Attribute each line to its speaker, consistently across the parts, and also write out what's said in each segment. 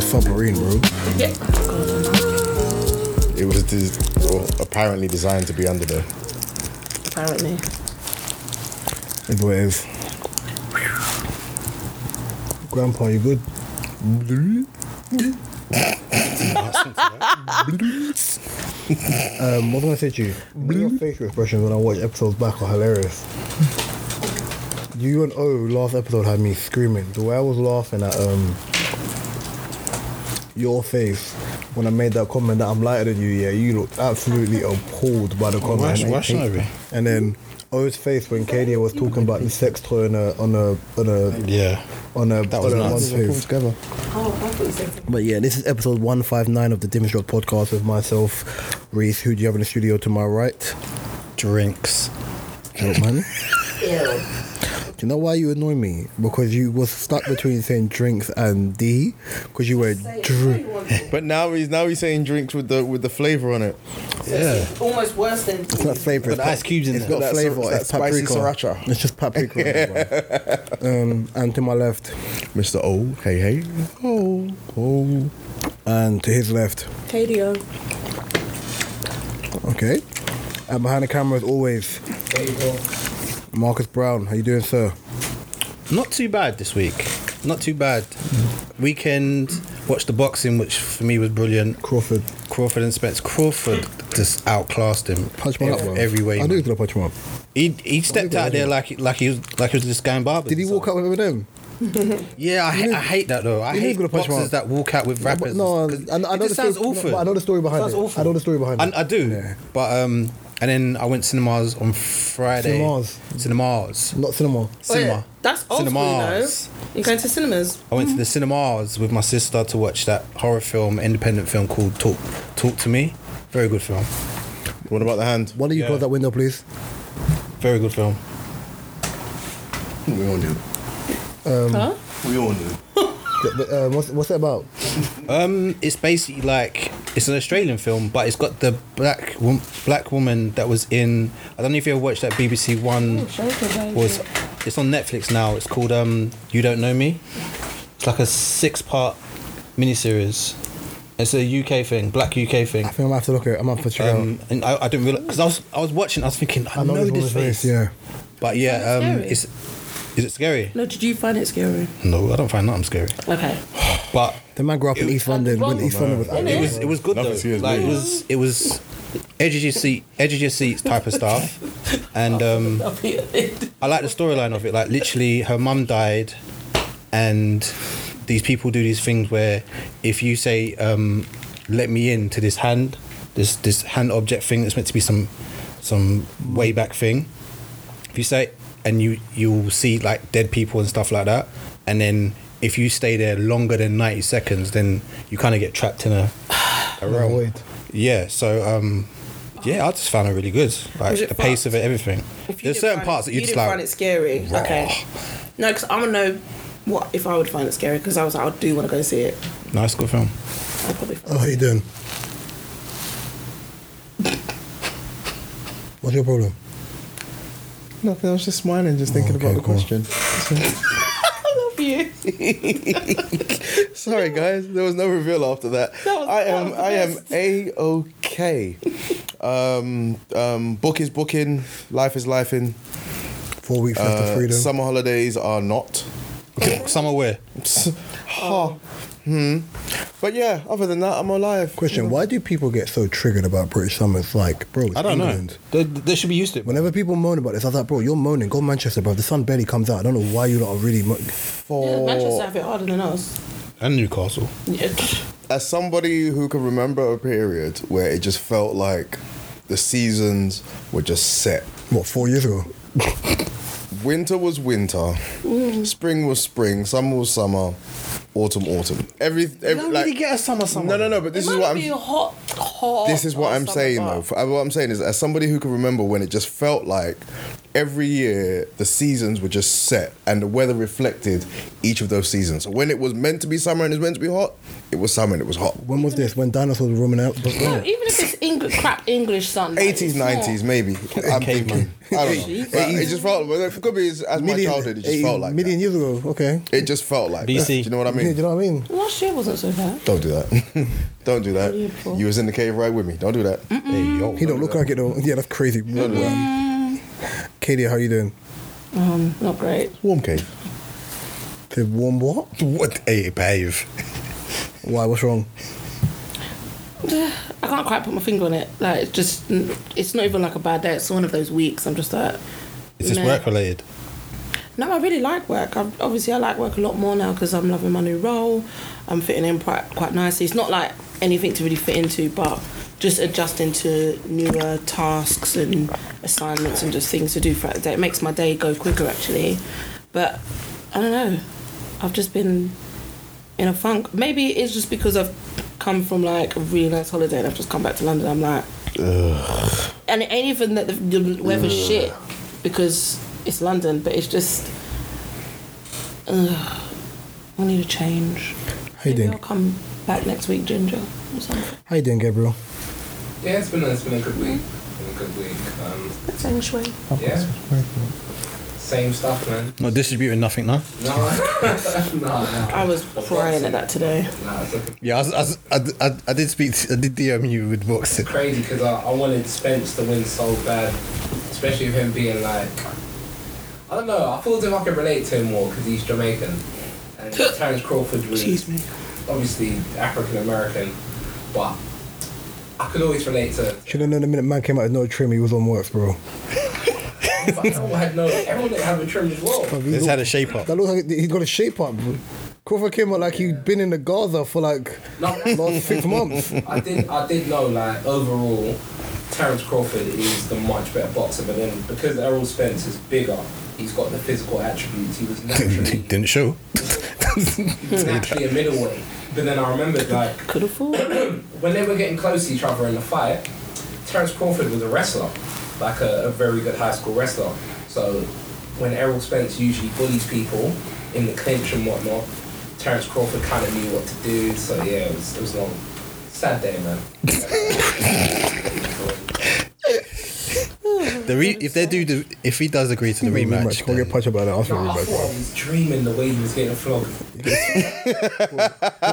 Speaker 1: submarine, bro.
Speaker 2: Yeah.
Speaker 3: It was des- well, apparently designed to be under there.
Speaker 2: Apparently.
Speaker 1: It what it is. Grandpa, you good? um, what did I say to you? Your facial expressions when I watch episodes back are hilarious. You and O last episode had me screaming. The way I was laughing at um your face when I made that comment that I'm lighter than you, yeah, you looked absolutely appalled by the comment.
Speaker 3: sh- why should I be?
Speaker 1: And then O's face when Kadia was talking about the sex toy on a on a on a
Speaker 3: Yeah.
Speaker 1: on a
Speaker 3: That was
Speaker 1: on a
Speaker 3: nuts.
Speaker 1: one face.
Speaker 3: together.
Speaker 1: But yeah, this is episode one five nine of the Dimmers Drop podcast with myself, Reese. Who do you have in the studio to my right?
Speaker 3: Drinks.
Speaker 1: Help, man. Do you know why you annoy me? Because you was stuck between saying drinks and D, because you were drink.
Speaker 3: But now he's now he's saying drinks with the with the flavour on it.
Speaker 4: Yeah.
Speaker 2: Almost worse than.
Speaker 1: It's not flavour.
Speaker 4: Got the ice cubes in
Speaker 1: It's
Speaker 4: there.
Speaker 1: got
Speaker 3: That
Speaker 1: flavour.
Speaker 3: sor- that
Speaker 1: it's
Speaker 3: spicy
Speaker 1: paprika.
Speaker 3: sriracha.
Speaker 1: It's just paprika. in it, bro. um, and to my left,
Speaker 3: Mr. O, hey hey. Oh. Oh.
Speaker 1: and to his left,
Speaker 2: KDO.
Speaker 1: Okay. And behind the camera, as always, Marcus Brown. How you doing, sir?
Speaker 4: Not too bad this week. Not too bad. Weekend, watched the boxing, which for me was brilliant.
Speaker 1: Crawford.
Speaker 4: Crawford and Spence. Crawford just outclassed him
Speaker 1: Punch him up, bro.
Speaker 4: every, every way.
Speaker 1: I knew he was gonna
Speaker 4: man.
Speaker 1: punch him up.
Speaker 4: He, he stepped out there like like he was like he was just going barber.
Speaker 1: Did he walk out with them?
Speaker 4: Yeah, I, ha- I hate that though. I
Speaker 1: he knew he
Speaker 4: hate
Speaker 1: was gonna punch him
Speaker 4: boxers
Speaker 1: up.
Speaker 4: that walk out with rappers.
Speaker 1: No, I,
Speaker 4: 'Cause
Speaker 1: I know
Speaker 4: it
Speaker 1: the
Speaker 4: just sounds
Speaker 1: story,
Speaker 4: awful.
Speaker 1: no, but I know the story behind
Speaker 4: sounds
Speaker 1: it.
Speaker 4: awful.
Speaker 1: I know the story behind
Speaker 4: I,
Speaker 1: it.
Speaker 4: I do,
Speaker 1: Yeah.
Speaker 4: but um, and then I went cinemas on Friday.
Speaker 1: Cinemas.
Speaker 4: Cinemas.
Speaker 1: Not cinema.
Speaker 4: Cinema.
Speaker 2: That's old
Speaker 4: Cinemas.
Speaker 2: school, you know. You're going to cinemas.
Speaker 4: I went to the cinemas with my sister to watch that horror film, independent film called Talk Talk to Me. Very good film.
Speaker 3: What about the hand?
Speaker 1: Why don't you
Speaker 4: Yeah.
Speaker 1: close that window, please?
Speaker 4: Very good film.
Speaker 3: We all knew.
Speaker 2: huh?
Speaker 3: We all knew.
Speaker 1: The- the, um, what's, what's it about?
Speaker 4: Um, it's basically like it's an Australian film, but it's got the black wom- black woman that was in. I don't know if you ever watched that BBC One. Was it's on Netflix now? It's called um, You Don't Know Me. It's like a six part miniseries. It's a UK thing, black UK thing.
Speaker 1: I think I'm gonna have to look at. it. I'm gonna have to check it out.
Speaker 4: Um, and I, I didn't realize because I was I was watching. I was thinking I, know, this
Speaker 1: woman's
Speaker 4: face.
Speaker 1: Yeah.
Speaker 4: But
Speaker 2: Is
Speaker 4: yeah,
Speaker 2: it
Speaker 4: um,
Speaker 2: scary?
Speaker 4: it's is it scary?
Speaker 2: No, did you find it scary?
Speaker 4: No, I don't find that I'm scary.
Speaker 2: Okay.
Speaker 4: But
Speaker 1: The man grew up in East London. Went to East London with.
Speaker 4: it
Speaker 2: Yeah.
Speaker 4: was it was good
Speaker 3: Nothing
Speaker 4: though.
Speaker 3: serious,
Speaker 4: Like it
Speaker 3: really.
Speaker 4: was it was edge of your seat, edge of your seats type of stuff. And um, I like the storyline of it. Like literally, her mum died, and these people do these things where if you say, um, "Let me in" to this hand, this this hand object thing that's meant to be some some way back thing. If you say, and you you'll see like dead people and stuff like that, and then if you stay there longer than ninety seconds, then you kind of get trapped in a, a realm.
Speaker 1: void.
Speaker 4: Yeah. So. Um, yeah, I just found it really good. Like
Speaker 2: Was it
Speaker 4: the pace
Speaker 2: fast?
Speaker 4: of it, everything.
Speaker 2: If you
Speaker 4: There's
Speaker 2: didn't
Speaker 4: certain
Speaker 2: find
Speaker 4: parts
Speaker 2: it,
Speaker 4: that you, just
Speaker 2: didn't
Speaker 4: like.
Speaker 2: find it scary.
Speaker 4: raw.
Speaker 2: Okay. No, because I want to know what if I would find it scary. Because I was like, I do want to go see it.
Speaker 4: Nice, good film.
Speaker 2: I probably.
Speaker 1: Oh, how you doing? What's your problem?
Speaker 3: Nothing, I was just smiling, just thinking
Speaker 1: Oh, Okay, cool.
Speaker 2: I love you.
Speaker 3: Sorry guys, there was no reveal after that.
Speaker 2: That was-
Speaker 3: I
Speaker 2: that
Speaker 3: am
Speaker 2: was the
Speaker 3: I am a okay. um, um, book is booking, life is life in. Uh,
Speaker 1: Four weeks left of freedom.
Speaker 3: Summer holidays are not.
Speaker 4: Summer where?
Speaker 3: Ha.
Speaker 2: Oh.
Speaker 3: Hmm. But yeah, other than that, I'm alive.
Speaker 1: Question: Why do people get so triggered about British summers? Like, bro, it's
Speaker 4: I don't
Speaker 1: England.
Speaker 4: know. They, they should be used to it.
Speaker 1: Whenever people moan about this, I was like, bro, you're moaning. Go Manchester, bro. The sun barely comes out. I don't know why you lot are really. Mo-
Speaker 2: Yeah, Manchester
Speaker 3: For
Speaker 2: have it harder than us.
Speaker 4: and Newcastle.
Speaker 2: Yeah.
Speaker 3: as somebody who can remember a period where it just felt like the seasons were just set.
Speaker 1: what four years ago?
Speaker 3: Winter was winter,
Speaker 2: Mm.
Speaker 3: spring was spring, summer was summer, autumn autumn. Every, every like,
Speaker 4: a summer summer.
Speaker 3: no no no, but this
Speaker 2: it
Speaker 3: is
Speaker 2: might
Speaker 3: what
Speaker 2: be
Speaker 3: I'm
Speaker 2: hot, hot.
Speaker 3: this is what
Speaker 2: or
Speaker 3: I'm
Speaker 2: something,
Speaker 3: saying
Speaker 2: but-
Speaker 3: though. For- What I'm saying is, as somebody who can remember when it just felt like every year the seasons were just set and the weather reflected each of those seasons. So when it was meant to be summer and it was meant to be hot, it was summer and it was hot.
Speaker 1: When was this? When dinosaurs were roaming out?
Speaker 2: No, even if it's Eng- crap English sound. like,
Speaker 3: Eighties,
Speaker 2: it's not.
Speaker 3: nineties, maybe. I'm thinking.
Speaker 4: caveman.
Speaker 3: I don't know. But it just felt. Well, it could be as, as my childhood. It just
Speaker 1: eight
Speaker 3: felt like.
Speaker 1: million
Speaker 3: that.
Speaker 1: years ago. Okay.
Speaker 3: It just felt like.
Speaker 4: BC.
Speaker 3: that. Do you know what I
Speaker 1: Yeah, do
Speaker 3: mean?
Speaker 1: you know what I mean?
Speaker 2: Last year wasn't so bad.
Speaker 3: Don't do that. don't do that.
Speaker 2: Beautiful.
Speaker 3: You was in the cave right with me. Don't do that.
Speaker 4: Hey, yo.
Speaker 1: He
Speaker 2: Mm.
Speaker 1: don't look like it though. Yeah, that's crazy.
Speaker 3: Don't do that.
Speaker 1: Katie, how you doing?
Speaker 2: Um, not great.
Speaker 3: Warm cave.
Speaker 1: The warm what?
Speaker 4: What a pave.
Speaker 1: Why? What's wrong?
Speaker 2: I can't quite put my finger on it. Like it's just, it's not even like a bad day. It's one of those weeks. I'm just like,
Speaker 4: Is this
Speaker 2: No.
Speaker 4: work related?
Speaker 2: no, I really like work. I, obviously, I like work a lot more now because I'm loving my new role. I'm fitting in quite quite nicely. It's not like anything to really fit into, but just adjusting to newer tasks and assignments and just things to do throughout the day. It makes my day go quicker actually. But I don't know. I've just been in a funk. Maybe it's just because I've come from like a really nice holiday and I've just come back to London. I'm like, and it ain't even that the, the weather's shit because it's London, but it's just. Ugh, I need a change.
Speaker 1: How you
Speaker 2: Maybe
Speaker 1: doing?
Speaker 2: I'll come back next week, Ginger, or something.
Speaker 1: How you doing, Gabriel?
Speaker 5: Yeah, it's been a, it's been a good
Speaker 2: Mm-hmm.
Speaker 5: week. Been a good week. Um,
Speaker 2: Same way.
Speaker 5: yeah. Same stuff, man.
Speaker 4: Not distributing nothing, no?
Speaker 5: No, no, no.
Speaker 2: I was crying at that today.
Speaker 5: Nah, it's looking
Speaker 4: Yeah, I, was- I, was- I, I, I did speak, to, I did DM you with boxing.
Speaker 5: crazy because I, I wanted Spence to win so bad, especially with him being like, I don't know. I feel as if I can relate to him more because he's Jamaican, and Terence Crawford was
Speaker 2: Excuse me.
Speaker 5: obviously African American, but I could always relate to.
Speaker 1: Should have known the minute man came out with no trim, he was on work, bro.
Speaker 5: But no one had no. Everyone didn't have a trim as well.
Speaker 1: Bruv, he
Speaker 4: This
Speaker 1: look-
Speaker 4: had a shape up.
Speaker 1: that looks like he got a shape up. bro. Crawford came out like he'd been in the Gaza for like
Speaker 5: No,
Speaker 1: last six months.
Speaker 5: I did. I did know. Like overall, Terence Crawford is the much better boxer, but then because Errol Spence is bigger, he's got the physical attributes. He was naturally
Speaker 4: Didn't show.
Speaker 5: he was naturally a middleweight. But then I remembered like
Speaker 2: Could afford.
Speaker 5: when they were getting close to each other in the fight, Terence Crawford was a wrestler, like a, a very good high school wrestler. So when Errol Spence usually bullies people in the clinch and whatnot, Terence Crawford kind of knew what to do. So yeah, it was it was a long, sad day, man.
Speaker 4: The re- if they do, the, if he does agree to the rematch,
Speaker 1: Rematch. Go get
Speaker 4: then
Speaker 1: punch about that. I'll
Speaker 5: No, I
Speaker 1: rematch.
Speaker 5: thought I was dreaming the way he was getting flogged.
Speaker 4: I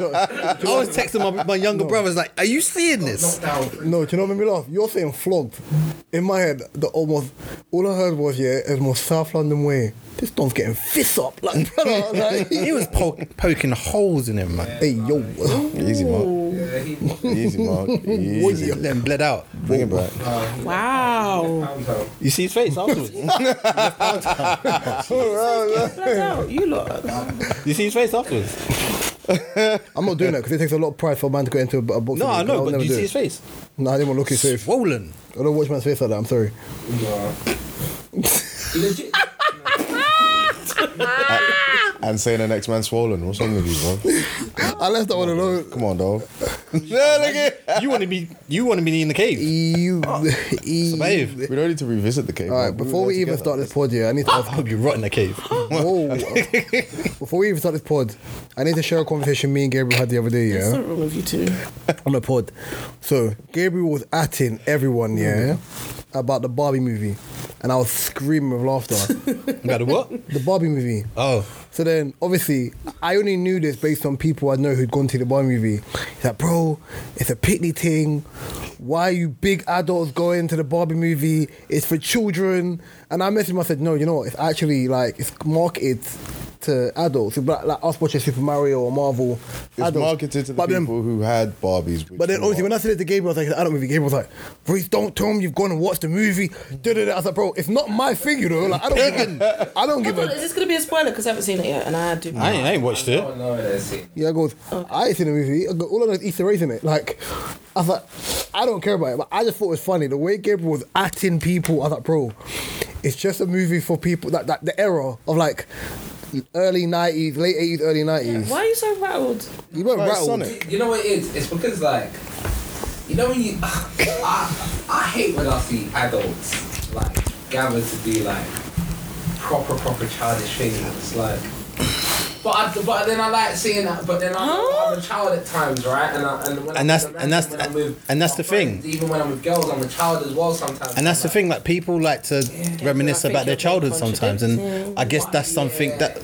Speaker 4: was texting my, my younger brothers like, "Are you seeing this?"
Speaker 5: Knocked down.
Speaker 1: No, do you know what made me laugh? You're saying flogged. In my head, the almost all I heard was yeah, it's more South London way. This don's getting fists up, like brother. Like,
Speaker 4: He was po- poking holes in him, man.
Speaker 1: hey yo,
Speaker 3: Easy, Mark.
Speaker 5: Yeah, uh, he,
Speaker 3: Easy, Mark. Easy.
Speaker 4: Let him bled out.
Speaker 3: Bring it back.
Speaker 2: Wow.
Speaker 5: pound town.
Speaker 4: You see his face afterwards.
Speaker 2: Blood out, you lot.
Speaker 4: you see his face afterwards.
Speaker 1: I'm not doing that because it takes a lot of pride for a man to get into a, a boxing.
Speaker 4: No, I
Speaker 1: ring, 'cause
Speaker 4: know,
Speaker 1: I'll
Speaker 4: but
Speaker 1: never
Speaker 4: you
Speaker 1: do
Speaker 4: see
Speaker 1: it.
Speaker 4: his face.
Speaker 1: No, I didn't want to look his face.
Speaker 4: Swollen.
Speaker 1: I don't watch man's face like that. I'm sorry.
Speaker 5: Nah. He legit-
Speaker 3: And saying the next man swollen. What's wrong with you, bro?
Speaker 1: I left that one alone.
Speaker 3: Come on, dog. no, look at.
Speaker 4: You want to be, you want to be in the cave.
Speaker 1: You,
Speaker 4: Babe,
Speaker 3: We don't need to revisit the cave.
Speaker 1: All right,
Speaker 3: man. We
Speaker 1: before
Speaker 3: were
Speaker 1: we
Speaker 3: there
Speaker 1: even
Speaker 3: together.
Speaker 1: start this pod, yeah, I need to
Speaker 4: I
Speaker 1: ask.
Speaker 4: hope you rot in the cave.
Speaker 1: Whoa. before we even start this pod, I need to share a conversation me and Gabriel had the other day.
Speaker 2: What's
Speaker 1: Yeah.
Speaker 2: wrong with you two?
Speaker 1: on the pod. So Gabriel was atting everyone, yeah, about the Barbie movie, and I was screaming with laughter.
Speaker 4: About the what?
Speaker 1: the Barbie movie.
Speaker 4: Oh,
Speaker 1: So then, obviously, I only knew this based on people I know who'd gone to the Barbie movie. He's like, bro, it's a picnic thing. Why are you big adults going to the Barbie movie? It's for children. And I messaged him. I said, no, you know what? It's actually like it's marketed. To adults, It's like, like us watching Super Mario or Marvel,
Speaker 3: It's
Speaker 1: adults.
Speaker 3: marketed to the
Speaker 1: But then-
Speaker 3: people who had Barbies. which
Speaker 1: but then
Speaker 3: were-
Speaker 1: obviously when I said it to Gabriel, I was like, I don't movie. Gabriel was like, Bruce, don't tell him you've gone and watched the movie. Da-da-da. I was like, bro, it's not my thing, you know. Like I don't give a, I don't give
Speaker 2: Hold on, is
Speaker 1: a
Speaker 2: this going to be a spoiler? Because I haven't seen it yet, and I do.
Speaker 4: I ain't, I ain't watched
Speaker 5: Oh, I
Speaker 4: it.
Speaker 5: don't know that scene.
Speaker 1: Yeah, I goes, I ain't seen the movie. I go, all I know is Easter eggs in it. Like I was like, I don't care about it. But I just thought it was funny. The way Gabriel was acting people, I was like, bro, it's just a movie for people that, that the era of like early nineties, late eighties, early nineties.
Speaker 2: Why are you so rattled?
Speaker 1: You weren't
Speaker 3: Like
Speaker 1: rattled.
Speaker 3: Sonic.
Speaker 5: You know what it is? It's because like, you know when you, I, I hate when I see adults like gather to do like proper proper childish things. It's like But I, but then I like seeing that. But then I,
Speaker 2: Huh?
Speaker 5: I'm a child at times, right? And I, and, when
Speaker 4: And
Speaker 5: I'm
Speaker 4: that's-
Speaker 5: with
Speaker 4: and that's-
Speaker 5: men, when I'm with
Speaker 4: and that's
Speaker 5: my
Speaker 4: the
Speaker 5: friends,
Speaker 4: thing.
Speaker 5: Even when I'm with girls, I'm a child as well sometimes.
Speaker 4: And that's the
Speaker 5: Like,
Speaker 4: thing, like people like to reminisce
Speaker 2: I think
Speaker 4: about their
Speaker 2: you're
Speaker 4: childhood
Speaker 2: being
Speaker 4: sometimes, and
Speaker 2: contradicting.
Speaker 4: I guess
Speaker 5: But
Speaker 4: that's something
Speaker 5: yeah.
Speaker 4: that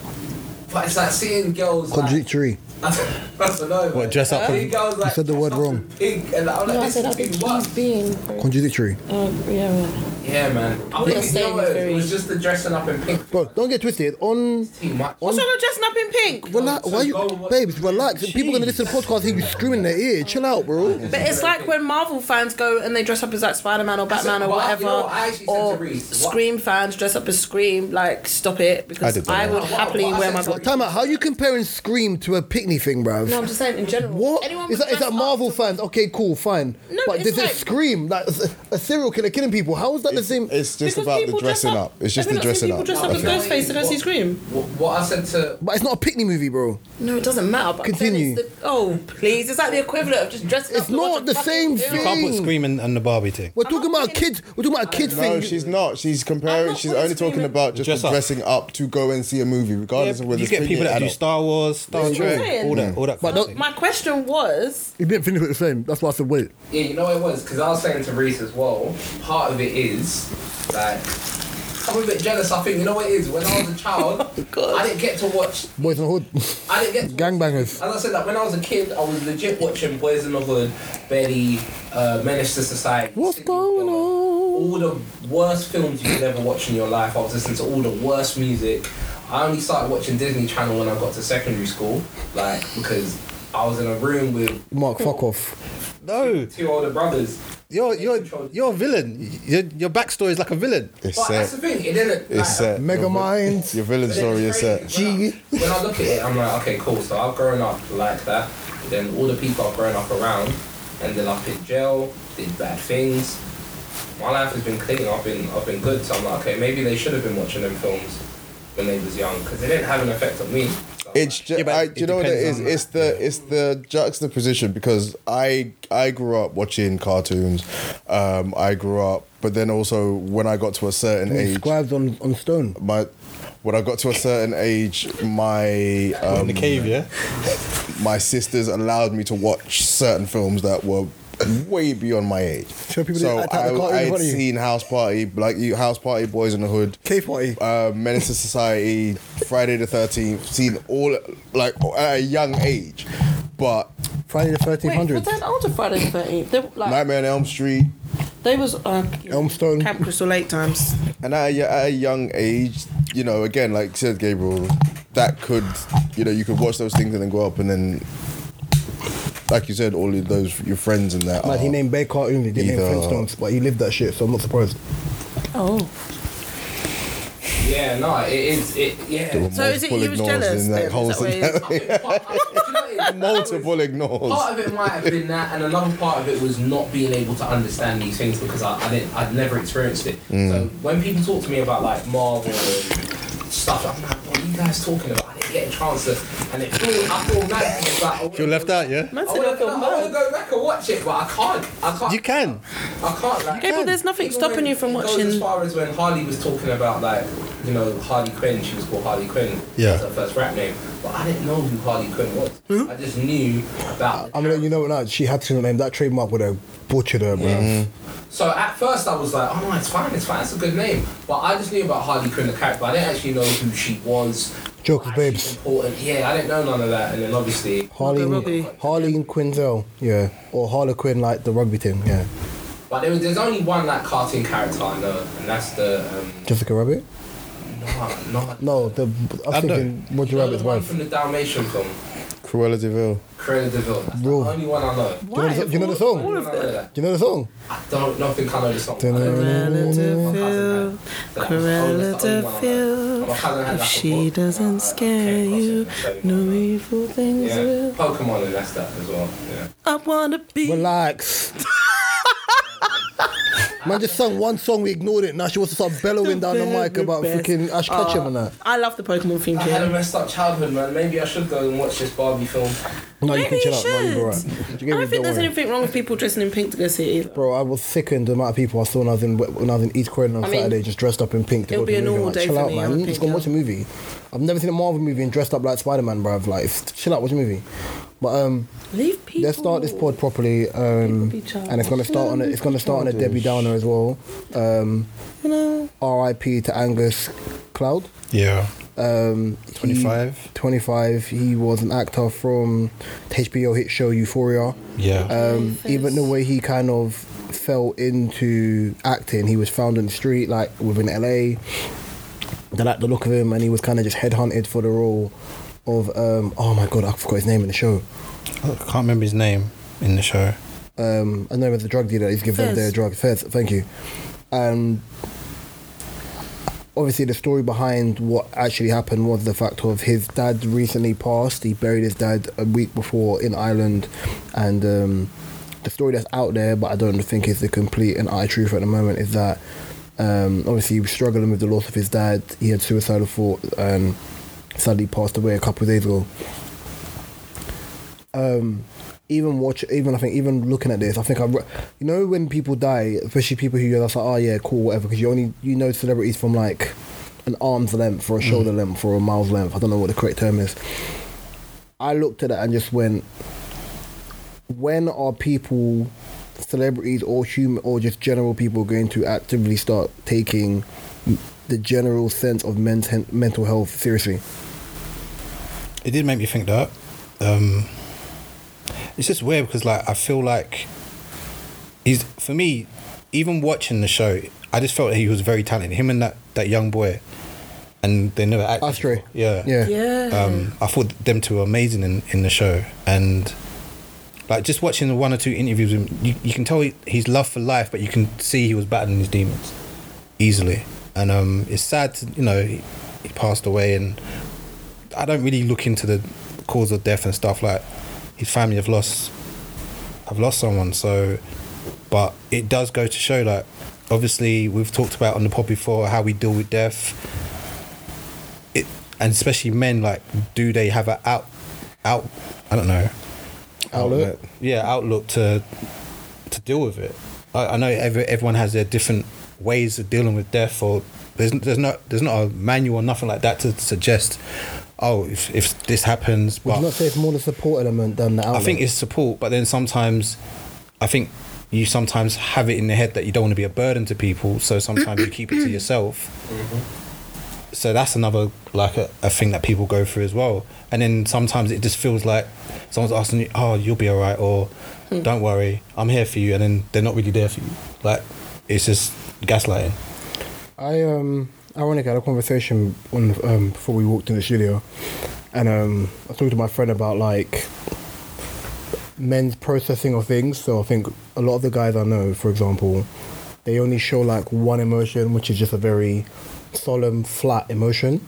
Speaker 5: But it's like seeing girls. Like,
Speaker 1: Contradictory.
Speaker 5: that's annoying.
Speaker 4: What, dress up
Speaker 5: Seeing
Speaker 4: and-
Speaker 5: girls like,
Speaker 1: said the word
Speaker 5: dressed up
Speaker 1: wrong.
Speaker 5: in Pink, and I'm like,
Speaker 2: No, I
Speaker 5: this
Speaker 2: said I
Speaker 5: thing
Speaker 2: think he's
Speaker 5: works.
Speaker 2: being.
Speaker 1: Contradictory.
Speaker 2: Um, yeah, yeah.
Speaker 5: Yeah, man. I
Speaker 2: You're
Speaker 5: was, you know
Speaker 2: saying
Speaker 5: what,
Speaker 2: very-
Speaker 5: it was just the dressing up in pink.
Speaker 1: Bro, don't get twisted. On
Speaker 5: Too much.
Speaker 2: What's wrong with dressing up in pink?
Speaker 1: relax, why you,
Speaker 5: go watch-
Speaker 1: babes? Relax. People gonna listen to the podcast. Hear you screaming in their ear. Chill out, bro.
Speaker 2: But it's like when Marvel fans go and they dress up as like Spider Man or Batman or
Speaker 5: Well, you
Speaker 2: whatever,
Speaker 5: know, I actually said
Speaker 2: or
Speaker 5: to Reece, what-
Speaker 2: Scream fans dress up as Scream. Like, stop it,
Speaker 4: I
Speaker 2: because
Speaker 4: did that,
Speaker 2: I,
Speaker 4: yeah.
Speaker 2: would
Speaker 5: What-
Speaker 2: happily
Speaker 5: what I
Speaker 2: wear
Speaker 5: said
Speaker 2: my.
Speaker 5: to
Speaker 2: Black-
Speaker 1: Time out. How you comparing Scream to a picnic thing, bruv?
Speaker 2: No, I'm just saying in general.
Speaker 1: What?
Speaker 2: Anyone
Speaker 1: Is
Speaker 2: would
Speaker 1: that, is
Speaker 2: dress
Speaker 1: that
Speaker 2: up
Speaker 1: Marvel
Speaker 2: to-
Speaker 1: fans? Okay, cool, fine.
Speaker 2: No,
Speaker 1: but
Speaker 2: it's
Speaker 1: this
Speaker 2: like-
Speaker 1: is Scream, like a serial killer killing people. How is that the same?
Speaker 3: It's just
Speaker 2: Because
Speaker 3: about the
Speaker 2: people dress
Speaker 3: dressing up. It's just
Speaker 2: Have
Speaker 3: the
Speaker 2: you not seen
Speaker 3: dressing up.
Speaker 2: People dress up as Ghostface and don't see Scream.
Speaker 5: What, what I said to
Speaker 1: but it's not a picnic movie, bro.
Speaker 2: No, it doesn't matter. But I'm saying
Speaker 1: Continue.
Speaker 2: It's the, oh, please. It's like the equivalent of just dressing
Speaker 1: It's
Speaker 2: up. to watch
Speaker 1: not
Speaker 2: a
Speaker 1: the
Speaker 2: fucking
Speaker 1: same
Speaker 2: film.
Speaker 1: thing.
Speaker 4: you can't put screaming and the Barbie thing.
Speaker 1: We're
Speaker 2: I'm
Speaker 1: talking
Speaker 2: not
Speaker 1: about
Speaker 2: putting-
Speaker 1: kids. We're talking about a kid
Speaker 3: No,
Speaker 1: thing.
Speaker 3: she's not. She's
Speaker 2: I'm
Speaker 3: comparing.
Speaker 2: not
Speaker 3: She's
Speaker 2: putting
Speaker 3: only talking
Speaker 2: screaming-
Speaker 3: about just
Speaker 4: Dress up.
Speaker 3: dressing up to go and see a movie, regardless of whether
Speaker 4: you
Speaker 3: it's
Speaker 4: get
Speaker 3: picnic,
Speaker 4: people that do
Speaker 3: adult.
Speaker 4: Star Wars, Star
Speaker 2: That's what I'm
Speaker 4: Trek,
Speaker 2: saying.
Speaker 4: all that, all that.
Speaker 1: But
Speaker 4: kind of
Speaker 1: don't-
Speaker 4: thing.
Speaker 2: My question was.
Speaker 1: You didn't finish with the same. That's why I said wait.
Speaker 5: Yeah, you know what it was? Because I was saying to Reese as well, part of it is, like, I'm a bit jealous, I think. You know what it is? When I was a child,
Speaker 2: God.
Speaker 5: I didn't get to watch.
Speaker 1: Boys in the hood,
Speaker 5: I didn't get to
Speaker 1: gangbangers.
Speaker 5: As I said, like, when I was a kid, I was legit watching Boys in the Hood, Betty, uh, Menace to Society.
Speaker 1: What's
Speaker 5: Sydney
Speaker 1: going
Speaker 5: Opera,
Speaker 1: on?
Speaker 5: All the worst films you could ever watch in your life. I was listening to all the worst music. I only started watching Disney Channel when I got to secondary school, like, because I was in a room with
Speaker 1: Mark, fuck off.
Speaker 4: No,
Speaker 5: two older brothers.
Speaker 4: you're you're you're a villain. Your your backstory is like a villain.
Speaker 3: It's
Speaker 5: But that's the
Speaker 3: set.
Speaker 5: thing, it didn't. like,
Speaker 3: It's set.
Speaker 1: Mega
Speaker 3: Your vi-
Speaker 1: Minds.
Speaker 3: Your villain story is
Speaker 5: It's
Speaker 3: set.
Speaker 5: crazy. When I, when I look at it, I'm like, okay, cool. So I've grown up like that. Then all the people I've grown up around ended up in jail, did bad things. My life has been clean. I've been, I've been good. So I'm like, okay, maybe they should have been watching them films when they was young because they didn't have an effect on me. So
Speaker 3: It's just,
Speaker 4: Yeah, but
Speaker 3: I,
Speaker 4: it
Speaker 3: do you know what it is?
Speaker 4: depends on that.
Speaker 3: It's the it's the juxtaposition because I I grew up watching cartoons, um, I grew up, but then also when I got to a certain age,
Speaker 1: Scribes on on stone.
Speaker 3: my when I got to a certain age, my
Speaker 4: in
Speaker 3: um,
Speaker 4: the cave, yeah.
Speaker 3: my sisters allowed me to watch certain films that were way beyond my age.
Speaker 1: Sure, people
Speaker 3: so
Speaker 1: didn't act out the
Speaker 3: I,
Speaker 1: cartoon
Speaker 3: I
Speaker 1: in
Speaker 3: had
Speaker 1: front of you.
Speaker 3: seen House Party, like you, House Party, Boys in the Hood,
Speaker 1: Cave party.
Speaker 3: uh, Menace to Society, Friday the Thirteenth, seen all like at a young age, but
Speaker 1: Friday the thirteen
Speaker 2: Wait, was
Speaker 1: hundred.
Speaker 2: that older Friday the 13th? They, like,
Speaker 3: Nightmare on Elm Street,
Speaker 2: they was uh,
Speaker 1: Elmstone.
Speaker 2: Camp Crystal Lake times.
Speaker 3: and at a, at a young age, you know, again, like said Gabriel, that could, you know, you could watch those things and then grow up and then. Like you said, all of those your friends and that.
Speaker 1: Man, he
Speaker 3: are-
Speaker 1: named Bay Cartoon. He didn't name
Speaker 3: Either-
Speaker 1: Flintstones, but he lived that shit, so I'm not surprised.
Speaker 2: Oh.
Speaker 5: yeah, no, it is. It yeah.
Speaker 2: So is it you was
Speaker 3: Multiple
Speaker 2: jealous?
Speaker 3: ignorances and
Speaker 2: then?
Speaker 3: that
Speaker 2: Is
Speaker 3: whole
Speaker 2: that what it is?
Speaker 3: multiple ignores.
Speaker 5: Part of it might have been that, and another part of it was not being able to understand these things because I, I didn't, I'd never experienced it.
Speaker 4: Mm.
Speaker 5: So when people talk to me about like Marvel and stuff, I'm like, what are you guys talking about? I didn't get a chance to, and it feel, I feel mad. and It's like, I
Speaker 4: You're left out, yeah.
Speaker 2: Man
Speaker 5: I
Speaker 2: said
Speaker 5: want
Speaker 2: I
Speaker 5: to
Speaker 2: feel mad.
Speaker 5: go back and watch it, but I can't. I can't.
Speaker 4: You can.
Speaker 5: I can't. Like,
Speaker 2: Gabriel, there's nothing
Speaker 5: Even
Speaker 2: stopping
Speaker 5: when
Speaker 2: you from
Speaker 5: it goes
Speaker 2: watching-
Speaker 5: As far as when Harley was talking about like, you know, Harley Quinn, she was called Harley Quinn.
Speaker 4: Yeah.
Speaker 5: That's her first rap name, but I didn't know who Harley Quinn was. I just knew about.
Speaker 1: I'm gonna let you know now. She had to name that trademark would have butchered her, bro.
Speaker 3: Mm-hmm.
Speaker 1: Mm-hmm.
Speaker 5: So at first I was like, oh no, it's fine, it's fine, it's a good name. But I just knew about Harley Quinn the character. I didn't actually know who she was.
Speaker 1: Joker's
Speaker 2: Ah,
Speaker 5: why
Speaker 1: babes.
Speaker 5: she's Important. Yeah, I didn't know none of that, and then obviously.
Speaker 1: Harleen,
Speaker 2: Rugby.
Speaker 1: Harleen Quinzel, yeah, or Harlequin, like the rugby team, yeah.
Speaker 5: But there was, there's only one like cartoon character I know, and that's the um,
Speaker 1: Jessica Rabbit?
Speaker 5: no, no,
Speaker 1: No, the I
Speaker 4: I
Speaker 1: was thinking Roger
Speaker 5: You know
Speaker 1: Rabbit's
Speaker 5: the one
Speaker 1: wife.
Speaker 5: from the Dalmatian film,
Speaker 3: Cruella de Vil.
Speaker 5: Cruella de Vil. That's
Speaker 1: Bro.
Speaker 5: the only one I know.
Speaker 1: Do you know the, do you know the
Speaker 5: I
Speaker 1: song?
Speaker 5: don't know that.
Speaker 1: Do you know the song?
Speaker 5: I don't, don't think I know the song. I don't know. My cousin
Speaker 2: Corella
Speaker 5: had- that was- oh, that's the only one I know. My cousin had
Speaker 2: If
Speaker 5: like a
Speaker 2: she
Speaker 5: book, and I- I
Speaker 2: doesn't scare
Speaker 5: came across it
Speaker 2: you,
Speaker 5: and I
Speaker 2: no
Speaker 5: was
Speaker 2: evil things
Speaker 5: like, Yeah,
Speaker 2: will.
Speaker 5: Pokemon and that's that as well. Yeah.
Speaker 2: I wanna be.
Speaker 1: Relax. Man just sung one song, we ignored it. Now she wants to start bellowing down the mic about
Speaker 2: best. Ah.
Speaker 1: freaking Ash Ketchum and that.
Speaker 2: I love the Pokemon theme
Speaker 5: I had a
Speaker 2: tune.
Speaker 5: messed up childhood, man. Maybe I should go and watch this Barbie film.
Speaker 1: No, you can
Speaker 2: Maybe
Speaker 1: chill
Speaker 2: you
Speaker 1: out. No, you're
Speaker 2: should.
Speaker 1: alright. You
Speaker 2: I
Speaker 1: gave me
Speaker 2: don't think there's
Speaker 1: worry.
Speaker 2: anything wrong with people dressing in pink to go see it either.
Speaker 1: Bro, I was sickened the amount of people I saw when I was in when I was in East Croydon on
Speaker 2: I mean,
Speaker 1: Saturday, just dressed up in pink. To
Speaker 2: it'll
Speaker 1: go to
Speaker 2: be a
Speaker 1: the movie. I'm
Speaker 2: normal
Speaker 1: like,
Speaker 2: day
Speaker 1: chill
Speaker 2: for
Speaker 1: out,
Speaker 2: me, I'm
Speaker 1: man.
Speaker 2: a
Speaker 1: You just go and
Speaker 2: pink
Speaker 1: watch a movie. I've never seen a Marvel movie and dressed up like Spider Man, bruv. Like, chill out, watch a movie. But um,
Speaker 2: Leave people.
Speaker 1: let's start this pod properly, um,
Speaker 2: People be childish.
Speaker 1: and it's gonna start on a, it's gonna start on a Debbie Downer as well. Um,
Speaker 2: You know,
Speaker 1: R.I.P. to Angus Cloud.
Speaker 4: Yeah.
Speaker 1: Um, he-
Speaker 4: 25.
Speaker 1: 25. He was an actor from the HBO hit show Euphoria.
Speaker 4: Yeah.
Speaker 1: Um, even the way he kind of fell into acting, he was found on the street, like within LA. They liked the look of him, and he was kind of just headhunted for the role of um, oh my god, I forgot his name in the show.
Speaker 4: I can't remember his name in the show.
Speaker 1: Um, I know it was a drug dealer. He's given them
Speaker 2: Fez.
Speaker 1: their drugs. Fez, thank you. Um, obviously, the story behind what actually happened was the fact of his dad recently passed. He buried his dad a week before in Ireland, and um, the story that's out there, but I don't think is the complete and utter truth at the moment, is that um, obviously he was struggling with the loss of his dad. He had suicidal thoughts and sadly passed away a couple of days ago even watch even I think even looking at this I think I re- you know when people die especially people who you're just like oh yeah cool whatever because you only you know celebrities from like an arm's length
Speaker 4: Mm.
Speaker 1: or a shoulder length or a mile's length I don't know what the correct term is I looked at that and just went when are people celebrities or human or just general people going to actively start taking the general sense of men- mental health seriously
Speaker 4: It did make me think that. Um, it's just weird because like I feel like he's for me. Even watching the show, I just felt he was very talented. Him and that, that young boy, and they never acted.
Speaker 1: Astray.
Speaker 4: before. Yeah.
Speaker 1: yeah
Speaker 2: yeah.
Speaker 4: Um, I thought them two were amazing in, in the show, and like just watching the one or two interviews, with him, you you can tell he, his love for life, but you can see he was battling his demons easily, and um, it's sad, to, you know, he, he passed away, and I don't really look into the cause of death and stuff like his family have lost have lost someone, so but it does go to show that obviously we've talked about on the pod before how we deal with death it and especially men like do they have an out out I don't know
Speaker 1: Outlook?
Speaker 4: yeah outlook to to deal with it I, I know every, everyone has their different ways of dealing with death or there's there's not there's not a manual or nothing like that to suggest oh if, if this happens
Speaker 1: would
Speaker 4: but
Speaker 1: you not say it's more the support element than the
Speaker 4: I
Speaker 1: outlet
Speaker 4: think it's support, but then sometimes, I think you sometimes have it in the head that you don't want to be a burden to people, so sometimes you keep it to yourself.
Speaker 1: Mm-hmm.
Speaker 4: So that's another like a, a thing that people go through as well. And then sometimes it just feels like someone's asking you, "Oh, you'll be all right," or
Speaker 1: Hmm.
Speaker 4: "Don't worry, I'm here for you," and then they're not really there for you. Like it's just gaslighting.
Speaker 1: I um ironically had a conversation on the, um before we walked in the studio, and um I was talking to my friend about like men's processing of things. So I think a lot of the guys I know, for example, they only show like one emotion, which is just a very solemn, flat emotion.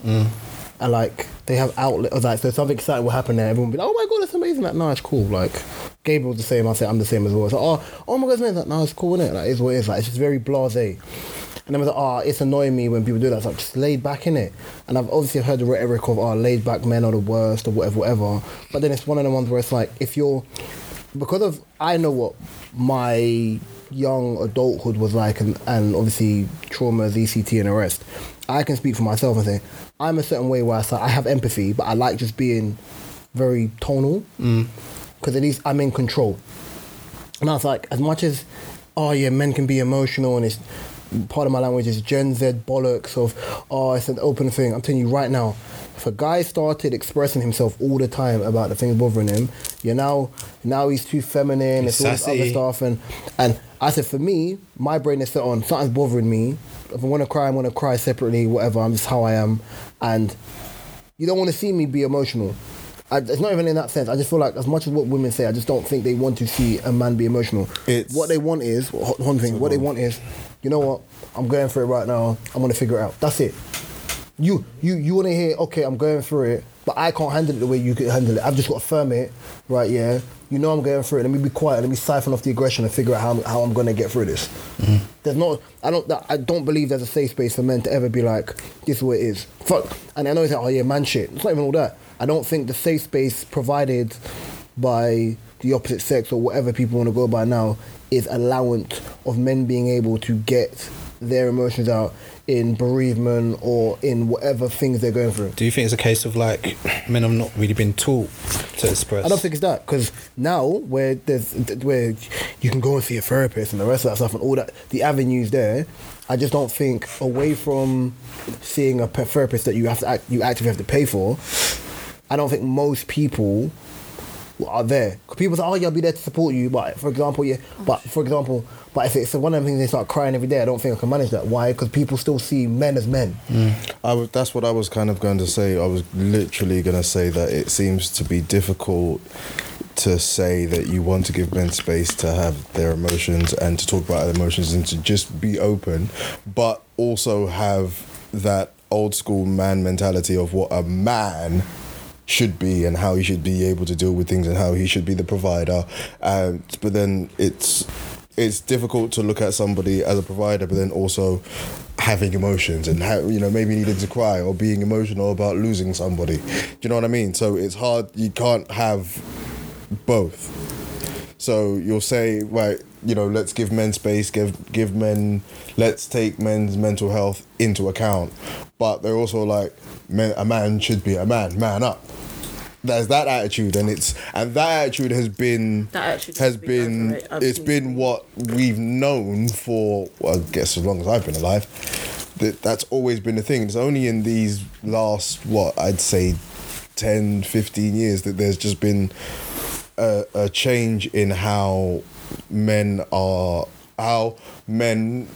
Speaker 1: And like they have outlet of that, so something exciting will happen there. Everyone will be like, "Oh my god, that's amazing!" Like, no, it's cool. Like Gabriel's the same. I say I'm the same as well. It's like, "Oh, oh my god, it's amazing!" Like, no, it's cool, innit? Like, it's what it is. Like, it's just very blasé. And I was like, oh, it's annoying me when people do that. It's like, just laid back in it. And I've obviously heard the rhetoric of, oh, laid back men are the worst or whatever, whatever. But then it's one of the ones where it's like, if you're, because of, I know what my young adulthood was like and, and obviously trauma, ECT and the rest. I can speak for myself and say, I'm a certain way where it's like, I have empathy, but I like just being very tonal because at least I'm in control. And I was like, as much as, oh yeah, men can be emotional and it's part of my language is Gen Z bollocks of, oh, it's an open thing. I'm telling you right now, if a guy started expressing himself all the time about the things bothering him, you're now, now he's too feminine,
Speaker 4: He's
Speaker 1: it's all this other
Speaker 4: sassy.
Speaker 1: stuff. And, and I said, for me, my brain is set on something's bothering me. If I want to cry, I'm going to cry separately, whatever. I'm just how I am. And you don't want to see me be emotional. I, it's not even in that sense. I just feel like as much as what women say, I just don't think they want to see a man be emotional.
Speaker 3: It's-
Speaker 1: what they want is ho- one thing. What they want is, you know what? I'm going for it right now. I'm gonna figure it out. That's it. You you you want to hear? Okay, I'm going through it, but I can't handle it the way you can handle it. I've just got to firm it, right? Yeah, you know I'm going through it. Let me be quiet. Let me siphon off the aggression and figure out how, how I'm going to get through this. There's not. I don't. I don't believe there's a safe space for men to ever be like, this is what it is. Fuck. And I know it's like, oh yeah, man, shit. It's not even all that. I don't think the safe space provided by the opposite sex or whatever people want to go by now is allowance of men being able to get their emotions out in bereavement or in whatever things they're going through.
Speaker 4: Do you think it's a case of like men have not really been taught to express?
Speaker 1: I don't think it's that because now where there's where you can go and see a therapist and the rest of that stuff and all that the avenues there. I just don't think away from seeing a pe- therapist that you have to act, you actively have to pay for. I don't think most people are there. 'Cause People say, "Oh, yeah, I'll be there to support you," but for example, yeah, but for example, but if it's one of them things they start crying every day, I don't think I can manage that. Why? Because people still see men as men.
Speaker 3: I was, that's what I was kind of going to say. I was literally going to say that it seems to be difficult to say that you want to give men space to have their emotions and to talk about their emotions and to just be open, but also have that old school man mentality of what a man should be and how he should be able to deal with things and how he should be the provider. Um, but then it's it's difficult to look at somebody as a provider, but then also having emotions and how you know maybe needing to cry or being emotional about losing somebody. Do you know what I mean? So it's hard. You can't have both. So you'll say, right, you know, let's give men space, give give men, let's take men's mental health into account. But they're also like, men, a man should be a man, man up. There's that attitude, and it's and that attitude has been
Speaker 2: That attitude
Speaker 3: has
Speaker 2: has been
Speaker 3: been
Speaker 2: overrated.
Speaker 3: it's been what we've known for well, I guess as long as I've been alive. That that's always been the thing. It's only in these last what I'd say 10, 15 years that there's just been a, a change in how men are how men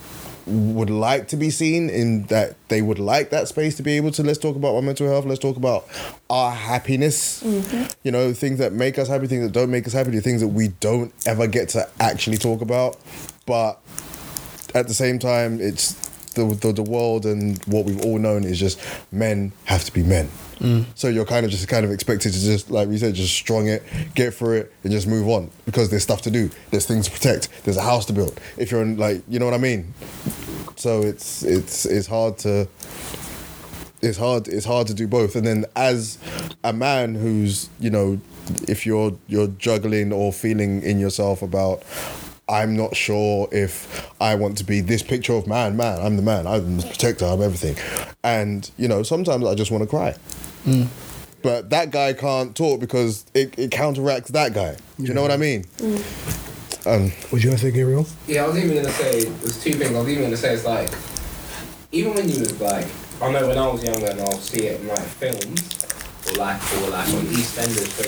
Speaker 3: would like to be seen in that they would like that space to be able to let's talk about our mental health let's talk about our happiness you know things that make us happy things that don't make us happy the things that we don't ever get to actually talk about but at the same time it's the, the, the world and what we've all known is just men have to be men so you're kind of just kind of expected to just like we said just strong it get through it and just move on because there's stuff to do there's things to protect there's a house to build if you're in like you know what i mean so it's it's it's hard to it's hard it's hard to do both and then as a man who's you know if you're you're juggling or feeling in yourself about I'm not sure if I want to be this picture of man, man. I'm the man. I'm the protector. I'm everything. And you know, sometimes I just want to cry. But that guy can't talk because it, it counteracts that guy. Do you know what I mean? Um,
Speaker 1: Would you want to say, Gabriel?
Speaker 5: Yeah, I was even gonna say there's two things. I was even gonna say it's like even when you was like I know when I was younger and I'll see it in like films or like or like on EastEnders for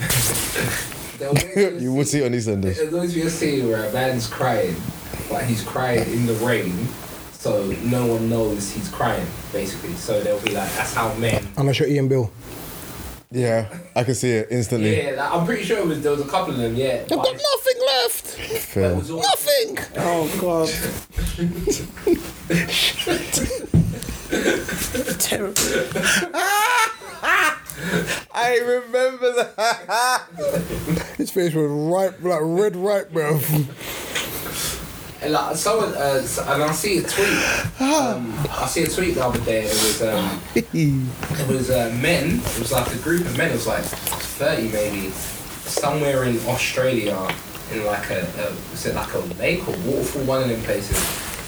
Speaker 5: example. there'll always be a
Speaker 3: you would see it on EastEnders.
Speaker 5: There's always be a scene where a man's crying, like he's crying in the rain, so no one knows he's crying basically. So they'll be like, that's how men
Speaker 1: Unless you're Ian Bill.
Speaker 3: Yeah, I can see it instantly.
Speaker 5: Yeah, like, I'm pretty sure it was, there was a couple of them, yeah. but it's-
Speaker 1: nothing left.
Speaker 5: but
Speaker 3: Phil.
Speaker 5: it was all-
Speaker 1: Nothing.
Speaker 2: Oh god. Terrible.
Speaker 3: I remember that.
Speaker 1: His face was ripe, like red ripe, bro.
Speaker 5: And like someone, uh, s- and I see a tweet. Um, I see a tweet the other day. It was um, it was uh, men. It was like a group of men. It was like thirty maybe, somewhere in Australia, in like a, a was it like a lake or waterfall, one of them places,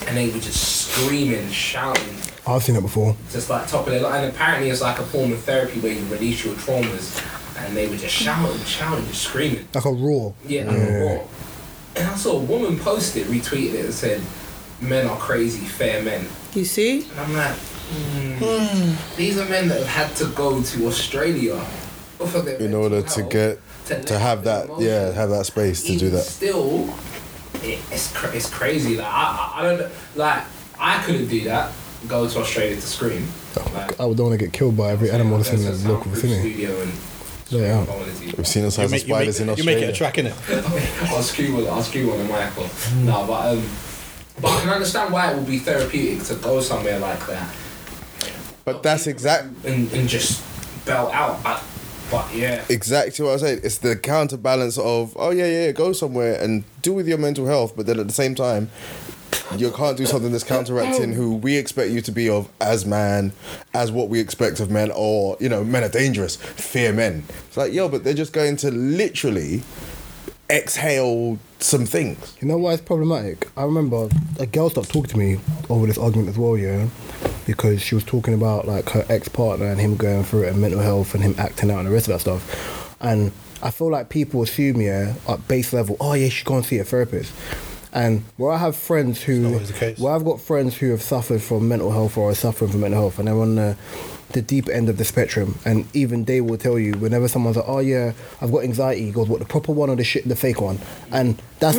Speaker 5: and they were just screaming, shouting,
Speaker 1: I've seen it before.
Speaker 5: just like top of their li- And apparently, it's like a form of therapy where you release your traumas, and they were just shouting, shouting, just screaming.
Speaker 1: Like a roar.
Speaker 5: Yeah, like a raw. And I saw a woman post it, retweeted it, and said, "Men are crazy, fair men."
Speaker 2: You see?
Speaker 5: And I'm like, hmm, these are men that have had to go to Australia for their
Speaker 3: In
Speaker 5: mental
Speaker 3: order to
Speaker 5: health,
Speaker 3: get to
Speaker 5: let
Speaker 3: have
Speaker 5: their
Speaker 3: that,
Speaker 5: emotions.
Speaker 3: yeah, have that space to do
Speaker 5: Even
Speaker 3: that.
Speaker 5: Still, it, it's cra- it's crazy. Like I, I I don't like I couldn't do that. Go to Australia to scream.
Speaker 3: Oh.
Speaker 5: Like,
Speaker 1: I would don't want to get killed by every animal that's in the
Speaker 5: There's a
Speaker 1: local
Speaker 5: soundproof
Speaker 1: vicinity.
Speaker 5: Studio and
Speaker 1: Yeah, yeah.
Speaker 5: I wanted to do
Speaker 3: We've seen the
Speaker 4: You
Speaker 3: size of
Speaker 4: make, you, make,
Speaker 3: spiders in
Speaker 4: you
Speaker 3: Australia.
Speaker 4: make it a track, innit?
Speaker 5: I'll screw one. I'll screw one on Michael. No, but um, but I can understand why it would be therapeutic to go somewhere like that
Speaker 3: But that's exact
Speaker 5: and, and just belt out. I, but yeah,
Speaker 3: exactly what I was saying. It's the counterbalance of oh yeah yeah go somewhere and deal with your mental health, but then at the same time. You can't do something that's counteracting who we expect you to be of as man, as what we expect of men, or you know, men are dangerous, fear men. It's like, yo, but they're just going to literally exhale some things.
Speaker 1: You know why it's problematic? I remember a girl stopped talking to me over this argument as well, yeah, because she was talking about like her ex partner and him going through it and mental health and him acting out and the rest of that stuff. And I feel like people assume, yeah, at base level, oh yeah, she's going to see a therapist. And where I have friends who,
Speaker 4: always the case.
Speaker 1: where I've got friends who have suffered from mental health or are suffering from mental health, and they're on the, the deep end of the spectrum. And even they will tell you whenever someone's like, "Oh yeah, I've got anxiety," he goes, "What the proper one or the shit, the fake one?" And that's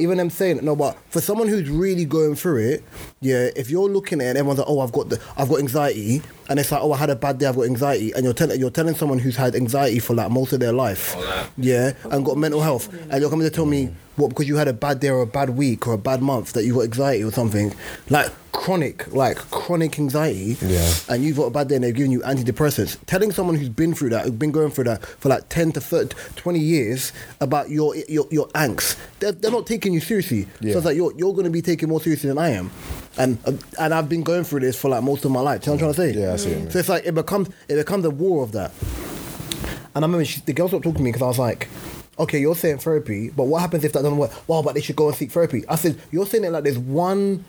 Speaker 1: even them saying no, but for someone who's really going through it, yeah, if you're looking at it and everyone's like, "Oh, I've got the, I've got anxiety," and it's like, "Oh, I had a bad day, I've got anxiety," and you're telling you're telling someone who's had anxiety for like most of their life, yeah, and got mental health, and you're coming to tell me what because you had a bad day or a bad week or a bad month that you got anxiety or something like chronic like chronic anxiety
Speaker 3: Yeah.
Speaker 1: and you've got a bad day and they've given you antidepressants telling someone who's been through that who's been going through that for like 10 to 30, 20 years about your your, your angst they're, they're not taking you seriously so
Speaker 3: Yeah.
Speaker 1: it's like you're, you're going to be taken more seriously than i am and uh, and i've been going through this for like most of my life Do you know what i'm trying to say
Speaker 3: Yeah, I see what you mean.
Speaker 1: so it's like it becomes it becomes a war of that and I remember she, the girl stopped talking to me because I was like, okay, you're saying therapy, but what happens if that doesn't work? Well, but they should go and seek therapy. I said, you're saying it like there's one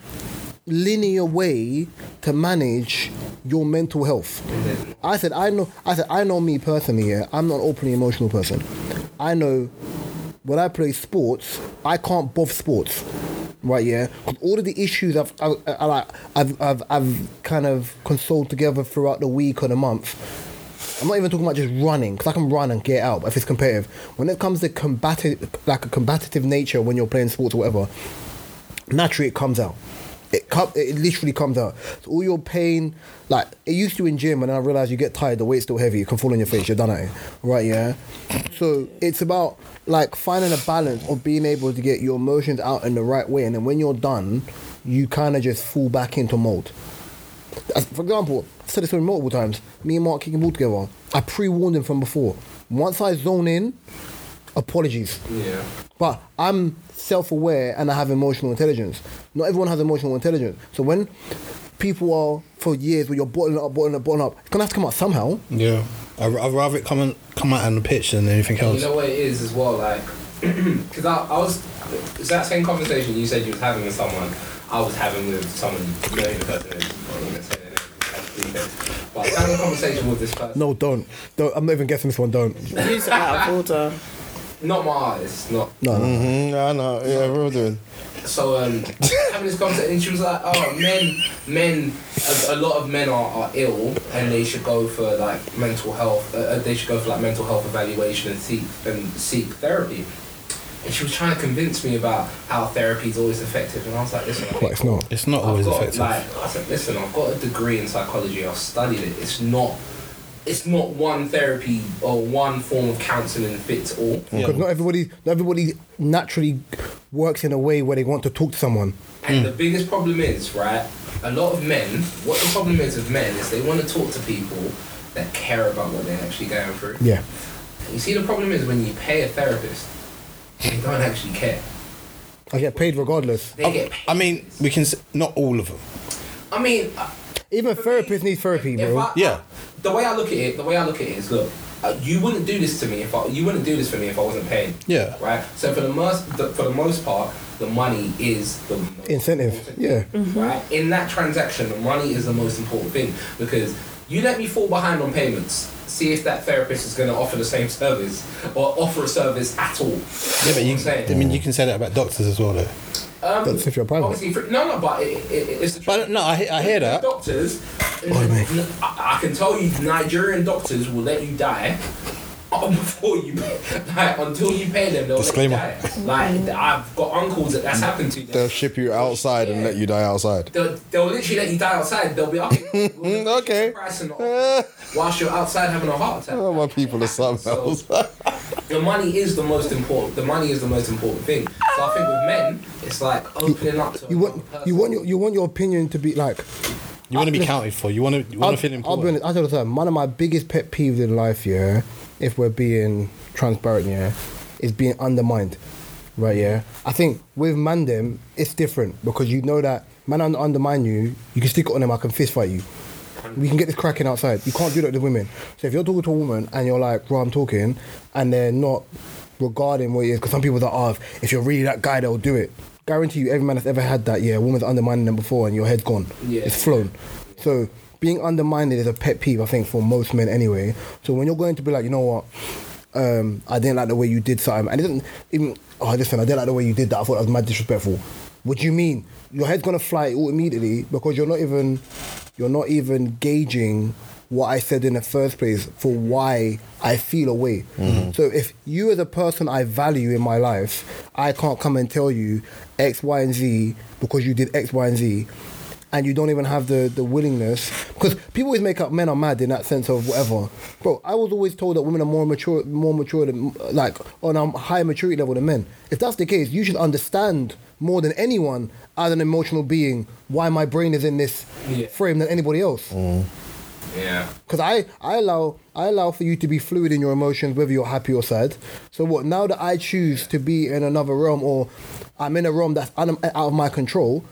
Speaker 1: linear way to manage your mental health. I said, I know, I said, I know me personally. Yeah, I'm not an openly emotional person. I know when I play sports, I can't both sports. Right, yeah. 'Cause all of the issues I've, I, I, like, I've, I've, I've kind of consoled together throughout the week or the month. I'm not even talking about just running, because I can run and get out if it's competitive. When it comes to combative, like a combative nature when you're playing sports or whatever, naturally it comes out. It, com- it literally comes out. So all your pain, like it used to in gym, and then I realized you get tired, the weight's still heavy, you can fall on your face, you're done at it, right? Yeah. So it's about like finding a balance of being able to get your emotions out in the right way, and then when you're done, you kind of just fall back into mode. As- for example, I've said this to him multiple times. Me and Mark kicking ball together. I pre-warned him from before. Once I zone in, apologies.
Speaker 5: yeah.
Speaker 1: But I'm self-aware and I have emotional intelligence. Not everyone has emotional intelligence. So when people are for years where you're bottling it up, bottling it up, bottling it up, it's gonna have to come out somehow.
Speaker 4: Yeah. I'd, I'd rather it come and, come out on the pitch than anything
Speaker 5: And
Speaker 4: else.
Speaker 5: You know what it is as well, like, because I, I was, it's that same conversation you said you was having with someone, I was having with someone, you know who the person is, I'm not gonna say their name, that's defense. but I was having a conversation with this person,
Speaker 1: No, don't. Don't. I'm not even guessing this one. Don't.
Speaker 2: He's out of order.
Speaker 5: not my artist, not
Speaker 1: No. no.
Speaker 3: Mm, I know. Yeah, we're all doing.
Speaker 5: So um, having this conversation, and she was like, "Oh, men, men, a, a lot of men are, are ill, and they should go for like mental health. Uh, uh, they should go for like mental health evaluation and seek and seek therapy." And she was trying to convince me about how therapy is always effective, and I was like, "Listen, I
Speaker 1: Well, it's not.
Speaker 4: It's not
Speaker 5: I've
Speaker 4: always
Speaker 5: got,
Speaker 4: effective.
Speaker 5: Like, I said, listen, I've got a degree in psychology. I've studied it. It's not, it's not one therapy or one form of counselling fits all."
Speaker 1: Because not everybody, not everybody naturally works in a way where they want to talk to someone.
Speaker 4: Hmm.
Speaker 5: And the biggest problem is, right, a lot of men, what the problem is with men is they want to talk to people that care about what they're actually going through.
Speaker 1: Yeah.
Speaker 5: You see, the problem is when you pay a therapist, they don't actually care.
Speaker 1: I get paid regardless.
Speaker 5: They get paid.
Speaker 4: Oh, I mean, we can s- not all of them.
Speaker 5: I mean, I-
Speaker 1: Even therapists need therapy,
Speaker 5: if
Speaker 1: bro.
Speaker 5: I,
Speaker 4: Yeah.
Speaker 5: The way I look at it, the way I look at it is, look, uh, you wouldn't do this to me if I, you wouldn't do this for me if I wasn't paying.
Speaker 4: Yeah.
Speaker 5: Right. So for the most, the, for the most part, the money is the
Speaker 1: Incentive. Yeah.
Speaker 5: right? In that transaction, the money is the most important thing because you let me fall behind on payments. See if that therapist is going to offer the same service or offer a service at all.
Speaker 4: Yeah, but you,
Speaker 5: Saying.
Speaker 4: I mean, you can say that about doctors as well, though.
Speaker 1: That's if you're private.
Speaker 5: Obviously, for, no, no, but it, it, it's the
Speaker 4: But no, I, he- I hear that.
Speaker 5: Doctors,
Speaker 1: mate.
Speaker 5: I, I can tell you, Nigerian doctors will let you die on- before you pay. Like, until you pay them, they'll
Speaker 4: Disclaimer.
Speaker 5: let you die. Like, I've got uncles that that's happened to.
Speaker 3: They'll
Speaker 5: Them.
Speaker 3: ship you outside and let you die outside.
Speaker 5: They'll, they'll literally let you die outside. They'll be up.
Speaker 3: Mm, Okay.
Speaker 5: Price and whilst you're outside having a heart attack.
Speaker 3: Oh, my people are something else.
Speaker 5: The money is the most important. The money is the most important thing. So I think with men, it's like opening up to
Speaker 1: You
Speaker 5: another
Speaker 1: want
Speaker 5: person.
Speaker 1: you want your you want your opinion to be like
Speaker 4: You want to be counted for. You want to. You
Speaker 1: I'll,
Speaker 4: want to feel
Speaker 1: I'll be
Speaker 4: important.
Speaker 1: honest. I tell you something. One of my biggest pet peeves in life, yeah, if we're being transparent, yeah, is being undermined, right? Yeah, I think with man them, it's different because you know that man un- undermine you. You can stick it on them. I can fist fight you. We can get this cracking outside. You can't do that to women. So if you're talking to a woman and you're like, "Bro, I'm talking," and they're not regarding what it is, because some people that are, if you're really that guy, they'll do it. Guarantee you, every man that's ever had that, yeah, a woman's undermining them before, and your head's gone.
Speaker 5: Yeah.
Speaker 1: It's flown. So being undermined is a pet peeve, I think, for most men anyway. So when you're going to be like, you know what, um, I didn't like the way you did something, and it doesn't even. Oh, listen, I didn't like the way you did that. I thought that was mad disrespectful. What do you mean? Your head's gonna fly all immediately because you're not even, you're not even gauging what I said in the first place for why I feel a way. So if you as a person I value in my life, I can't come and tell you X, Y, and Z because you did X, Y, and Z and you don't even have the, the willingness because people always make up men are mad in that sense of whatever bro i was always told that women are more mature more mature than like on a higher maturity level than men if that's the case you should understand more than anyone as an emotional being why my brain is in this
Speaker 5: Yeah.
Speaker 1: frame than anybody else
Speaker 5: Yeah.
Speaker 1: because I, I allow I allow for you to be fluid in your emotions, whether you're happy or sad. So what? Now that I choose to be in another realm, or I'm in a realm that's un- out of my control,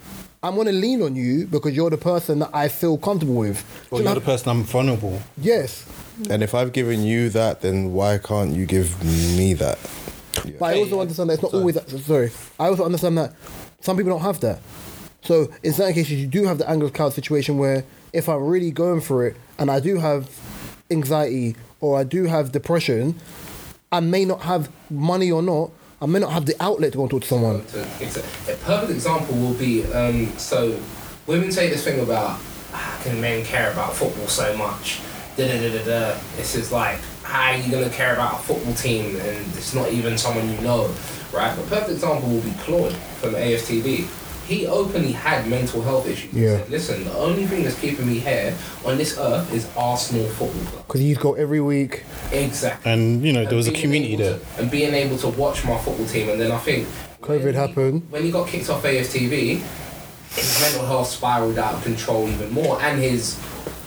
Speaker 1: I'm gonna lean on you because you're the person that I feel comfortable with.
Speaker 4: Well, Oh, you're the person I'm vulnerable.
Speaker 1: yes,
Speaker 3: And if I've given you that, then why can't you give me that?
Speaker 1: But I also understand that it's not always that. Sorry, I also understand that some people don't have that. So in certain cases, you do have the angler cloud situation where if I'm really going for it and I do have anxiety or I do have depression, I may not have money or not. I may not have the outlet to go and talk to someone.
Speaker 5: to- it's a, a perfect example will be um, so women say this thing about "Ah, can men care about football so much da da da da da this is like how are you going to care about a football team and it's not even someone you know right but perfect example will be Claude from AFTV he openly had mental health issues He
Speaker 1: Yeah.
Speaker 5: said, listen the only thing that's keeping me here on this earth is Arsenal football club
Speaker 1: Because you go every week.
Speaker 5: exactly
Speaker 4: And you know there was a
Speaker 5: being
Speaker 4: community
Speaker 5: able to-
Speaker 4: there.
Speaker 5: and being able to watch my football team and then I think
Speaker 1: COVID
Speaker 5: when he-
Speaker 1: happened.
Speaker 5: when he got kicked off AFTV his mental health spiraled out of control even more and his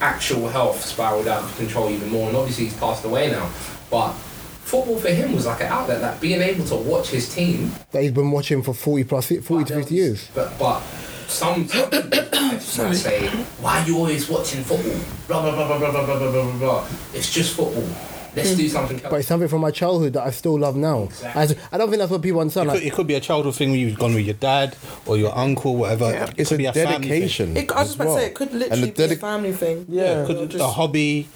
Speaker 5: actual health spiraled out of control even more and obviously he's passed away now but football for him was like an outlet like being able to watch his team
Speaker 1: That he's been watching for 40 plus, 40 to
Speaker 5: but
Speaker 1: 50
Speaker 5: there
Speaker 1: years.
Speaker 5: was- But, but some some people might say, why are you always watching football? Blah, blah, blah, blah, blah, blah, blah, blah, blah, blah, blah. It's just football.
Speaker 4: Hmm.
Speaker 5: Let's do something else.
Speaker 1: But it's something from my childhood that I still love now.
Speaker 5: Exactly.
Speaker 1: I, I don't think that's what people understand.
Speaker 4: It could,
Speaker 1: Like,
Speaker 4: it could be a childhood thing where you've gone with your dad or your uncle, whatever. It
Speaker 3: It's
Speaker 4: could
Speaker 3: a
Speaker 4: be family thing.
Speaker 3: dedication.
Speaker 2: It, I was
Speaker 3: as
Speaker 2: just about
Speaker 3: well.
Speaker 2: to say it could
Speaker 3: And the
Speaker 2: literally be a
Speaker 3: dedic-
Speaker 2: family thing.
Speaker 4: Yeah, could, a hobby.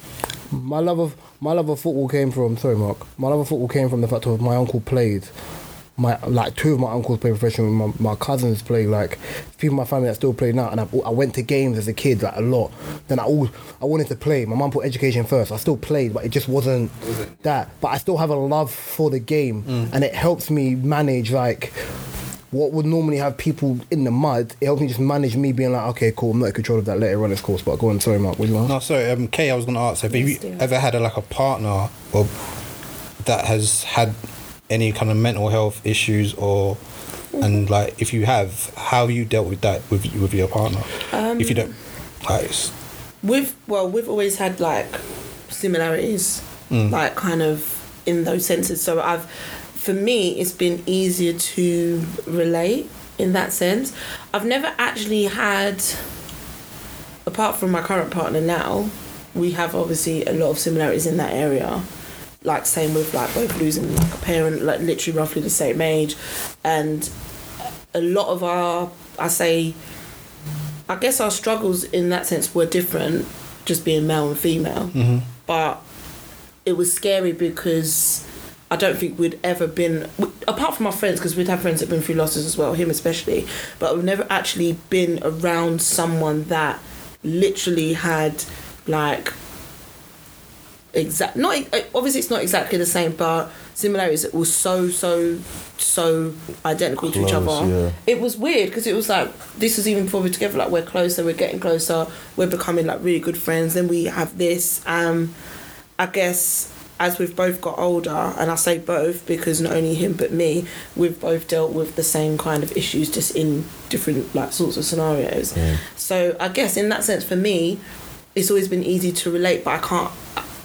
Speaker 1: My love of my love of football came from sorry Mark. My love of football came from the fact of my uncle played. My like two of my uncles played professionally. My, my cousins play like people in my family that still play now. And I, I went to games as a kid like a lot. Then I all I wanted to play. My mum put education first. I still played, but it just wasn't that. But I still have a love for the game, and it helps me manage like what would normally have people in the mud. It helps me just manage me being like, okay, cool. I'm not in control of that. Let it run its course. But go on, sorry Mark. What you want?
Speaker 4: No, sorry, um, Kay, I was going to ask, have
Speaker 2: Yes,
Speaker 4: you
Speaker 2: dear.
Speaker 4: ever had a, like a partner or that has had any kind of mental health issues or,
Speaker 2: Mm-hmm.
Speaker 4: and like if you have, how you dealt with that with with your partner? if you
Speaker 2: Um,
Speaker 4: don't, like, it's-
Speaker 2: We've well, we've always had like similarities, like kind of in those senses. So I've, for me, it's been easier to relate in that sense. I've never actually had, apart from my current partner now, we have obviously a lot of similarities in that area. Like same with like both losing like a parent, like literally roughly the same age, and a lot of our, I say, I guess our struggles in that sense were different, just being male and female. But it was scary because I don't think we'd ever been, w- apart from our friends, because we'd have friends that've been through losses as well, him especially, but we've never actually been around someone that literally had like exact not e, obviously it's not exactly the same but similarities that were so so so identical to each
Speaker 3: Close,
Speaker 2: other
Speaker 3: yeah.
Speaker 2: it was weird because it was like this was even before we were together like we're closer we're getting closer we're becoming like really good friends then we have this um i guess as we've both got older, and I say both because not only him but me, we've both dealt with the same kind of issues just in different like sorts of scenarios. So I guess in that sense for me, it's always been easy to relate, but I can't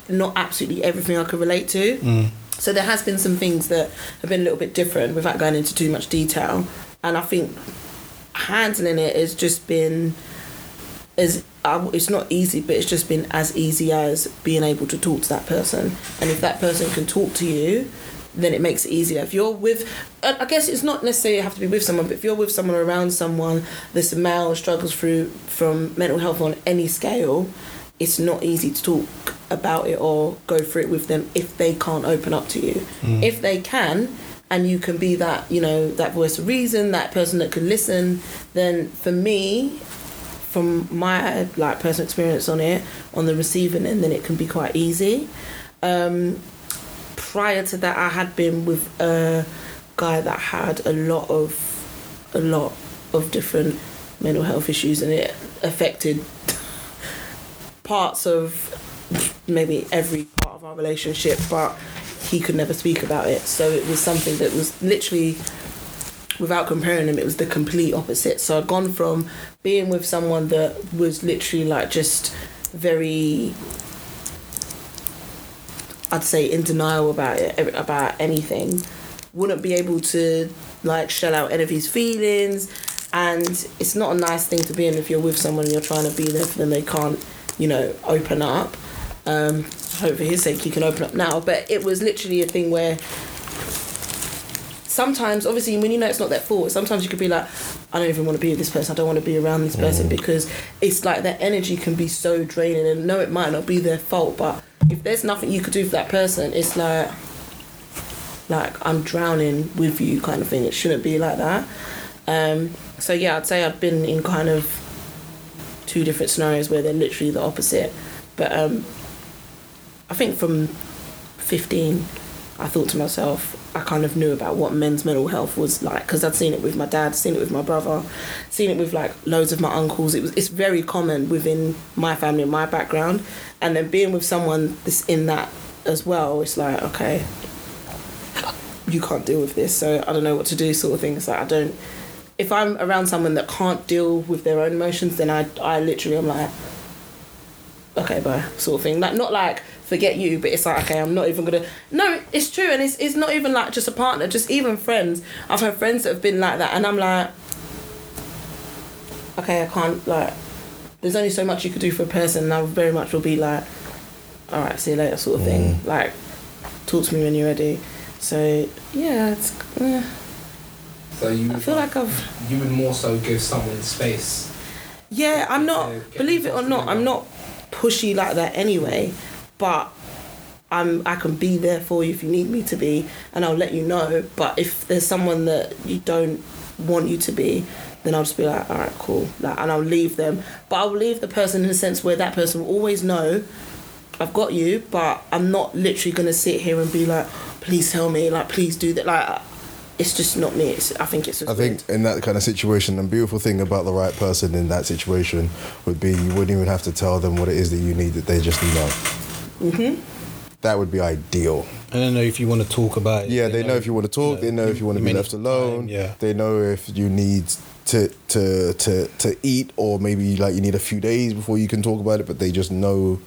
Speaker 2: not absolutely everything I could relate to. So there has been some things that have been a little bit different without going into too much detail, and I think handling it has just been as I- it's not easy, but it's just been as easy as being able to talk to that person. And if that person can talk to you, then it makes it easier. If you're with, I I guess it's not necessarily you have to be with someone, but if you're with someone or around someone that's male and struggles through from mental health on any scale, it's not easy to talk about it or go through it with them if they can't open up to you. If they can, and you can be that, you know, that voice of reason, that person that can listen, then for me, from my like personal experience on it on the receiving end then it can be quite easy um prior to that i had been with a guy that had a lot of a lot of different mental health issues and it affected parts of maybe every part of our relationship but he could never speak about it so it was something that was literally without comparing them, it was the complete opposite. So I'd gone from being with someone that was literally like just very, I'd say, in denial about it, about anything, wouldn't be able to like shell out any of his feelings. And it's not a nice thing to be in if you're with someone and you're trying to be there for them, they can't, you know, open up. Um, I hope for his sake, he can open up now. But it was literally a thing where sometimes obviously when you know it's not their fault sometimes you could be like i don't even want to be with this person i don't want to be around this person because it's like their energy can be so draining and no it might not be their fault but if there's nothing you could do for that person it's like like i'm drowning with you kind of thing it shouldn't be like that um so yeah i'd say i've been in kind of two different scenarios where they're literally the opposite but um i think from 15, I thought to myself, I kind of knew about what men's mental health was like because I'd seen it with my dad, seen it with my brother, seen it with like loads of my uncles. It was it's very common within my family and my background, and then being with someone that's in that as well, it's like okay, you can't deal with this, so I don't know what to do, sort of thing. It's like I don't. If I'm around someone that can't deal with their own emotions, then I I literally am like, okay, bye, sort of thing. Like not like forget you, but it's like okay, I'm not even gonna. No, it's true, and it's it's not even like just a partner, just even friends. I've had friends that have been like that, and I'm like, okay, I can't like. There's only so much you could do for a person, and I very much will be like, all right, see you later, sort of thing. Like, talk to me when you're ready. So yeah, it's. eh,
Speaker 5: So you
Speaker 2: I
Speaker 5: would,
Speaker 2: feel like I've.
Speaker 5: you would more so give someone space.
Speaker 2: Yeah, I'm not.
Speaker 5: Yeah, get
Speaker 2: Believe it or not, I'm not pushy like that anyway. But I'm. I can be there for you if you need me to be, and I'll let you know. But if there's someone that you don't want you to be, then I'll just be like, all right, cool, like, and I'll leave them. But I'll leave the person in a sense where that person will always know I've got you, but I'm not literally gonna sit here and be like, please tell me, like, please do that, like. It's just not me. It's, I think it's. Just
Speaker 3: I think in that kind of situation, the beautiful thing about the right person in that situation would be you wouldn't even have to tell them what it is that you need that they just know. Mm-hmm. That would be ideal.
Speaker 4: I don't know if you want to talk about it.
Speaker 3: Yeah, they know if you want to talk. They know if you want to
Speaker 4: you
Speaker 3: be
Speaker 4: may
Speaker 3: left
Speaker 4: need
Speaker 3: alone.
Speaker 4: time, yeah.
Speaker 3: They know if you need to to to to eat or maybe like you need a few days before you can talk about it. But they just know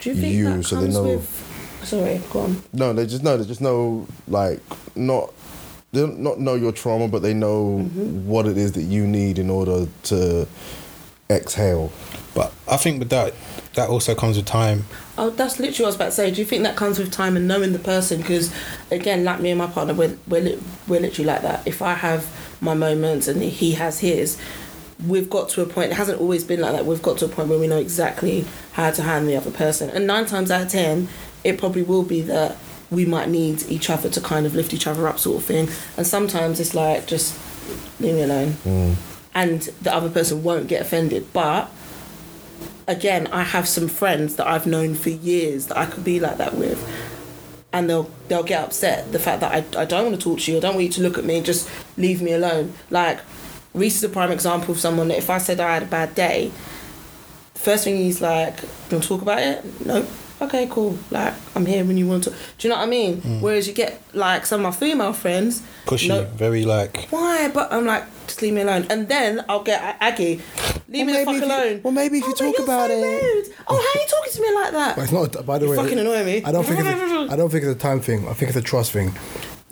Speaker 2: Do you think
Speaker 3: you,
Speaker 2: that
Speaker 3: so they
Speaker 2: comes
Speaker 3: know-
Speaker 2: with? Sorry, go on.
Speaker 3: No, they just know. They just know, like, not they don't not know your trauma, but they know
Speaker 1: Mm-hmm.
Speaker 3: what it is that you need in order to exhale.
Speaker 4: But I think with that, that also comes with time.
Speaker 2: Oh, that's literally what I was about to say. Do you think that comes with time and knowing the person? Because, again, like me and my partner, we're, we're, li- we're literally like that. If I have my moments and he has his, we've got to a point, it hasn't always been like that. We've got to a point where we know exactly how to handle the other person. And nine times out of ten, it probably will be that we might need each other to kind of lift each other up, sort of thing. And sometimes it's like, just leave me alone. And the other person won't get offended. But again, I have some friends that I've known for years that I could be like that with, and they'll they'll get upset the fact that I, I don't want to talk to you, I don't want you to look at me, just leave me alone. Like, Reese is a prime example of someone that if I said I had a bad day, first thing he's like, "Do you want to talk about it?" No. okay, cool. Like, I'm here when you want to. Do you know what I mean? Whereas you get like some of my female friends.
Speaker 4: Pushy,
Speaker 2: no-
Speaker 4: very like.
Speaker 2: why? But I'm like, just leave me alone. And then I'll get a- Aggie, leave me the fuck
Speaker 1: maybe if you-
Speaker 2: alone.
Speaker 1: well, maybe if
Speaker 2: oh,
Speaker 1: you
Speaker 2: but
Speaker 1: talk
Speaker 2: you're
Speaker 1: about
Speaker 2: so
Speaker 1: it.
Speaker 2: rude. Oh, how are you talking to me like that?
Speaker 1: But it's not. By the
Speaker 2: You
Speaker 1: way,
Speaker 2: fucking annoy me.
Speaker 1: I don't think it's. A, I don't think it's a time thing. I think it's a trust thing.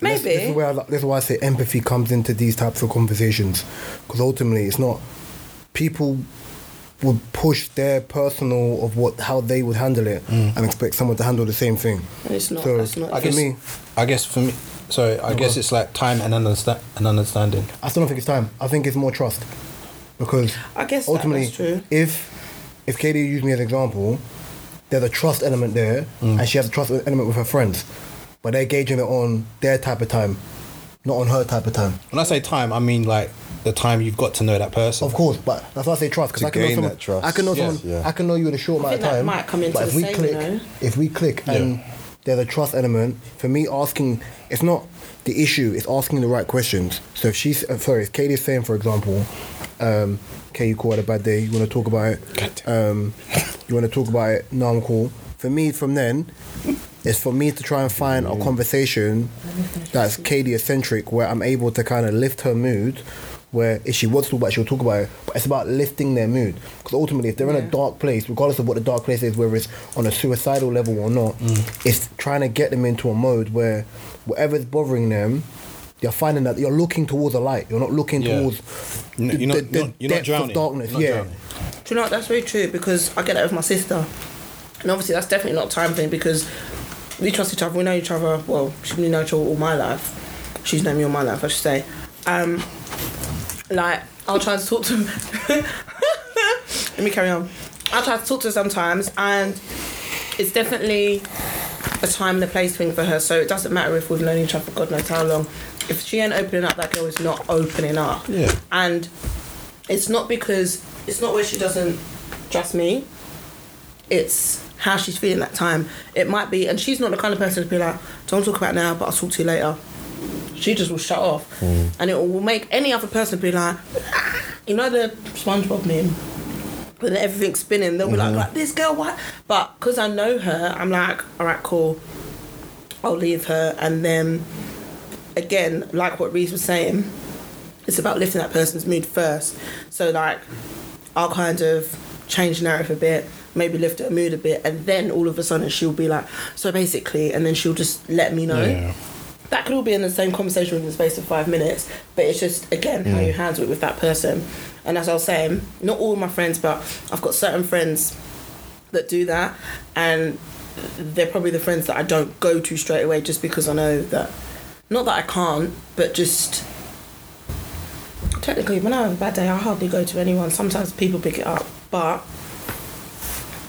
Speaker 1: And This, this
Speaker 2: Maybe.
Speaker 1: is where I, this is why I say empathy comes into these types of conversations, because ultimately it's not people would push their personal of what how they would handle it and expect someone to handle the same thing.
Speaker 2: And it's not- that's not-
Speaker 4: Mm. I
Speaker 1: for
Speaker 4: guess.
Speaker 1: me,
Speaker 4: I guess for me. Sorry, I guess it's like time and understand and understanding.
Speaker 1: I still don't think it's time. I think it's more trust, because
Speaker 2: I guess that-
Speaker 1: ultimately,
Speaker 2: that's true.
Speaker 1: if if Katie used me as an example, there's a trust element there, and she has a trust element with her friends, but they're gauging it on their type of time, not on her type of time.
Speaker 4: When I say time, I mean like the time you've got to know that person.
Speaker 1: Of course, but that's why I say trust because
Speaker 3: To
Speaker 1: I can know
Speaker 3: gain
Speaker 1: someone.
Speaker 3: that trust.
Speaker 1: I can know
Speaker 4: Yes.
Speaker 1: someone.
Speaker 3: Yeah.
Speaker 1: I can know you in a short
Speaker 2: I
Speaker 1: amount
Speaker 2: think
Speaker 1: of time.
Speaker 2: that might come into
Speaker 1: but
Speaker 2: the
Speaker 1: if we
Speaker 2: same,
Speaker 1: click,
Speaker 2: you know?
Speaker 1: if we click, and
Speaker 4: Yeah.
Speaker 1: there's a trust element for me asking. It's not the issue. It's asking the right questions. So if she's uh, sorry, if Katie is saying, for example, um, "Okay, you call it a bad day. You want to talk about it? Um, you want to talk about it? No, I'm cool." For me, from then, it's for me to try and find a conversation that's Katie eccentric where I'm able to kind of lift her mood. Where if she wants to talk about it, she'll talk about it. But it's about lifting their mood. Because ultimately, if they're in a dark place, regardless of what the dark place is, whether it's on a suicidal level or not, it's trying to get them into a mode where whatever's bothering them, you're finding that you're looking towards the light. You're not looking
Speaker 4: Yeah.
Speaker 1: towards
Speaker 4: N- you're not- you're not- you're not
Speaker 1: depth
Speaker 4: drowning.
Speaker 1: of darkness.
Speaker 4: You're not
Speaker 1: yeah.
Speaker 4: drowning.
Speaker 2: Do you know what? That's very true because I get that with my sister. And obviously, that's definitely not a time thing because we trust each other, we know each other. Well, she's been known each other all my life. She's known me all my life, I should say. Um, like, I'll try to talk to Let me carry on. I'll try to talk to her sometimes, and it's definitely a time and a place thing for her. So it doesn't matter if we've known each other for God knows how long. If she ain't opening up, that girl is not opening up.
Speaker 4: Yeah.
Speaker 2: And it's not because it's not where she doesn't trust me. It's how she's feeling that time. It might be, and she's not the kind of person to be like, "Don't talk about it now, but I'll talk to you later." She just will shut off, and it will make any other person be like, "You know the SpongeBob meme." With everything's spinning, they'll be like, like, this girl, what? But because I know her, I'm like, all right, cool. I'll leave her. And then, again, like what Reese was saying, it's about lifting that person's mood first. So like, I'll kind of change the narrative a bit, maybe lift her mood a bit, and then all of a sudden she'll be like, so basically, and then she'll just let me know.
Speaker 4: Yeah.
Speaker 2: That could all be in the same conversation within the space of five minutes, but it's just again how you handle it with that person. And as I was saying, not all of my friends, but I've got certain friends that do that, and they're probably the friends that I don't go to straight away just because I know that, not that I can't, but just technically when I have a bad day, I hardly go to anyone. Sometimes people pick it up, but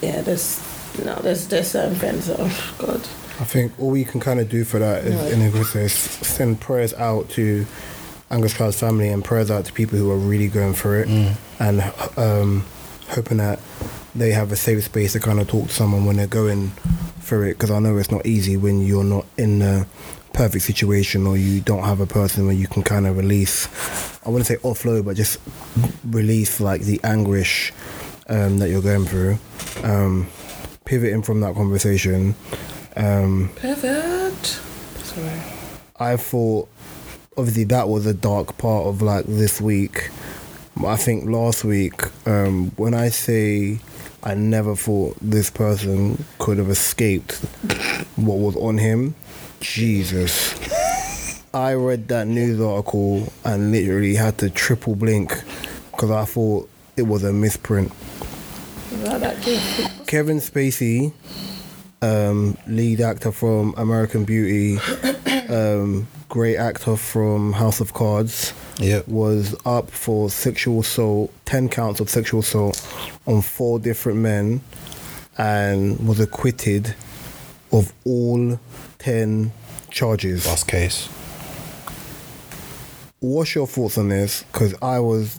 Speaker 2: yeah, there's no, there's there's certain friends that oh god,
Speaker 1: I think all we can kind of do for that is,
Speaker 2: No.
Speaker 1: in a good sense, send prayers out to Angus Cloud's family and prayers out to people who are really going for it and um, hoping that they have a safe space to kind of talk to someone when they're going for it. Because I know it's not easy when you're not in the perfect situation or you don't have a person where you can kind of release, I wouldn't say offload, but just release like the anguish um, that you're going through. Um, pivoting from that conversation. Um,
Speaker 2: pervert. Sorry.
Speaker 1: I thought, obviously, that was a dark part of like this week. But I think last week, um, when I say I never thought this person could have escaped what was on him, Jesus. I read that news article and literally had to triple blink because I thought it was a misprint.
Speaker 2: About that gift.
Speaker 1: Kevin Spacey, um, lead actor from American Beauty, um, great actor from House of Cards,
Speaker 4: Yeah.
Speaker 1: was up for sexual assault, 10 counts of sexual assault on four different men and was acquitted of all 10 charges.
Speaker 4: Last case.
Speaker 1: What's your thoughts on this? Because I was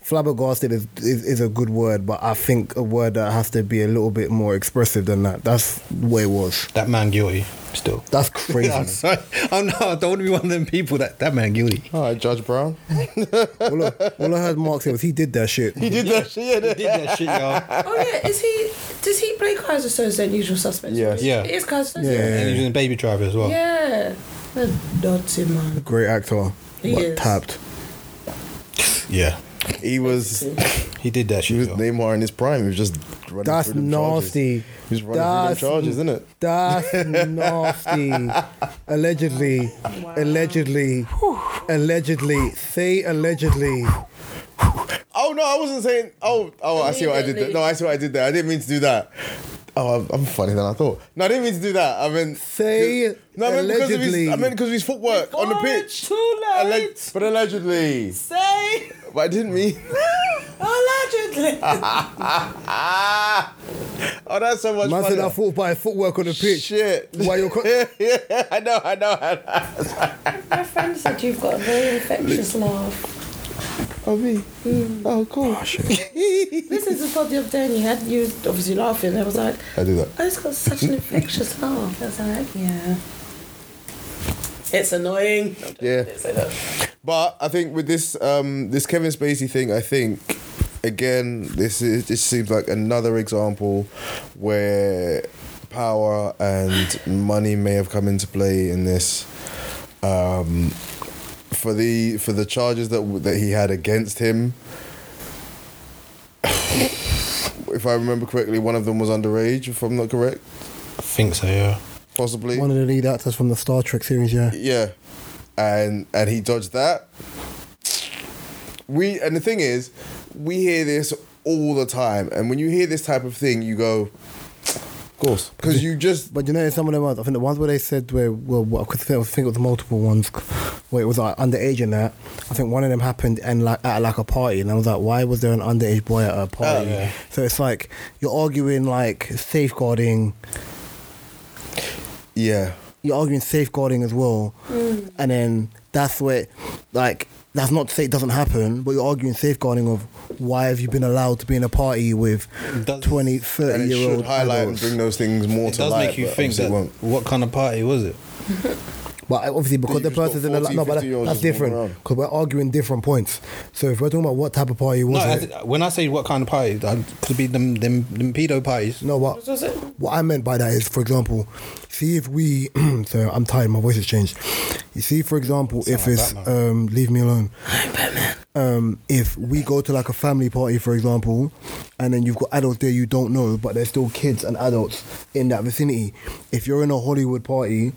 Speaker 1: flabbergasted is, is is a good word, but I think a word that has to be a little bit more expressive than that. That's the way it was.
Speaker 4: That man guilty. still.
Speaker 1: That's crazy.
Speaker 4: I'm sorry. I'm not, I don't want to be one of them people that that man guilty.
Speaker 3: All right, Judge Brown.
Speaker 1: all, I, all I heard Mark say was he did that shit.
Speaker 3: He did that shit.
Speaker 4: did that shit, y'all.
Speaker 2: Oh yeah, is he? Does he play Kaiser Soze and Usual Suspects?
Speaker 3: Yes.
Speaker 4: Yeah.
Speaker 2: It is Kaiser Soze.
Speaker 1: Yeah.
Speaker 4: And he was in Baby Driver as well.
Speaker 2: Yeah. The Dirty man.
Speaker 1: Great actor.
Speaker 2: He
Speaker 1: but
Speaker 2: is.
Speaker 1: tapped.
Speaker 4: Yeah.
Speaker 3: He was
Speaker 4: He did that
Speaker 3: he
Speaker 4: shit.
Speaker 3: was
Speaker 4: y'all.
Speaker 3: Neymar in his prime. He was just running
Speaker 1: That's
Speaker 3: through them charges.
Speaker 1: nasty.
Speaker 3: He's running
Speaker 1: That's-
Speaker 3: through them charges, isn't it?
Speaker 1: That's nasty. Allegedly. Allegedly. Allegedly. Say allegedly.
Speaker 3: Oh no, I wasn't saying. Oh, oh, I see what I did. There. No, I see what I did there. I didn't mean to do that. Oh, I'm, I'm funny than I thought. No, I didn't mean to do that. I meant
Speaker 1: Say
Speaker 3: no, I meant because of his.
Speaker 1: allegedly.
Speaker 3: I meant because of his footwork on the
Speaker 2: Before
Speaker 3: pitch.
Speaker 2: it's Too late.
Speaker 3: Alleg- but allegedly,
Speaker 2: Say
Speaker 3: but I didn't mean.
Speaker 2: allegedly.
Speaker 3: ah, oh, that's so much
Speaker 1: Man
Speaker 3: fun.
Speaker 1: said I thought by footwork on the pitch.
Speaker 3: Shit.
Speaker 1: While you're co-
Speaker 3: yeah, I know, I know, I know.
Speaker 6: My friend said you've got a very infectious laugh.
Speaker 3: Oh me. Oh cool.
Speaker 2: Listen to Pod Hmm. the other day and you had you was obviously laughing. I was like, oh,
Speaker 3: I do that.
Speaker 6: I just got such an infectious laugh. I was like,
Speaker 2: yeah. It's annoying.
Speaker 3: Yeah.
Speaker 2: Don't say that.
Speaker 3: But I think with this um, this Kevin Spacey thing, I think again this is this seems like another example where power and money may have come into play in this. Um, for the for the charges that w- that he had against him, if I remember correctly, one of them was underage. If I'm not correct,
Speaker 4: I think so, yeah.
Speaker 3: possibly.
Speaker 1: One of the lead actors from the Star Trek series, yeah.
Speaker 3: Yeah, and and he dodged that. We and the thing is, we hear this all the time, and when you hear this type of thing, you go, of course, because you just
Speaker 1: But you know, some of them ones, I think the ones where they said where, well, well, I could think, I think it was multiple ones where it was like underage and that. I think one of them happened and like at like a party, and I was like, why was there an underage boy at a party?
Speaker 4: yeah.
Speaker 1: So it's like you're arguing like safeguarding,
Speaker 3: yeah.
Speaker 1: you're arguing safeguarding as well, and then that's where like. That's not to say it doesn't happen, but you're arguing safeguarding of why have you been allowed to be in a party with
Speaker 4: Does-
Speaker 1: 20,
Speaker 3: And
Speaker 1: 30
Speaker 3: it
Speaker 1: year
Speaker 3: should
Speaker 1: old
Speaker 3: highlight and
Speaker 1: adults.
Speaker 3: bring those things more
Speaker 4: It
Speaker 3: to
Speaker 4: does
Speaker 3: light.
Speaker 4: make you
Speaker 3: but
Speaker 4: think
Speaker 3: obviously it
Speaker 4: that
Speaker 3: won't.
Speaker 4: what kind of party was it?
Speaker 1: But obviously, because
Speaker 3: You've
Speaker 1: the
Speaker 3: just got
Speaker 1: person's in the
Speaker 3: 40,
Speaker 1: no, but
Speaker 3: 50 year olds
Speaker 1: that's
Speaker 3: just walking
Speaker 1: different
Speaker 3: around.
Speaker 1: because we're arguing different points. So if we're talking about what type of party was
Speaker 4: No, I
Speaker 1: it,
Speaker 4: th- when I say what kind of party, I could be them them, them pedo parties.
Speaker 1: no, what
Speaker 2: That's it.
Speaker 1: what I meant by that is, for example, see if we. so I'm tired. My voice has changed. You see, for example, if
Speaker 4: like
Speaker 1: it's
Speaker 4: Batman.
Speaker 1: um, leave me alone. Um, if we go to like a family party, for example, and then you've got adults there you don't know, but there's still kids and adults in that vicinity. If you're in a Hollywood party,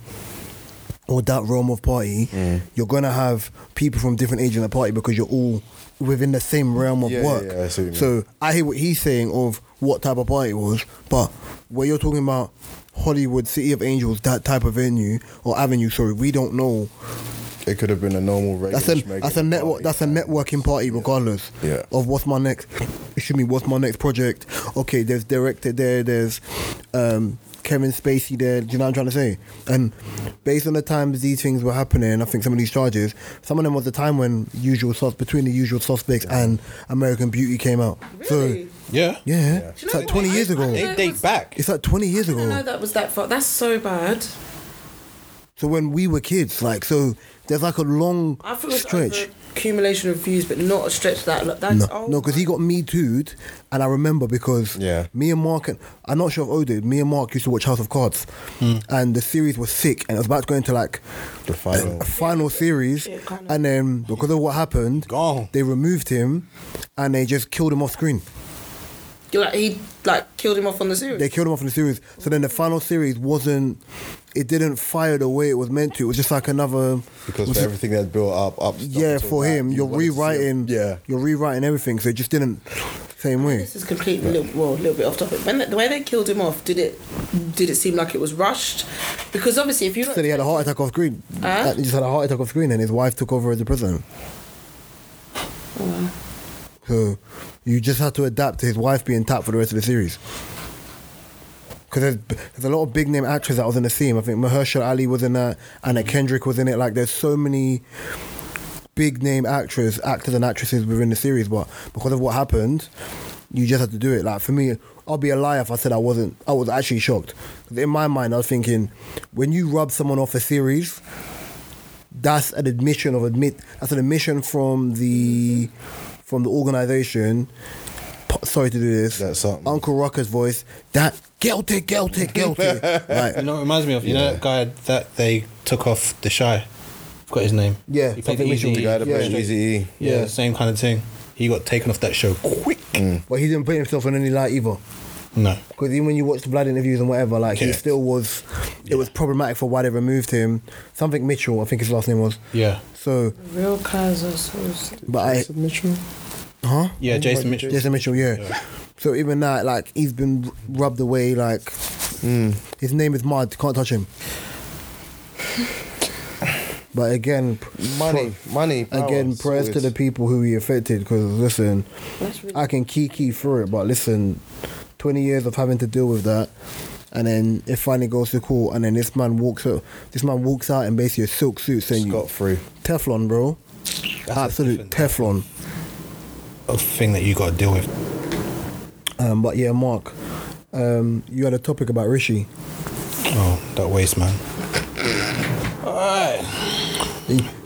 Speaker 1: or that realm of party,
Speaker 3: Mm.
Speaker 1: you're gonna have people from different ages in the party because you're all within the same realm of
Speaker 3: Yeah, yeah,
Speaker 1: work.
Speaker 3: yeah, I see what you
Speaker 1: so
Speaker 3: mean.
Speaker 1: I hear what he's saying of what type of party it was, but where you're talking about Hollywood, City of Angels, that type of venue or avenue, sorry, we don't know.
Speaker 3: It could have been a normal regular.
Speaker 1: That's a
Speaker 3: Jamaican
Speaker 1: that's a network
Speaker 3: party.
Speaker 1: that's a networking party regardless
Speaker 3: Yeah.
Speaker 1: of what's my next excuse me, what's my next project. Okay, there's director there, there's um Kevin Spacey there, do you know what I'm trying to say? And based on the times these things were happening, I think some of these charges, some of them was the time when usual sus between the usual suspects and American Beauty came out.
Speaker 2: Really?
Speaker 1: So
Speaker 4: Yeah.
Speaker 1: yeah, it's
Speaker 2: you know
Speaker 1: like
Speaker 2: what?
Speaker 1: 20 years
Speaker 2: I-
Speaker 1: ago.
Speaker 2: I
Speaker 4: They
Speaker 2: Yeah, it
Speaker 4: date
Speaker 2: was-
Speaker 4: back.
Speaker 1: it's like 20 years
Speaker 2: I
Speaker 1: ago.
Speaker 2: didn't know that was that far. That's so bad.
Speaker 1: So when we were kids, like so, there's like a long
Speaker 2: I thought it was
Speaker 1: stretch.
Speaker 2: over accumulation of views, but not a stretch that. lo- That's
Speaker 1: No,
Speaker 2: oh
Speaker 1: no, because he
Speaker 2: my-
Speaker 1: got Me Too'd, and I remember because
Speaker 3: Yeah.
Speaker 1: me and Mark, and I'm not sure if O did, me and Mark used to watch House of Cards,
Speaker 3: Hmm.
Speaker 1: and the series was sick, and it was about to go into like
Speaker 3: The final.
Speaker 1: a final series,
Speaker 2: Yeah, kinda.
Speaker 1: and then because of what happened,
Speaker 4: Gone.
Speaker 1: they removed him, and they just killed him off screen.
Speaker 2: You're like he like killed him off on the series.
Speaker 1: They killed him off in the series, so then the final series wasn't, it didn't fire the way it was meant to. It was just like another.
Speaker 3: because
Speaker 1: was
Speaker 3: for
Speaker 1: it-
Speaker 3: everything that built up, up.
Speaker 1: yeah, for him, you're rewriting.
Speaker 3: Yeah.
Speaker 1: you're rewriting everything, so it just didn't same way.
Speaker 2: This is completely little, well, a little bit off topic. When the, the way they killed him off, did it did it seem like it was rushed? Because obviously, if you
Speaker 1: said he had a heart attack off screen.
Speaker 2: Huh?
Speaker 1: He just had a heart attack off screen, and his wife took over as the president. So you just had to adapt to his wife being tapped for the rest of the series. Because there's, there's a lot of big name actors that was in the scene. I think Mahershala Ali was in that, Anna Kendrick was in it. Like there's so many big name actors, actors and actresses within the series, but because of what happened, you just have to do it. Like for me, I'll be a liar if I said I wasn't. I was actually shocked. 'Cause in my mind, I was thinking, when you rub someone off a series, that's an admission of admit. That's an admission from the from the organization. P- Sorry to do this.
Speaker 3: That's something.
Speaker 1: Uncle Rucker's voice. That guilty, guilty, guilty.
Speaker 4: You
Speaker 1: like,
Speaker 4: know what it reminds me of? You know that guy that they took off the shy. Forgot his name.
Speaker 1: Yeah,
Speaker 4: he played
Speaker 1: something
Speaker 4: Eazy-E.
Speaker 1: Mitchell,
Speaker 3: The guy that
Speaker 1: Yeah.
Speaker 3: plays
Speaker 4: E
Speaker 3: Easy
Speaker 4: Yeah,
Speaker 1: Yeah.
Speaker 4: same kind of thing. He got taken off that show quick.
Speaker 1: but he didn't put himself in any light either.
Speaker 4: No.
Speaker 1: Because even when you watch the blood interviews and whatever, like he
Speaker 4: Yeah.
Speaker 1: still was, it was problematic for why they removed him. Something Mitchell, I think his last name was.
Speaker 4: Yeah.
Speaker 1: So,
Speaker 6: Real Kaiser sauce.
Speaker 1: but I,
Speaker 3: Mitchell.
Speaker 1: huh?
Speaker 4: Yeah, Jason Mitchell.
Speaker 1: Jason Mitchell, yeah. So even that, like he's been rubbed away. Like his name is mud, can't touch him. But again,
Speaker 3: Money, money. power,
Speaker 1: again, prayers to
Speaker 3: swords.
Speaker 1: the people who he affected. Because listen,
Speaker 6: That's really
Speaker 1: I can kiki through it, but listen, 20 years of having to deal with that, and then it finally goes to court, and then this man walks out, this man walks out in basically a silk suit saying,
Speaker 3: scot free.
Speaker 1: Teflon, bro, absolute Teflon.
Speaker 4: A thing that you got to deal with.
Speaker 1: Um, but yeah, Mark, um, you had a topic about Rishi.
Speaker 4: Oh, that waste, man. All right.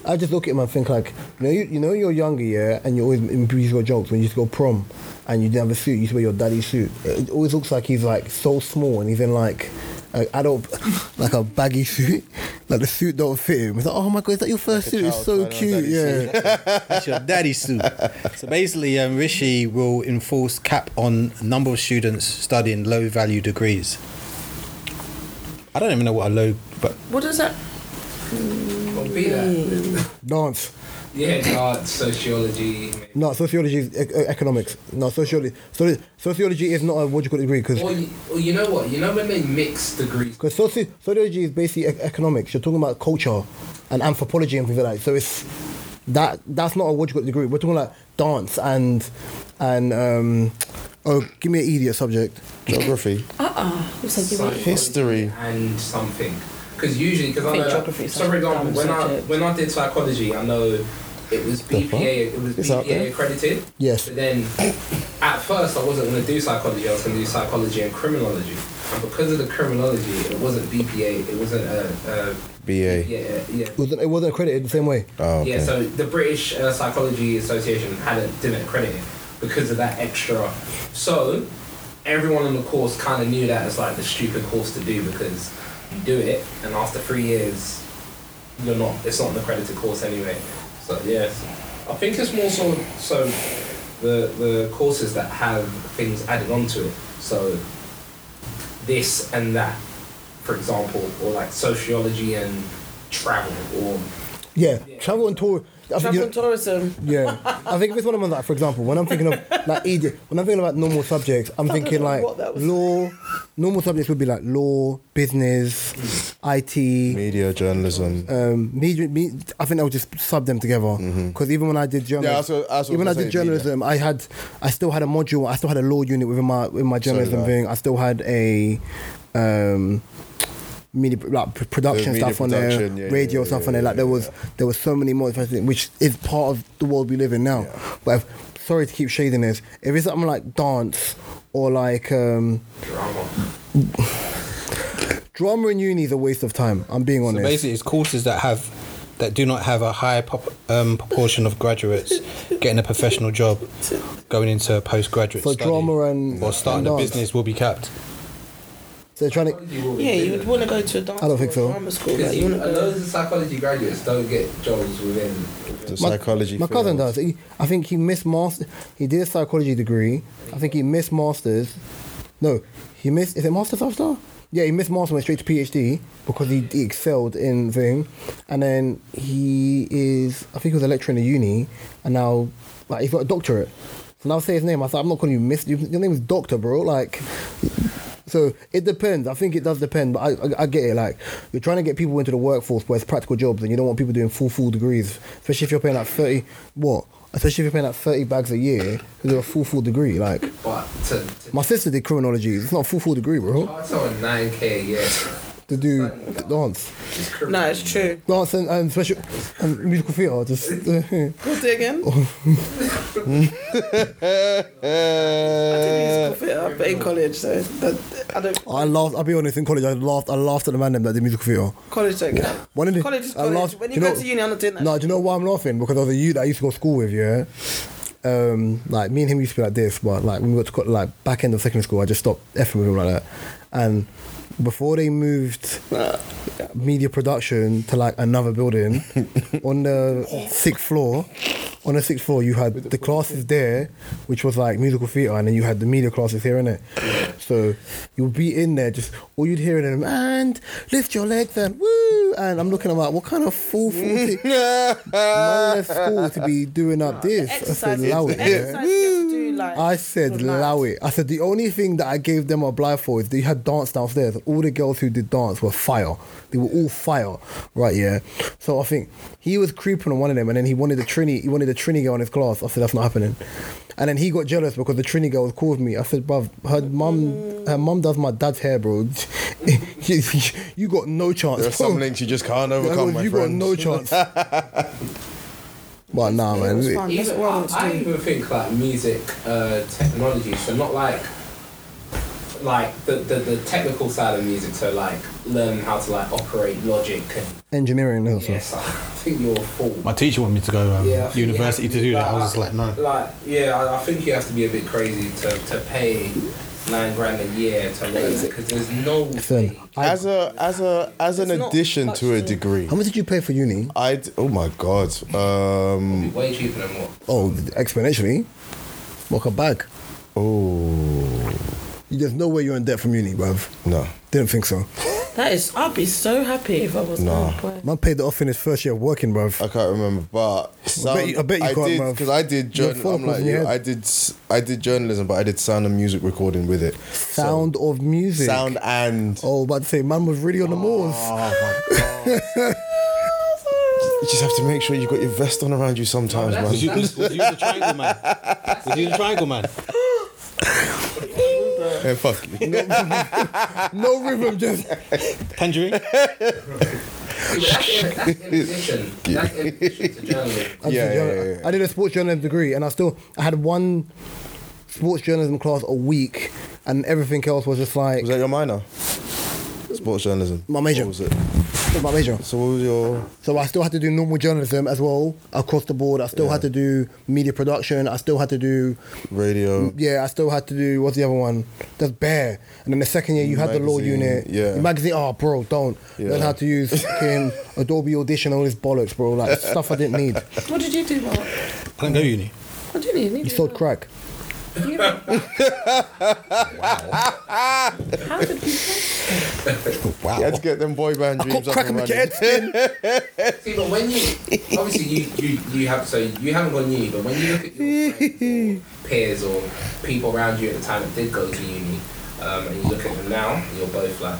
Speaker 1: I just look at him and think like, you know, you, you know, you're younger, yeah, and you always abuse your jokes when you used to go prom, and you didn't have a suit, you used to wear your daddy's suit. It always looks like he's like so small, and he's in like an adult, like a baggy suit, like the suit don't fit him. It's like, oh my god, is that your first suit? It's
Speaker 3: child
Speaker 1: so
Speaker 3: trying on a
Speaker 1: cute, yeah.
Speaker 4: That's your daddy suit. So basically, um, Rishi will enforce cap on number of students studying low value degrees. I don't even know what a low, but
Speaker 2: What does that?
Speaker 5: Well, be that.
Speaker 1: Dance,
Speaker 5: Yeah, art, sociology. maybe.
Speaker 1: no, sociology is e- e- economics. No, sociology, so, sociology is not a what do you call it degree because.
Speaker 5: Or you, or you know what? You know when they mix degrees.
Speaker 1: Because soci- sociology is basically e- economics. You're talking about culture and anthropology and things like that. So it's that that's not a what you got degree. We're talking like dance and and um, oh, give me an idiot subject.
Speaker 3: Geography.
Speaker 6: You said you
Speaker 5: psychology
Speaker 6: were
Speaker 3: History.
Speaker 5: and something because usually because I
Speaker 2: I think
Speaker 5: know
Speaker 2: geography is
Speaker 5: so
Speaker 2: such
Speaker 5: for
Speaker 2: a
Speaker 5: example
Speaker 2: dumb
Speaker 5: when I
Speaker 2: subject.
Speaker 5: when I did psychology I know it was
Speaker 3: fuck?
Speaker 5: BPA it was
Speaker 3: It's out there.
Speaker 5: BPA accredited
Speaker 1: Yes.
Speaker 5: but then at first I wasn't going to do psychology I was going to do psychology and criminology and because of the criminology it wasn't BPA it wasn't a, a
Speaker 3: BA.
Speaker 5: yeah yeah
Speaker 1: It wasn't, it wasn't accredited the same way.
Speaker 3: Oh, okay.
Speaker 5: yeah, so the British uh, Psychology Association hadn't didn't credit it because of that extra. So everyone in the course kind of knew that as like the stupid course to do because you do it, and after three years, you're not. It's not an accredited course anyway. So yes, I think it's more so so the the courses that have things added onto it. So this and that, for example, or like sociology and travel or
Speaker 1: Yeah, travel and tour. I think
Speaker 2: Travel
Speaker 1: you-
Speaker 2: and tourism.
Speaker 1: yeah, I think if it's one of them like, for example, when I'm thinking of like idiot, when I'm thinking about normal subjects, I'm thinking
Speaker 2: know
Speaker 1: like
Speaker 2: what that was.
Speaker 1: law. Normal subjects would be like law, business, IT,
Speaker 3: Media journalism.
Speaker 1: um, media, me, I think I would just sub them together because even when I did journalism,
Speaker 3: Mm-hmm. Yeah, that's what- that's what
Speaker 1: even when I
Speaker 3: I was
Speaker 1: did
Speaker 3: gonna say,
Speaker 1: journalism, I had, I still had a module, I still had a law unit within my within my journalism
Speaker 3: like-
Speaker 1: thing. I still had a um, media like pr- production
Speaker 3: media
Speaker 1: stuff on
Speaker 3: production,
Speaker 1: there,
Speaker 3: yeah,
Speaker 1: radio
Speaker 3: yeah,
Speaker 1: stuff
Speaker 3: yeah,
Speaker 1: on there. Like there
Speaker 3: yeah,
Speaker 1: was there was so many more interesting, which is part of the world we live in now. But if, sorry to keep shading this. If it's something like dance or like. Um,
Speaker 5: drama.
Speaker 1: Drama in uni is a waste of time. I'm being
Speaker 4: So
Speaker 1: honest.
Speaker 4: basically, it's courses that have that do not have a high pop, um, proportion of graduates getting a professional job, going into postgraduate
Speaker 1: For
Speaker 4: study,
Speaker 1: drama and-
Speaker 4: or
Speaker 1: and
Speaker 4: starting a
Speaker 1: dance.
Speaker 4: business will be capped.
Speaker 1: so they're trying to.
Speaker 2: Yeah, you would want to go to a dance
Speaker 1: I don't think
Speaker 2: or a
Speaker 1: so.
Speaker 2: drama school.
Speaker 5: Because
Speaker 2: Like, you
Speaker 5: you,
Speaker 2: want to go.
Speaker 5: loads of psychology graduates don't get jobs within.
Speaker 3: the
Speaker 1: My-
Speaker 3: psychology.
Speaker 1: My cousin does.
Speaker 3: field.
Speaker 1: He, I think he missed master. He did a psychology degree. I think he missed masters. No, he missed. Is it masters after? Yeah, he missed masters went straight to PhD because he, he excelled in thing, and then he is. I think he was a lecturer in the uni, and now like he's got a doctorate. So now say his name. I thought I'm not calling you Miss. Your your name is Doctor, bro. Like. So it depends. I think it does depend, but I, I, I get it. Like you're trying to get people into the workforce where it's practical jobs, and you don't want people doing full full degrees, especially if you're paying like thirty what, especially if you're paying like thirty bags a year to do a full full degree. Like
Speaker 5: But to, to
Speaker 1: my sister did criminology. It's not a full full degree, bro.
Speaker 5: charge someone nine k a year,
Speaker 1: to do the dance,
Speaker 5: It's Caribbean.
Speaker 2: No, it's true.
Speaker 1: dance and, and special and musical theatre. Just uh,
Speaker 2: What's it again? I did musical theatre, but in college, so that, I don't.
Speaker 1: I laughed. I'll be honest. In college, I laughed. I laughed at the man them that did musical theatre.
Speaker 2: College don't count.
Speaker 1: One of the,
Speaker 2: college is
Speaker 1: I
Speaker 2: college.
Speaker 1: laughed-
Speaker 2: when
Speaker 1: do
Speaker 2: you go to uni, I'm not doing that.
Speaker 1: No, do you know why I'm laughing? Because I was a youth that I used to go to school with, yeah. Um, like me and him used to be like this, but like when we got to co- like back end of secondary school, I just stopped effing with him like that. And before they moved media production to like another building on the sixth floor. On the sixth floor, you had the classes there, which was like musical theatre, and then you had the media classes here, innit? So you'd be in there, just all you'd hear in them, and lift your legs and woo. And I'm looking, I'm like, what kind of fool fool t- man left school to be doing up this? I said,
Speaker 2: Exercise.
Speaker 1: allow it.
Speaker 2: exercise
Speaker 1: Yeah.
Speaker 2: you have to do, like,
Speaker 1: I said,
Speaker 2: with
Speaker 1: allow
Speaker 2: maths.
Speaker 1: it. I said, the only thing that I gave them a blind for is they had dance downstairs. All the girls who did dance were fire. They were all fire, right? Yeah. So I think he was creeping on one of them, and then he wanted the trini. He wanted the trini girl in his class. I said, that's not happening. And then he got jealous because the trini girl called me. I said, bruv, her mum, her mum does my dad's hair, bro. you, you got no chance.
Speaker 3: There are some links you just can't
Speaker 1: bro.
Speaker 3: overcome, my
Speaker 1: you got
Speaker 3: friend.
Speaker 1: no chance. but nah,
Speaker 2: It was
Speaker 1: man.
Speaker 2: fun. That's
Speaker 5: Even,
Speaker 2: what I
Speaker 5: I,
Speaker 2: want
Speaker 5: I
Speaker 2: to do.
Speaker 5: even think like music uh, technology, so not like like the, the, the technical side of music, so like learn how to like operate logic. And,
Speaker 1: Engineering, also.
Speaker 5: yes, I think you're a fool.
Speaker 4: My teacher wanted me to go um,
Speaker 5: Yeah, I think you
Speaker 4: university
Speaker 5: have
Speaker 4: to do that. I
Speaker 5: but
Speaker 4: was just like, no.
Speaker 5: Like, yeah, I, I think you have to be a bit crazy to, to pay nine grand a year to learn because there's no.
Speaker 1: Listen,
Speaker 5: way.
Speaker 1: I-
Speaker 3: As a as a as an
Speaker 2: It's not
Speaker 3: addition
Speaker 2: much
Speaker 3: to a
Speaker 2: to-
Speaker 3: degree,
Speaker 1: how much did you pay for uni?
Speaker 3: I'd oh my god, um,
Speaker 5: Way cheaper than what?
Speaker 1: Oh, exponentially. Walk a bag.
Speaker 3: oh
Speaker 1: There's no way you're in debt from uni, bruv.
Speaker 3: no,
Speaker 1: Didn't think so.
Speaker 2: That is, I'd be so happy if I was
Speaker 3: Nah.
Speaker 2: oh, boy.
Speaker 1: Man paid it off in his first year of working, bruv.
Speaker 3: I can't remember, but sound,
Speaker 1: you- I bet you can't,
Speaker 3: did
Speaker 1: bruv.
Speaker 3: because I did
Speaker 1: Your
Speaker 3: journal.
Speaker 1: follicles
Speaker 3: I'm like
Speaker 1: in your
Speaker 3: you,
Speaker 1: head.
Speaker 3: I did s- I did journalism, but I did sound and music recording with it.
Speaker 1: Sound of music.
Speaker 3: Sound Ah, and
Speaker 1: Oh, about to say, man was really on the moors. Oh.
Speaker 3: you just have to make sure you got your vest on around you sometimes,
Speaker 5: No,
Speaker 3: man.
Speaker 5: that's-
Speaker 4: Was you, was you the triangle man? Was you the triangle man?
Speaker 3: Yeah, fuck you.
Speaker 1: no rhythm, just.
Speaker 4: Tangerine?
Speaker 5: Yeah, but that's, in- that's in addition. That's in addition to journalism.
Speaker 1: I did
Speaker 3: Yeah,
Speaker 1: journal-
Speaker 3: yeah, yeah, yeah.
Speaker 1: I did a sports journalism degree, and I still I had one sports journalism class a week, and everything else was just like
Speaker 3: Was that your minor? Sports journalism.
Speaker 1: My major.
Speaker 3: What was it?
Speaker 1: my major.
Speaker 3: So what was your?
Speaker 1: So I still had to do normal journalism as well across the board. I still had to do media production. I still had to do
Speaker 3: radio.
Speaker 1: Yeah, I still had to do what's the other one? That's bear. And then the second year you had the law
Speaker 3: Magazine,
Speaker 1: unit.
Speaker 3: yeah.
Speaker 1: The magazine. Oh, bro, don't learn
Speaker 3: Yeah.
Speaker 1: how to use fucking Adobe Audition all this bollocks, bro. Like stuff I didn't need.
Speaker 6: What did you do, Mark?
Speaker 4: I don't go uni.
Speaker 6: What did you Oh, do?
Speaker 1: You sold crack.
Speaker 6: You- How did you
Speaker 3: You had to get them boy band
Speaker 1: I got
Speaker 3: dreams up
Speaker 1: crack in
Speaker 3: and
Speaker 1: my
Speaker 3: running.
Speaker 1: head skin.
Speaker 5: See, but when you obviously you, you you have so you haven't gone uni, but when you look at your friends or peers or people around you at the time that did go to uni, um, and you look at them now, you're both like,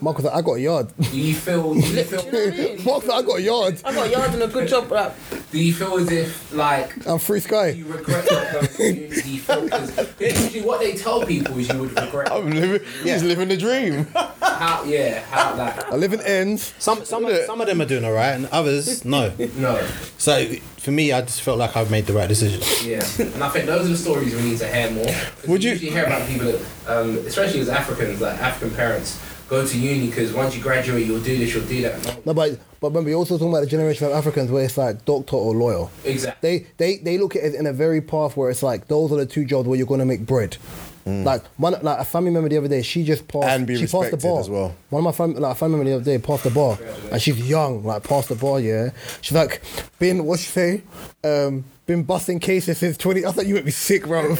Speaker 1: Mark was like, I got a yard.
Speaker 5: do you feel do you feel
Speaker 2: Do you know what I mean?
Speaker 1: Mark was like, I got a yard.
Speaker 2: I got yard and a good job, like,
Speaker 5: do you feel as if like
Speaker 1: I'm free
Speaker 5: you
Speaker 1: sky.
Speaker 5: regret not going to uni? Do you feel because usually what they tell people is you would regret
Speaker 3: I'm living. He's living the dream.
Speaker 5: how yeah how like
Speaker 1: I live in ends.
Speaker 4: Some some of, some of them are doing all right, and others no.
Speaker 5: no
Speaker 4: So for me, I just felt like I've made the right decision.
Speaker 5: Yeah, and I think those are the stories we need to hear more. 'Cause
Speaker 3: Would
Speaker 5: we
Speaker 3: you-
Speaker 5: usually hear about people that, um, especially as Africans, like African parents, go to uni because once you graduate, you'll do this, you'll do that. No,
Speaker 1: No, but but remember, you're also talking about the generation of Africans where it's like doctor or lawyer.
Speaker 5: exactly.
Speaker 1: They they they look at it in a very path where it's like those are the two jobs where you're gonna make bread. Like one, like a family member the other day, she just passed.
Speaker 3: Mm. And be
Speaker 1: she passed the
Speaker 3: respected
Speaker 1: bar
Speaker 3: as well.
Speaker 1: One of my family, like a family member the other day, passed the bar, and she's young, like passed the bar. Yeah, she's like been what she say, um, been busting cases since twenty. I thought you would be sick, bro.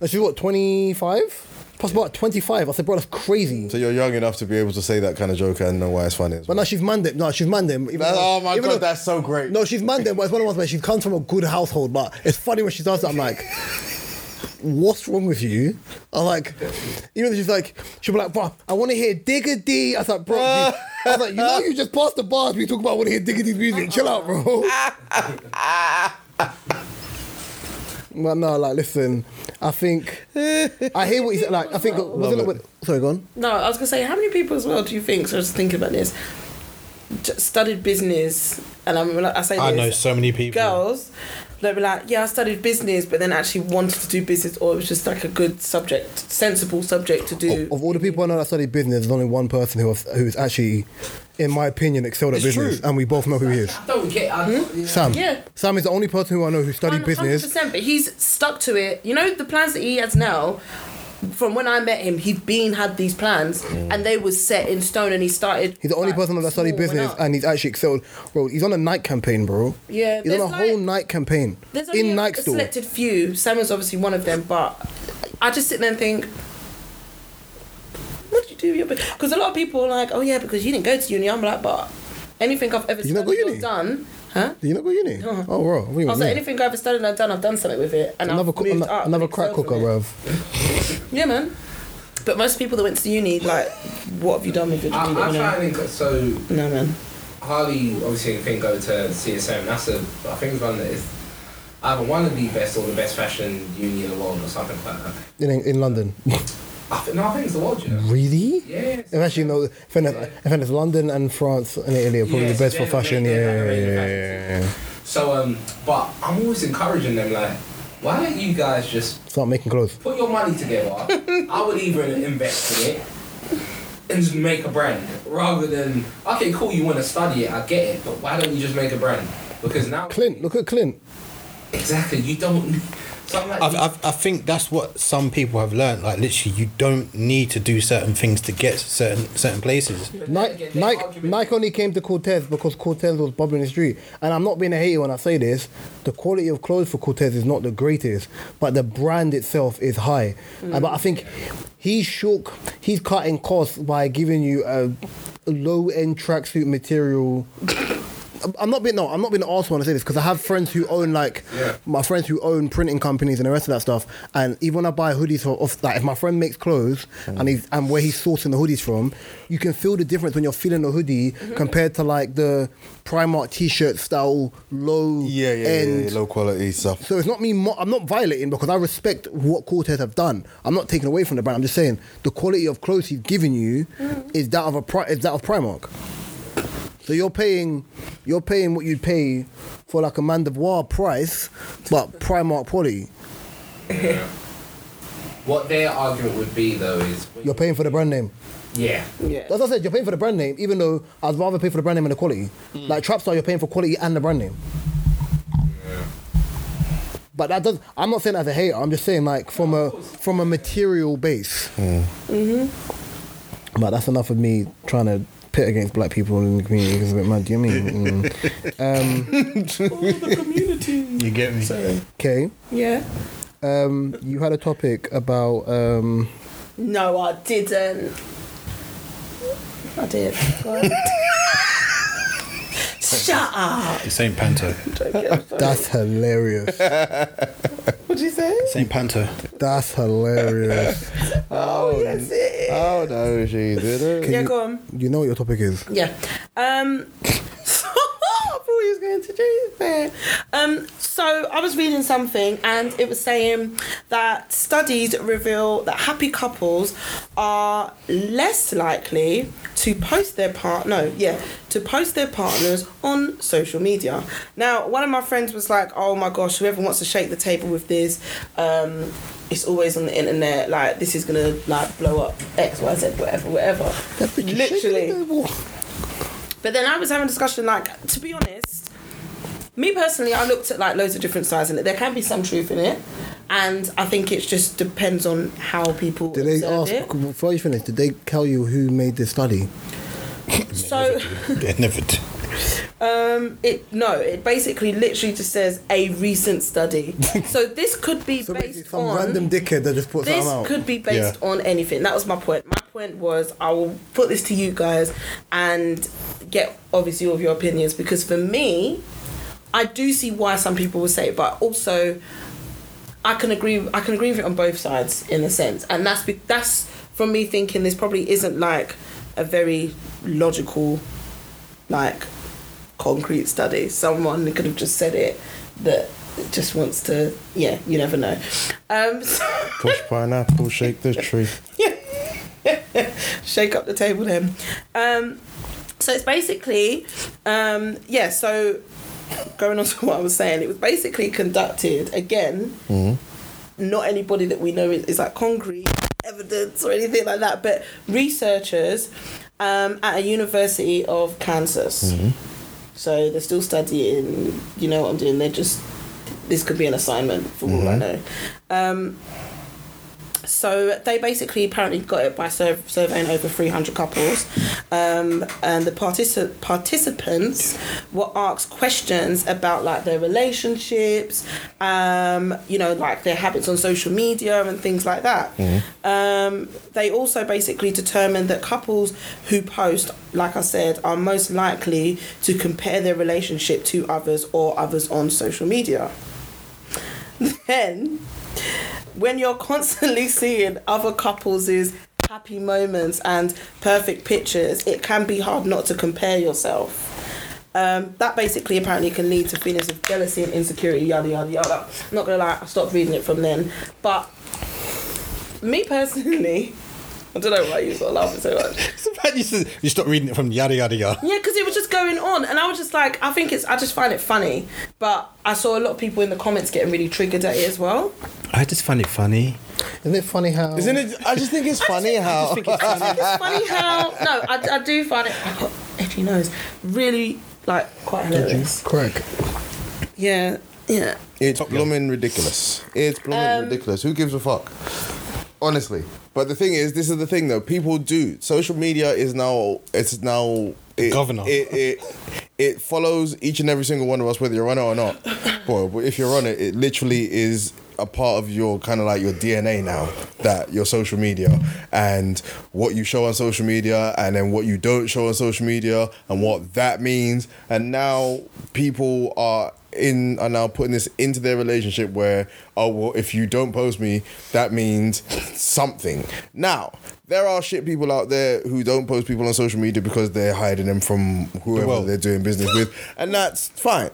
Speaker 1: and she's what twenty five. Passed about twenty five. I said, bro, that's crazy.
Speaker 3: So you're young enough to be able to say that kind of joke and know why it's funny. as
Speaker 1: but
Speaker 3: well.
Speaker 1: no, she's manned it. No, she's manned him. Even
Speaker 3: That-
Speaker 1: though-
Speaker 3: oh my
Speaker 1: even
Speaker 3: god,
Speaker 1: though-
Speaker 3: that's so great.
Speaker 1: No, she's Mandan, but it's one of those where she comes from a good household. But it's funny when she does that. I'm like, what's wrong with you? I'm like, you know, she's like, she'll be like, bro, I want to hear Diggity. I was like, bro, you- I was like, you know, you just passed the bars. We talk about I want to hear Diggity's music. Chill out, bro. Well, no, like listen, I think I hear what you said. Like I think was it,
Speaker 3: Love
Speaker 1: what- sorry, go on.
Speaker 2: No, I was gonna say, how many people as well do you think? So I was thinking about this. j- Studied business, and I'm like, I say
Speaker 4: I
Speaker 2: this,
Speaker 4: know so many people.
Speaker 2: girls. They'll be like, yeah, I studied business, but then actually wanted to do business, or it was just like a good subject, sensible subject to do.
Speaker 1: Of all the people I know that study business, there's only one person who has, who is actually, in my opinion, excelled at
Speaker 3: It's
Speaker 1: business,
Speaker 3: true.
Speaker 1: and we both know who he is.
Speaker 5: I don't get. I, yeah.
Speaker 1: Sam.
Speaker 2: Yeah.
Speaker 1: Sam is the only person who I know who studied business.
Speaker 2: 100%, but he's stuck to it. You know the plans that he has now. From when I met him, he'd been had these plans, and they were set in stone, and he started.
Speaker 1: Mm. He's the only
Speaker 2: like,
Speaker 1: person that studied
Speaker 2: small one
Speaker 1: business,
Speaker 2: up.
Speaker 1: and he's actually excelled. Bro, he's on a night campaign, bro.
Speaker 2: Yeah,
Speaker 1: he's on a
Speaker 2: there's
Speaker 1: whole
Speaker 2: like-
Speaker 1: night campaign
Speaker 2: There's only
Speaker 1: in
Speaker 2: a,
Speaker 1: Nike
Speaker 2: a
Speaker 1: store.
Speaker 2: selected few. Sam was obviously one of them, but I just sit there and think, what did you do? Because a lot of people are like, oh yeah, because you didn't go to uni. I'm like, but anything I've ever
Speaker 1: You not go
Speaker 2: studied or
Speaker 1: uni?
Speaker 2: done, huh?
Speaker 1: Do you not go uni?
Speaker 2: No.
Speaker 1: Oh, bro. What do
Speaker 2: Uh-huh. I
Speaker 1: you
Speaker 2: was
Speaker 1: mean?
Speaker 2: like, anything I've ever studied and I've done, I've done something with it. And
Speaker 1: another
Speaker 2: I've
Speaker 1: co-
Speaker 2: moved
Speaker 1: an-
Speaker 2: up
Speaker 1: another
Speaker 2: and
Speaker 1: crack
Speaker 2: excelled
Speaker 1: cooker,
Speaker 2: from it.
Speaker 1: bro.
Speaker 2: Yeah, man. But most people that went to uni, like, what have you done with your
Speaker 5: I,
Speaker 2: degree?
Speaker 5: I
Speaker 2: you
Speaker 5: try
Speaker 2: know?
Speaker 5: and think. So
Speaker 2: No, man.
Speaker 5: Harley obviously can go to CSM. That's a I think it's one that is either one of the best or the best fashion uni in the world or something like that.
Speaker 1: In, in London.
Speaker 5: I think, no, I think it's the world, you know.
Speaker 1: really?
Speaker 5: Yeah.
Speaker 1: If actually, no. If anything, if anything, London and France and Italy are probably
Speaker 5: Yeah,
Speaker 1: the best for
Speaker 5: they're-
Speaker 1: fashion. Yeah,
Speaker 5: they're-
Speaker 1: yeah,
Speaker 5: they're
Speaker 1: yeah, yeah,
Speaker 5: amazing
Speaker 1: yeah.
Speaker 5: So um, but I'm always encouraging them like, why don't you guys just
Speaker 1: Start making clothes.
Speaker 5: put your money together. I would either invest in it and just make a brand rather than okay, cool, you want to study it, I get it, but why don't you just make a brand? Because now
Speaker 1: Clint, look at Clint.
Speaker 5: exactly, you don't. So I'm like,
Speaker 4: I've, I've, I think that's what some people have learned. Like literally, you don't need to do certain things to get to certain certain places.
Speaker 5: but then
Speaker 1: Nike,
Speaker 5: again, their
Speaker 1: Nike,
Speaker 5: argument-
Speaker 1: Nike only came to Cortez because Cortez was bobbing the street. And I'm not being a hater when I say this. The quality of clothes for Cortez is not the greatest, but the brand itself is high.
Speaker 5: Hmm.
Speaker 1: And- But I think he shook, he's cutting costs by giving you a low end tracksuit material. I'm- I'm not being no. I'm not being an arsed when I say this because I have friends who own like
Speaker 5: Yeah.
Speaker 1: my friends who own printing companies and the rest of that stuff. And even when I buy hoodies for off, like if my friend makes clothes and he's and where he's sourcing the hoodies from, you can feel the difference when you're feeling the hoodie
Speaker 3: Mm-hmm.
Speaker 1: compared to like the Primark t-shirt style low
Speaker 3: Yeah, yeah, yeah,
Speaker 1: end.
Speaker 3: yeah, low quality stuff.
Speaker 1: So it's not me. Mo- I'm not violating because I respect what Cortez have done. I'm not taking away from the brand. I'm just saying the quality of clothes he's given you is that of a pri- is that of Primark. So you're paying, you're paying what you'd pay for like a Mandevoir price, but Primark quality.
Speaker 5: what their argument would be though is
Speaker 1: You're paying for the brand name.
Speaker 5: yeah,
Speaker 2: Yeah.
Speaker 1: As I said, you're paying for the brand name, even though I'd rather pay for the brand name and the quality. Like Trapstar, you're paying for quality and the brand name. But that does. I'm not saying that as a hater. I'm just saying like from a from a material base. Mm-hmm. But that's enough of me trying to pit against black people in the community because it's a bit mad. Do you mean? Mm.
Speaker 4: You get me?
Speaker 1: Okay.
Speaker 2: Yeah.
Speaker 1: Um, you had a topic about. Um,
Speaker 2: No, I didn't. I did. Go on. Shut up.
Speaker 4: Saint Panto.
Speaker 1: that's hilarious.
Speaker 2: What'd you say?
Speaker 4: Saint Panto.
Speaker 1: That's hilarious.
Speaker 2: Oh, that's it.
Speaker 3: Oh no, she did it.
Speaker 2: Yeah, go on.
Speaker 1: You know what your topic is.
Speaker 2: Yeah. Um, so, I thought he was going to do there. Um, so I was reading something and it was saying that studies reveal that happy couples are less likely to post their part no, yeah, to post their partners on social media. Now, one of my friends was like, "Oh my gosh, whoever wants to shake the table with this, um, it's always on the internet. Like this is gonna like blow up X, Y, Z, whatever, whatever." Literally. But then I was having a discussion, like, to be honest, me personally, I looked at like loads of different sides in it. There can be some truth in it. And I think it just depends on how people
Speaker 1: Did they ask
Speaker 2: observe it.
Speaker 1: before you finish? Did they tell you who made this study?
Speaker 2: So
Speaker 4: They never do.
Speaker 2: um it no, it basically literally just says a recent study. so this could be
Speaker 1: So basically,
Speaker 2: based
Speaker 1: some
Speaker 2: on
Speaker 1: random dickhead that just put
Speaker 2: this
Speaker 1: something out.
Speaker 2: could be based on anything. That was my point. My point was I will put this to you guys and get obviously all of your opinions because for me, I do see why some people will say it, but also I can agree. I can agree with it on both sides in a sense, and that's be, that's from me thinking this probably isn't like a very logical, like concrete study. Someone could have just said it that just wants to. Yeah, you never know. Um, so-
Speaker 3: Push pineapple, shake the tree.
Speaker 2: shake up the table then. Um, so it's basically, um, yeah, so going on to what I was saying, it was basically conducted again. Not anybody that we know is, is like concrete evidence or anything like that, but researchers um, at a University of Kansas. So they're still studying, you know what I'm doing, they're just, this could be an assignment for all I know. So they basically apparently got it by sur- surveying over 300 couples. Um, and the partici- participants were asked questions about like their relationships, um, you know, like their habits on social media and things like that. Um, they also basically determined that couples who post, like I said, are most likely to compare their relationship to others or others on social media. Then when you're constantly seeing other couples' happy moments and perfect pictures, it can be hard not to compare yourself. Um, that basically apparently can lead to feelings of jealousy and insecurity, yada yada yada. I'm not gonna lie, I stopped reading it from then. But me personally, I don't know why you got laughing so much.
Speaker 4: you, said- you stop reading it from yada yada yada.
Speaker 2: Yeah, because it was just going on, and I was just like, I think it's, I just find it funny. But I saw a lot of people in the comments getting really triggered at it as well.
Speaker 4: I just find it funny.
Speaker 1: Isn't it funny how?
Speaker 3: Isn't it? I just think it's funny how.
Speaker 2: it's funny how no, I, I do find it. I've got itchy nose. Really, like quite hilarious.
Speaker 1: Craig?
Speaker 2: Yeah, yeah.
Speaker 3: It's blooming ridiculous. It's blooming ridiculous. Who gives a fuck? Honestly. But the thing is, this is the thing though. People do. Social media is now. It's now. It,
Speaker 4: governor.
Speaker 3: It, it it follows each and every single one of us, whether you're on it or not. Boy, but if you're on it, it literally is a part of your kind of like your DNA now. That your social media and what you show on social media, and then what you don't show on social media, and what that means. And now people are in are now putting this into their relationship where oh well if you don't post me that means something now there are shit people out there who don't post people on social media because they're hiding them from whoever
Speaker 4: world.
Speaker 3: they're doing business with and that's fine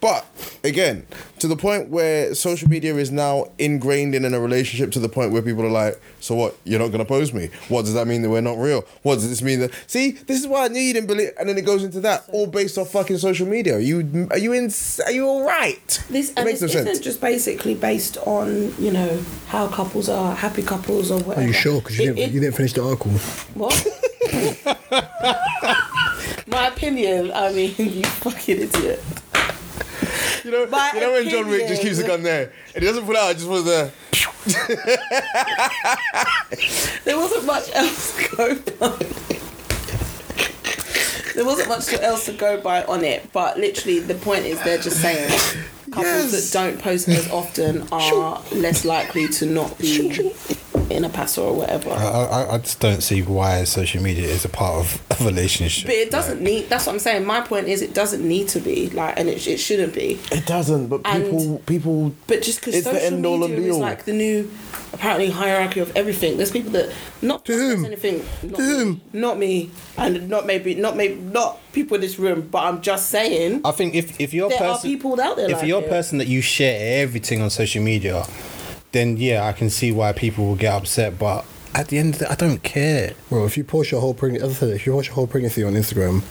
Speaker 3: but again to the point where social media is now ingrained in, in a relationship to the point where people are like so what you're not going to post me what does that mean that we're not real what does this mean that see this is why i knew you didn't believe and then it goes into that all based off fucking social media are you are you in are you all right
Speaker 2: This
Speaker 3: It
Speaker 2: and this
Speaker 3: makes no
Speaker 2: isn't
Speaker 3: sense.
Speaker 2: just basically based on you know how couples are, happy couples or whatever.
Speaker 1: Are you sure? Because you
Speaker 2: It-
Speaker 1: didn't,
Speaker 2: it-
Speaker 1: you didn't finish the article.
Speaker 2: What? My opinion. I mean, you fucking idiot.
Speaker 3: You know,
Speaker 2: My
Speaker 3: you know when John Wick just
Speaker 2: opinion.
Speaker 3: keeps the gun there and he doesn't pull it out, it just was there.
Speaker 2: There wasn't much else to go by. there wasn't much else to go by on it, but literally the point is they're just saying couples that don't post as often are less likely to not be in a passer or whatever.
Speaker 4: I, I, I just don't see why social media is a part of a relationship.
Speaker 2: but it doesn't need. That's what I'm saying. My point is, it doesn't need to be like, and it, it shouldn't be.
Speaker 3: It doesn't, but
Speaker 2: And-
Speaker 3: people people
Speaker 2: But just because
Speaker 3: It's the
Speaker 2: social
Speaker 3: end all and
Speaker 2: media
Speaker 3: be
Speaker 2: is
Speaker 3: all.
Speaker 2: like the new, apparently hierarchy of everything. There's people that not
Speaker 1: To whom?
Speaker 2: anything. Not
Speaker 1: To
Speaker 2: me,
Speaker 1: whom?
Speaker 2: Not me, and not maybe not maybe not people in this room. But I'm just saying
Speaker 4: I think if if you're
Speaker 2: there are
Speaker 4: person,
Speaker 2: people out there.
Speaker 4: if
Speaker 2: like
Speaker 4: you're a
Speaker 2: it.
Speaker 4: person that you share everything on social media, then yeah, I can see why people will get upset. But at the end, of the, I don't care.
Speaker 1: Bro, if you post your whole pregnancy, as I said, if you post your whole pregnancy on Instagram,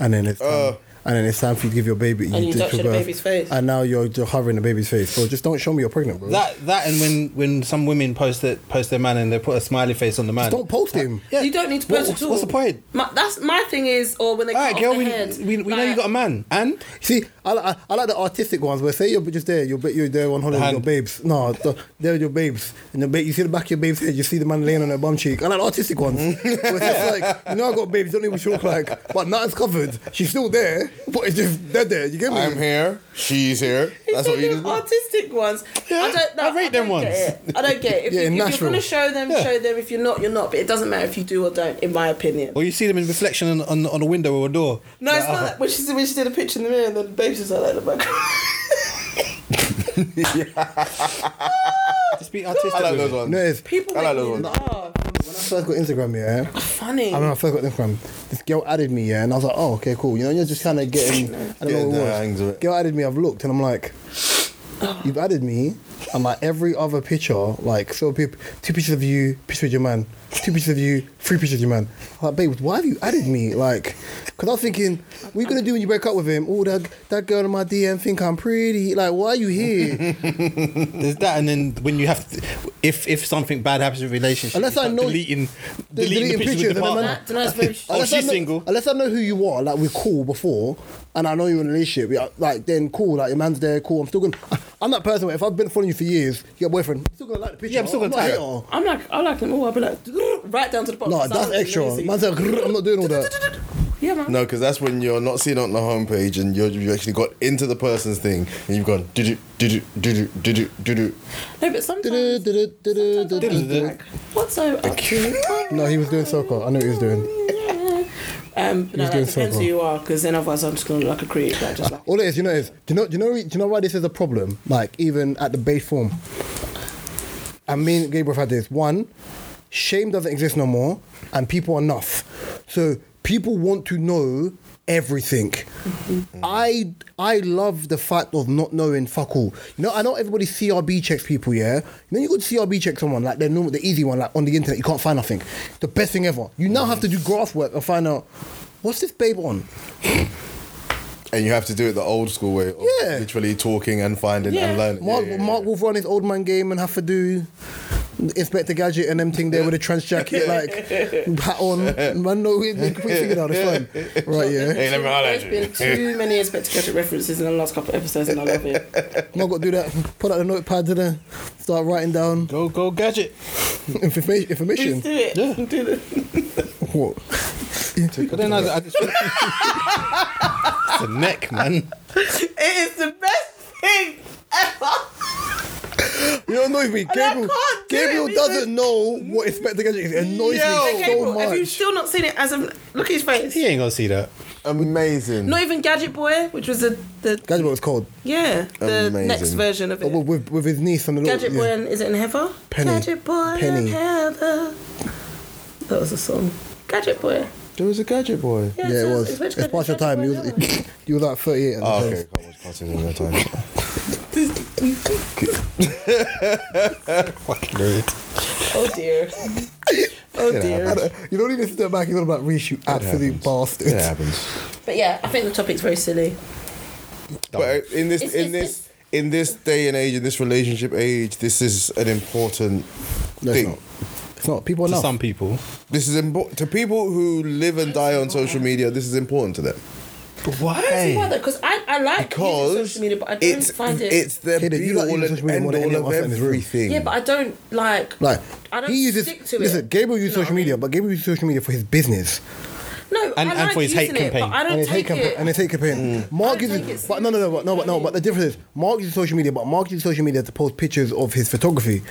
Speaker 1: and then it's time, and then it's time for you to give your baby,
Speaker 2: And you
Speaker 1: did
Speaker 2: don't
Speaker 1: your
Speaker 2: show the
Speaker 1: birth,
Speaker 2: baby's face.
Speaker 1: and now you're, you're hovering the baby's face. Bro, just don't show me you're pregnant, bro.
Speaker 4: That that and when when some women post that post their man and they put a smiley face on the man.
Speaker 1: don't post him.
Speaker 4: Yeah.
Speaker 2: You don't need to
Speaker 4: What-
Speaker 2: post
Speaker 4: what's-
Speaker 2: at all.
Speaker 4: what's the point?
Speaker 2: My, that's my thing is, or when they
Speaker 4: All
Speaker 2: cut
Speaker 4: right,
Speaker 2: off
Speaker 4: girl,
Speaker 2: the
Speaker 4: we,
Speaker 2: head,
Speaker 4: we, we know
Speaker 2: like-
Speaker 4: you got a man, and
Speaker 1: See, I, li- I, I like the artistic ones where say you're just there, you're, ba- you're there on holiday with your
Speaker 4: hand.
Speaker 1: babes. No, the, they're with your babes. And the ba- you see the back of your babe's head, you see the man laying on her bum cheek. I like the artistic ones. where it's just like, you know, i got babes, don't know what she look like, but nothing's covered. She's still there, but it's just, they're there. You get me?
Speaker 3: I'm here, she's here.
Speaker 2: It's
Speaker 3: That's what
Speaker 2: all
Speaker 3: you
Speaker 2: them
Speaker 3: just
Speaker 2: artistic ones. I don't. No,
Speaker 4: I rate them
Speaker 2: don't get it. I don't get it. If,
Speaker 1: Yeah,
Speaker 2: you,
Speaker 1: in
Speaker 2: if you're
Speaker 1: Nashville.
Speaker 2: gonna show them,
Speaker 4: Yeah.
Speaker 2: show them. If you're not, you're not. But it doesn't matter if you do or don't, in my opinion.
Speaker 1: Oh,
Speaker 4: or you see them in reflection on, on, on a window or a door.
Speaker 2: No, it's not that. When she, when she did a picture in the mirror, and then the baby's just like that in the background.
Speaker 4: Just be artistic.
Speaker 3: I like those
Speaker 4: with it.
Speaker 1: You
Speaker 3: ones.
Speaker 1: know, it's,
Speaker 2: People
Speaker 3: I like
Speaker 2: make
Speaker 3: those
Speaker 2: me
Speaker 3: ones.
Speaker 2: laugh. Ah,
Speaker 1: first got Instagram, yeah.
Speaker 2: Funny.
Speaker 1: I remember I first got Instagram. This girl added me, yeah, and I was like, oh, okay, cool. You know, you're just kind of getting, I don't
Speaker 3: Getting
Speaker 1: know
Speaker 3: the
Speaker 1: what
Speaker 3: hangs
Speaker 1: it
Speaker 3: of
Speaker 1: was.
Speaker 3: it.
Speaker 1: Girl added me. I've looked, and I'm like, You've added me, and like every other picture, like so, people, two pictures of you, picture of your man, two pictures of you, three pictures of your man. I'm like, babe, why have you added me? Like, because I was thinking, what are you gonna do when you break up with him? Oh, that that girl in my DM think I'm pretty. Like, why are you here?
Speaker 4: There's that, and then when you have, to, if if something bad happens in a relationship,
Speaker 1: Unless
Speaker 4: you
Speaker 1: I
Speaker 4: start
Speaker 1: know-
Speaker 4: deleting,
Speaker 1: They're
Speaker 4: deleting, the pictures, with
Speaker 1: and I'm
Speaker 4: the partner.
Speaker 1: like-
Speaker 2: That- that's very sh-
Speaker 4: Oh,
Speaker 1: Unless I
Speaker 4: she's
Speaker 1: know-
Speaker 4: single.
Speaker 1: Unless I know who you are, like we're cool before, and I know you're in a relationship, yeah, like then cool, like your man's there, cool. I'm still gonna. I'm that person. where If I've been following you for years, your boyfriend, I'm still gonna like the picture.
Speaker 4: Yeah, I'm still gonna
Speaker 1: not a
Speaker 4: tag it.
Speaker 1: hater.
Speaker 2: I'm like, I like them all. I'll be like, right down to the bottom.
Speaker 1: No,
Speaker 2: Sounds
Speaker 1: that's extra.
Speaker 2: amazing.
Speaker 1: Man's like, "Grr, I'm not doing all that.
Speaker 2: Yeah, man.
Speaker 3: No, because that's when you're not seen on the homepage and you're, you've actually got into the person's thing and you've gone, do do do do do do do.
Speaker 2: No, but sometimes. sometimes I'm
Speaker 1: Du-du-du-du-du-du-du.
Speaker 2: like, What's so up to?
Speaker 1: No, he was doing soccer. I know what he was doing.
Speaker 2: Um, but no,
Speaker 1: was
Speaker 2: like,
Speaker 1: doing
Speaker 2: depends
Speaker 1: so
Speaker 2: who you are, because then otherwise I'm just gonna look like a creep, like just like.
Speaker 1: All it is, you know, is do you know, do you know, do you know why this is a problem? Like even at the base form, I mean, Gabriel had this one. Shame doesn't exist no more, and people are enough. So people want to know everything. I I love the fact of not knowing fuck all. You know, I know everybody CRB checks people, yeah. You know, you could CRB check someone like they're normal, the easy one, like on the internet, you can't find nothing. The best thing ever. You now have to do graph work and find out what's this babe on.
Speaker 3: And you have to do it the old school way of
Speaker 1: Yeah.
Speaker 3: literally talking and finding and
Speaker 2: Yeah.
Speaker 3: learning.
Speaker 1: Mark,
Speaker 3: Yeah, yeah,
Speaker 1: Mark will run his old man game and have to do Inspector Gadget and them thing there with a trench jacket, like hat on. Man, no, we we figured it out. It's fun, right? Yeah,
Speaker 3: Hey, let me holler at
Speaker 2: There's
Speaker 3: you.
Speaker 2: been too many Inspector Gadget references in the last couple of episodes, and I love it.
Speaker 1: not got to do that. Put out a notepad to there, start writing down
Speaker 4: Go go gadget.
Speaker 1: information.
Speaker 2: Just
Speaker 1: information.
Speaker 2: do it.
Speaker 4: Yeah.
Speaker 2: Do the-
Speaker 1: What?
Speaker 4: But then I, I just it's a neck, man.
Speaker 2: It is the best thing ever.
Speaker 1: You don't know me, Gabriel.
Speaker 2: can't do it
Speaker 1: Gabriel
Speaker 2: because-
Speaker 1: doesn't know what Inspector Gadget is. It annoys me so
Speaker 2: Gabriel, have you
Speaker 1: much.
Speaker 2: still not seen it? As a look at his face.
Speaker 4: He ain't gonna see that.
Speaker 3: Amazing.
Speaker 2: Not even Gadget Boy, which was the the
Speaker 1: Gadget Boy was called
Speaker 2: yeah the
Speaker 3: Amazing.
Speaker 2: next version of it.
Speaker 1: with, with, with his niece and the
Speaker 2: Gadget
Speaker 1: little.
Speaker 2: Boy,
Speaker 1: yeah.
Speaker 2: and, is it in Heather?
Speaker 1: Penny.
Speaker 2: Gadget Boy
Speaker 1: Penny.
Speaker 2: and Heather. That was a song. Gadget Boy.
Speaker 3: There was a gadget boy.
Speaker 1: Yeah, it was.
Speaker 2: Inspector
Speaker 1: It's past your
Speaker 2: Gadget,
Speaker 1: time. You
Speaker 2: Gadget Boy, Heather.
Speaker 1: was, you was like 38 at the
Speaker 3: Oh,
Speaker 1: time.
Speaker 3: okay, God, what's passing in that time?
Speaker 4: Fucking rude.
Speaker 2: Oh dear. Oh dear.
Speaker 1: You don't even step back. You're about Reese, you absolute
Speaker 3: happens.
Speaker 1: bastard.
Speaker 3: It happens.
Speaker 2: But yeah, I think the topic's very silly.
Speaker 3: But in this,
Speaker 2: It's-
Speaker 3: in
Speaker 2: it's-
Speaker 3: this, in this day and age, in this relationship age, this is an important
Speaker 1: No, it's
Speaker 3: thing.
Speaker 1: not. It's not. People are
Speaker 4: To
Speaker 1: not.
Speaker 4: some people.
Speaker 3: This is important to people who live and die on social media. This is important to them
Speaker 2: I don't see why
Speaker 4: Why?
Speaker 2: though, because I, I like
Speaker 3: because
Speaker 2: using social media, but I don't
Speaker 3: it's
Speaker 2: find it.
Speaker 3: it's the
Speaker 1: Hey, dude, you
Speaker 3: be
Speaker 1: like
Speaker 3: all
Speaker 1: using
Speaker 3: and
Speaker 1: social media more
Speaker 3: end
Speaker 1: than any other
Speaker 3: all of
Speaker 1: person in this room.
Speaker 3: everything.
Speaker 2: yeah, but I don't like.
Speaker 1: Like
Speaker 2: I don't
Speaker 1: he uses.
Speaker 2: stick to
Speaker 1: listen,
Speaker 2: it.
Speaker 1: Gabriel used social
Speaker 2: You know what I
Speaker 1: media,
Speaker 2: mean?
Speaker 1: but Gabriel used social media for his business
Speaker 2: No,
Speaker 4: And-
Speaker 2: I
Speaker 4: and
Speaker 2: like
Speaker 4: for his hate
Speaker 2: using it, but
Speaker 4: campaign.
Speaker 2: I don't
Speaker 1: and his hate
Speaker 2: take
Speaker 1: campaign.
Speaker 2: it.
Speaker 1: And his hate campaign.
Speaker 2: I
Speaker 1: Mark
Speaker 2: don't
Speaker 1: uses,
Speaker 2: take it
Speaker 1: but no, no, no, but no, but no.
Speaker 2: seriously.
Speaker 1: But the difference is, Mark uses social media, but Mark uses social media to post pictures of his photography.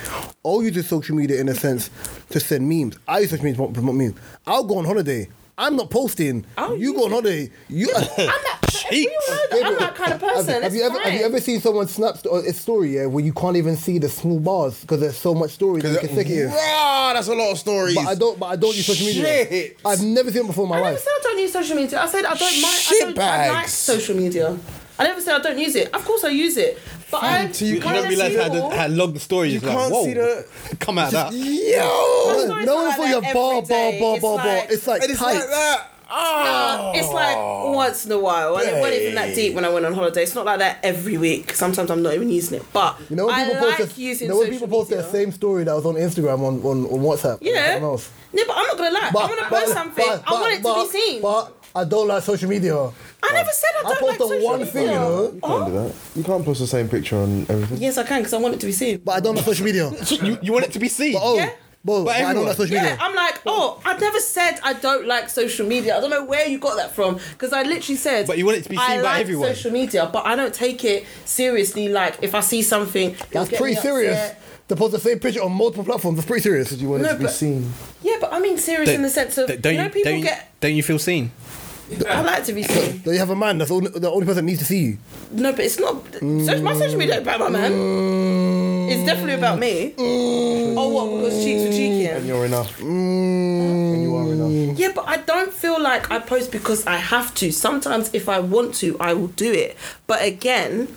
Speaker 1: All uses social media in a sense to send memes. I use social media to promote memes. I'll go on holiday. I'm not posting.
Speaker 2: I'll
Speaker 1: you
Speaker 2: use
Speaker 1: go on holiday. You.
Speaker 2: I'm that, we all know that I'm that kind of person.
Speaker 1: Have, have
Speaker 2: it's
Speaker 1: you ever
Speaker 2: fine.
Speaker 1: have you ever seen someone snap st- a story yeah, where you can't even see the small bars because there's so much story that you can stick it in.
Speaker 3: Rah, that's a lot of stories.
Speaker 1: But I don't. But I don't use social media.
Speaker 3: Shit.
Speaker 1: I've never seen it before in my
Speaker 2: I never
Speaker 1: life.
Speaker 2: said I don't use social media. I said I don't mind. I, don't, I like
Speaker 3: Shitbags.
Speaker 2: social media. I never said I don't use it. Of course I use it, but I.
Speaker 3: so you
Speaker 4: You
Speaker 2: one
Speaker 4: don't
Speaker 2: of
Speaker 4: realise
Speaker 2: those
Speaker 4: how, the,
Speaker 2: people-
Speaker 4: how long the story
Speaker 3: You
Speaker 4: is. Like,
Speaker 3: can't
Speaker 4: whoa,
Speaker 3: see the-
Speaker 4: come out of that.
Speaker 2: My
Speaker 3: Yo,
Speaker 2: story's
Speaker 1: No
Speaker 2: not
Speaker 1: one
Speaker 2: like
Speaker 1: for
Speaker 2: that
Speaker 1: your
Speaker 2: every
Speaker 1: bar, bar,
Speaker 2: day.
Speaker 1: bar,
Speaker 2: It's
Speaker 1: bar, bar.
Speaker 2: like-
Speaker 1: It's like
Speaker 3: and it's
Speaker 1: tight.
Speaker 3: like that.
Speaker 2: Uh,
Speaker 3: Ah,
Speaker 2: it's like once in a while, and it wasn't even that deep when I went on holiday. It's not like that every week. Sometimes I'm not even using it, but
Speaker 1: You know when
Speaker 2: I
Speaker 1: people
Speaker 2: like
Speaker 1: post, their,
Speaker 2: using
Speaker 1: you know when
Speaker 2: social
Speaker 1: people post their
Speaker 2: media.
Speaker 1: same story that was on Instagram on on, on WhatsApp. and
Speaker 2: Yeah.
Speaker 1: something else.
Speaker 2: Yeah, but I'm not gonna lie. I want to post something. I want it
Speaker 1: but-
Speaker 2: to be seen.
Speaker 1: But I don't like social media.
Speaker 2: I never said I
Speaker 1: I
Speaker 2: don't like
Speaker 1: post on
Speaker 2: social
Speaker 1: one
Speaker 2: media. Oh,
Speaker 1: thing, you know,
Speaker 3: you can't do that. You can't post the same picture on everything.
Speaker 2: Yes, I can because I want it to be seen.
Speaker 1: but I don't like social media.
Speaker 4: You, you want it to be seen.
Speaker 1: Oh,
Speaker 2: Yeah.
Speaker 1: bro, but I don't
Speaker 4: everyone.
Speaker 1: like social
Speaker 2: Yeah,
Speaker 1: media.
Speaker 2: I'm like, oh, I've never said I don't like social media. I don't know where you got that from because I literally said.
Speaker 4: But you want it to be
Speaker 2: I
Speaker 4: seen by
Speaker 2: like
Speaker 4: everyone.
Speaker 2: Social media, but I don't take it seriously. Like if I see something, it'll
Speaker 1: That's
Speaker 2: get
Speaker 1: pretty
Speaker 2: me
Speaker 1: serious.
Speaker 2: upset.
Speaker 1: To post the same picture on multiple platforms, that's pretty serious.
Speaker 3: You want it
Speaker 2: No,
Speaker 3: to be
Speaker 2: but-
Speaker 3: seen.
Speaker 2: Yeah, but I mean serious in the sense of
Speaker 4: Don't-
Speaker 2: you know people
Speaker 4: don't,
Speaker 2: get.
Speaker 4: don't you feel seen?
Speaker 2: I like to be seen.
Speaker 1: That you have a man that's only, the only person that needs to see you.
Speaker 2: No, but it's not. so- my social media ain't about my man. It's definitely about me. Oh, what? Because cheeks were cheeky.
Speaker 3: You're enough.
Speaker 4: Mm.
Speaker 3: And you are enough.
Speaker 2: Yeah, but I don't feel like I post because I have to. Sometimes if I want to, I will do it. But again,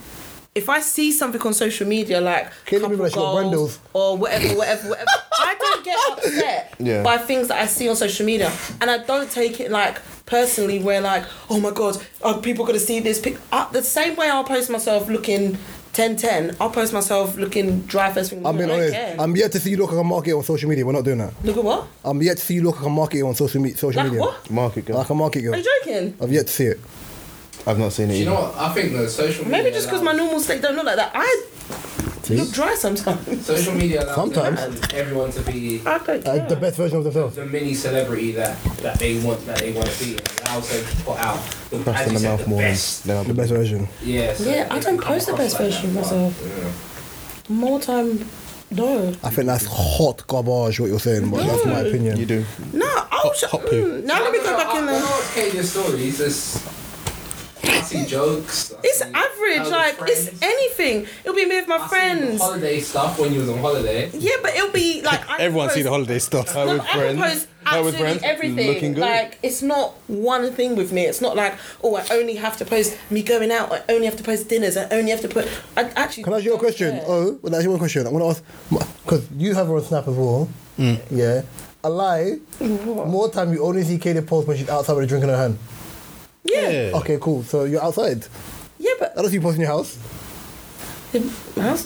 Speaker 2: if I see something on social media like
Speaker 1: Clearly
Speaker 2: couple
Speaker 1: people that shop
Speaker 2: goals or whatever, whatever, whatever, I don't get upset
Speaker 3: Yeah.
Speaker 2: by things that I see on social media, and I don't take it like personally where like oh my god, are people gonna see this? pic-" I, the same way I'll post myself looking. 1010, I'll post myself looking dry first thing. in the
Speaker 1: I'm being
Speaker 2: morning. I
Speaker 1: honest.
Speaker 2: don't care.
Speaker 1: I'm yet to see you look like a marketer on social media. We're not doing that.
Speaker 2: Look at what?
Speaker 1: I'm yet to see you look like a marketer on social, me- social
Speaker 2: Like
Speaker 1: media.
Speaker 2: what?
Speaker 3: Market girl.
Speaker 1: Like a market
Speaker 2: Are
Speaker 1: girl.
Speaker 2: you joking?
Speaker 1: I've yet to see it.
Speaker 3: I've not seen it
Speaker 5: Do you know
Speaker 3: either.
Speaker 5: what? I think the social media.
Speaker 2: Maybe just because my
Speaker 5: allows-
Speaker 2: normal state don't look like that. I look dry sometimes.
Speaker 5: Social media allows
Speaker 1: Sometimes.
Speaker 5: everyone- everyone to be
Speaker 2: I don't care.
Speaker 1: Like Uh, the best version of themselves.
Speaker 5: the mini celebrity that, that they want that they want to be. It allows them to put out the,
Speaker 3: Bust
Speaker 5: as
Speaker 3: in
Speaker 5: you
Speaker 3: the
Speaker 5: said,
Speaker 3: mouth
Speaker 5: the
Speaker 3: more than-
Speaker 5: best.
Speaker 3: than I'll
Speaker 1: The
Speaker 3: be-
Speaker 1: best version.
Speaker 5: Yeah. so
Speaker 2: Yeah,
Speaker 5: they
Speaker 2: I
Speaker 5: can
Speaker 2: don't
Speaker 5: come
Speaker 2: post the
Speaker 5: across
Speaker 2: best
Speaker 5: like
Speaker 2: version of
Speaker 5: that,
Speaker 2: myself.
Speaker 5: but, yeah.
Speaker 2: More time, no.
Speaker 1: I think that's hot garbage what you're saying, but that's my opinion.
Speaker 3: You do.
Speaker 2: No, I'll sh-
Speaker 4: hot poo.
Speaker 2: mm, Now let me go back in
Speaker 5: I
Speaker 2: there.
Speaker 5: know your stories. It's I see jokes. I
Speaker 2: It's
Speaker 5: see how
Speaker 2: average,
Speaker 5: the
Speaker 2: like
Speaker 5: friends-
Speaker 2: it's anything. It'll be me with my
Speaker 5: I see
Speaker 2: friends.
Speaker 5: Holiday stuff when you was on holiday.
Speaker 2: Yeah, but it'll be like I
Speaker 4: Everyone
Speaker 2: post-
Speaker 4: see the holiday stuff.
Speaker 2: No, but I can post absolutely everything. Like it's not one thing with me. It's not like oh, I only have to post me going out. I only have to post dinners. I only have to put. I actually.
Speaker 1: Can I ask you a
Speaker 2: don't
Speaker 1: question?
Speaker 2: care.
Speaker 1: Oh, well, that's one question. I'm gonna ask because you have her on Snap as well.
Speaker 3: Mm.
Speaker 1: Yeah, a lie. More time you only see Katie post when she's outside with a drink in her hand.
Speaker 2: yeah. Oh, yeah,
Speaker 4: Yeah.
Speaker 1: Okay, cool. So you're outside. I
Speaker 2: but
Speaker 1: don't see you posting your house.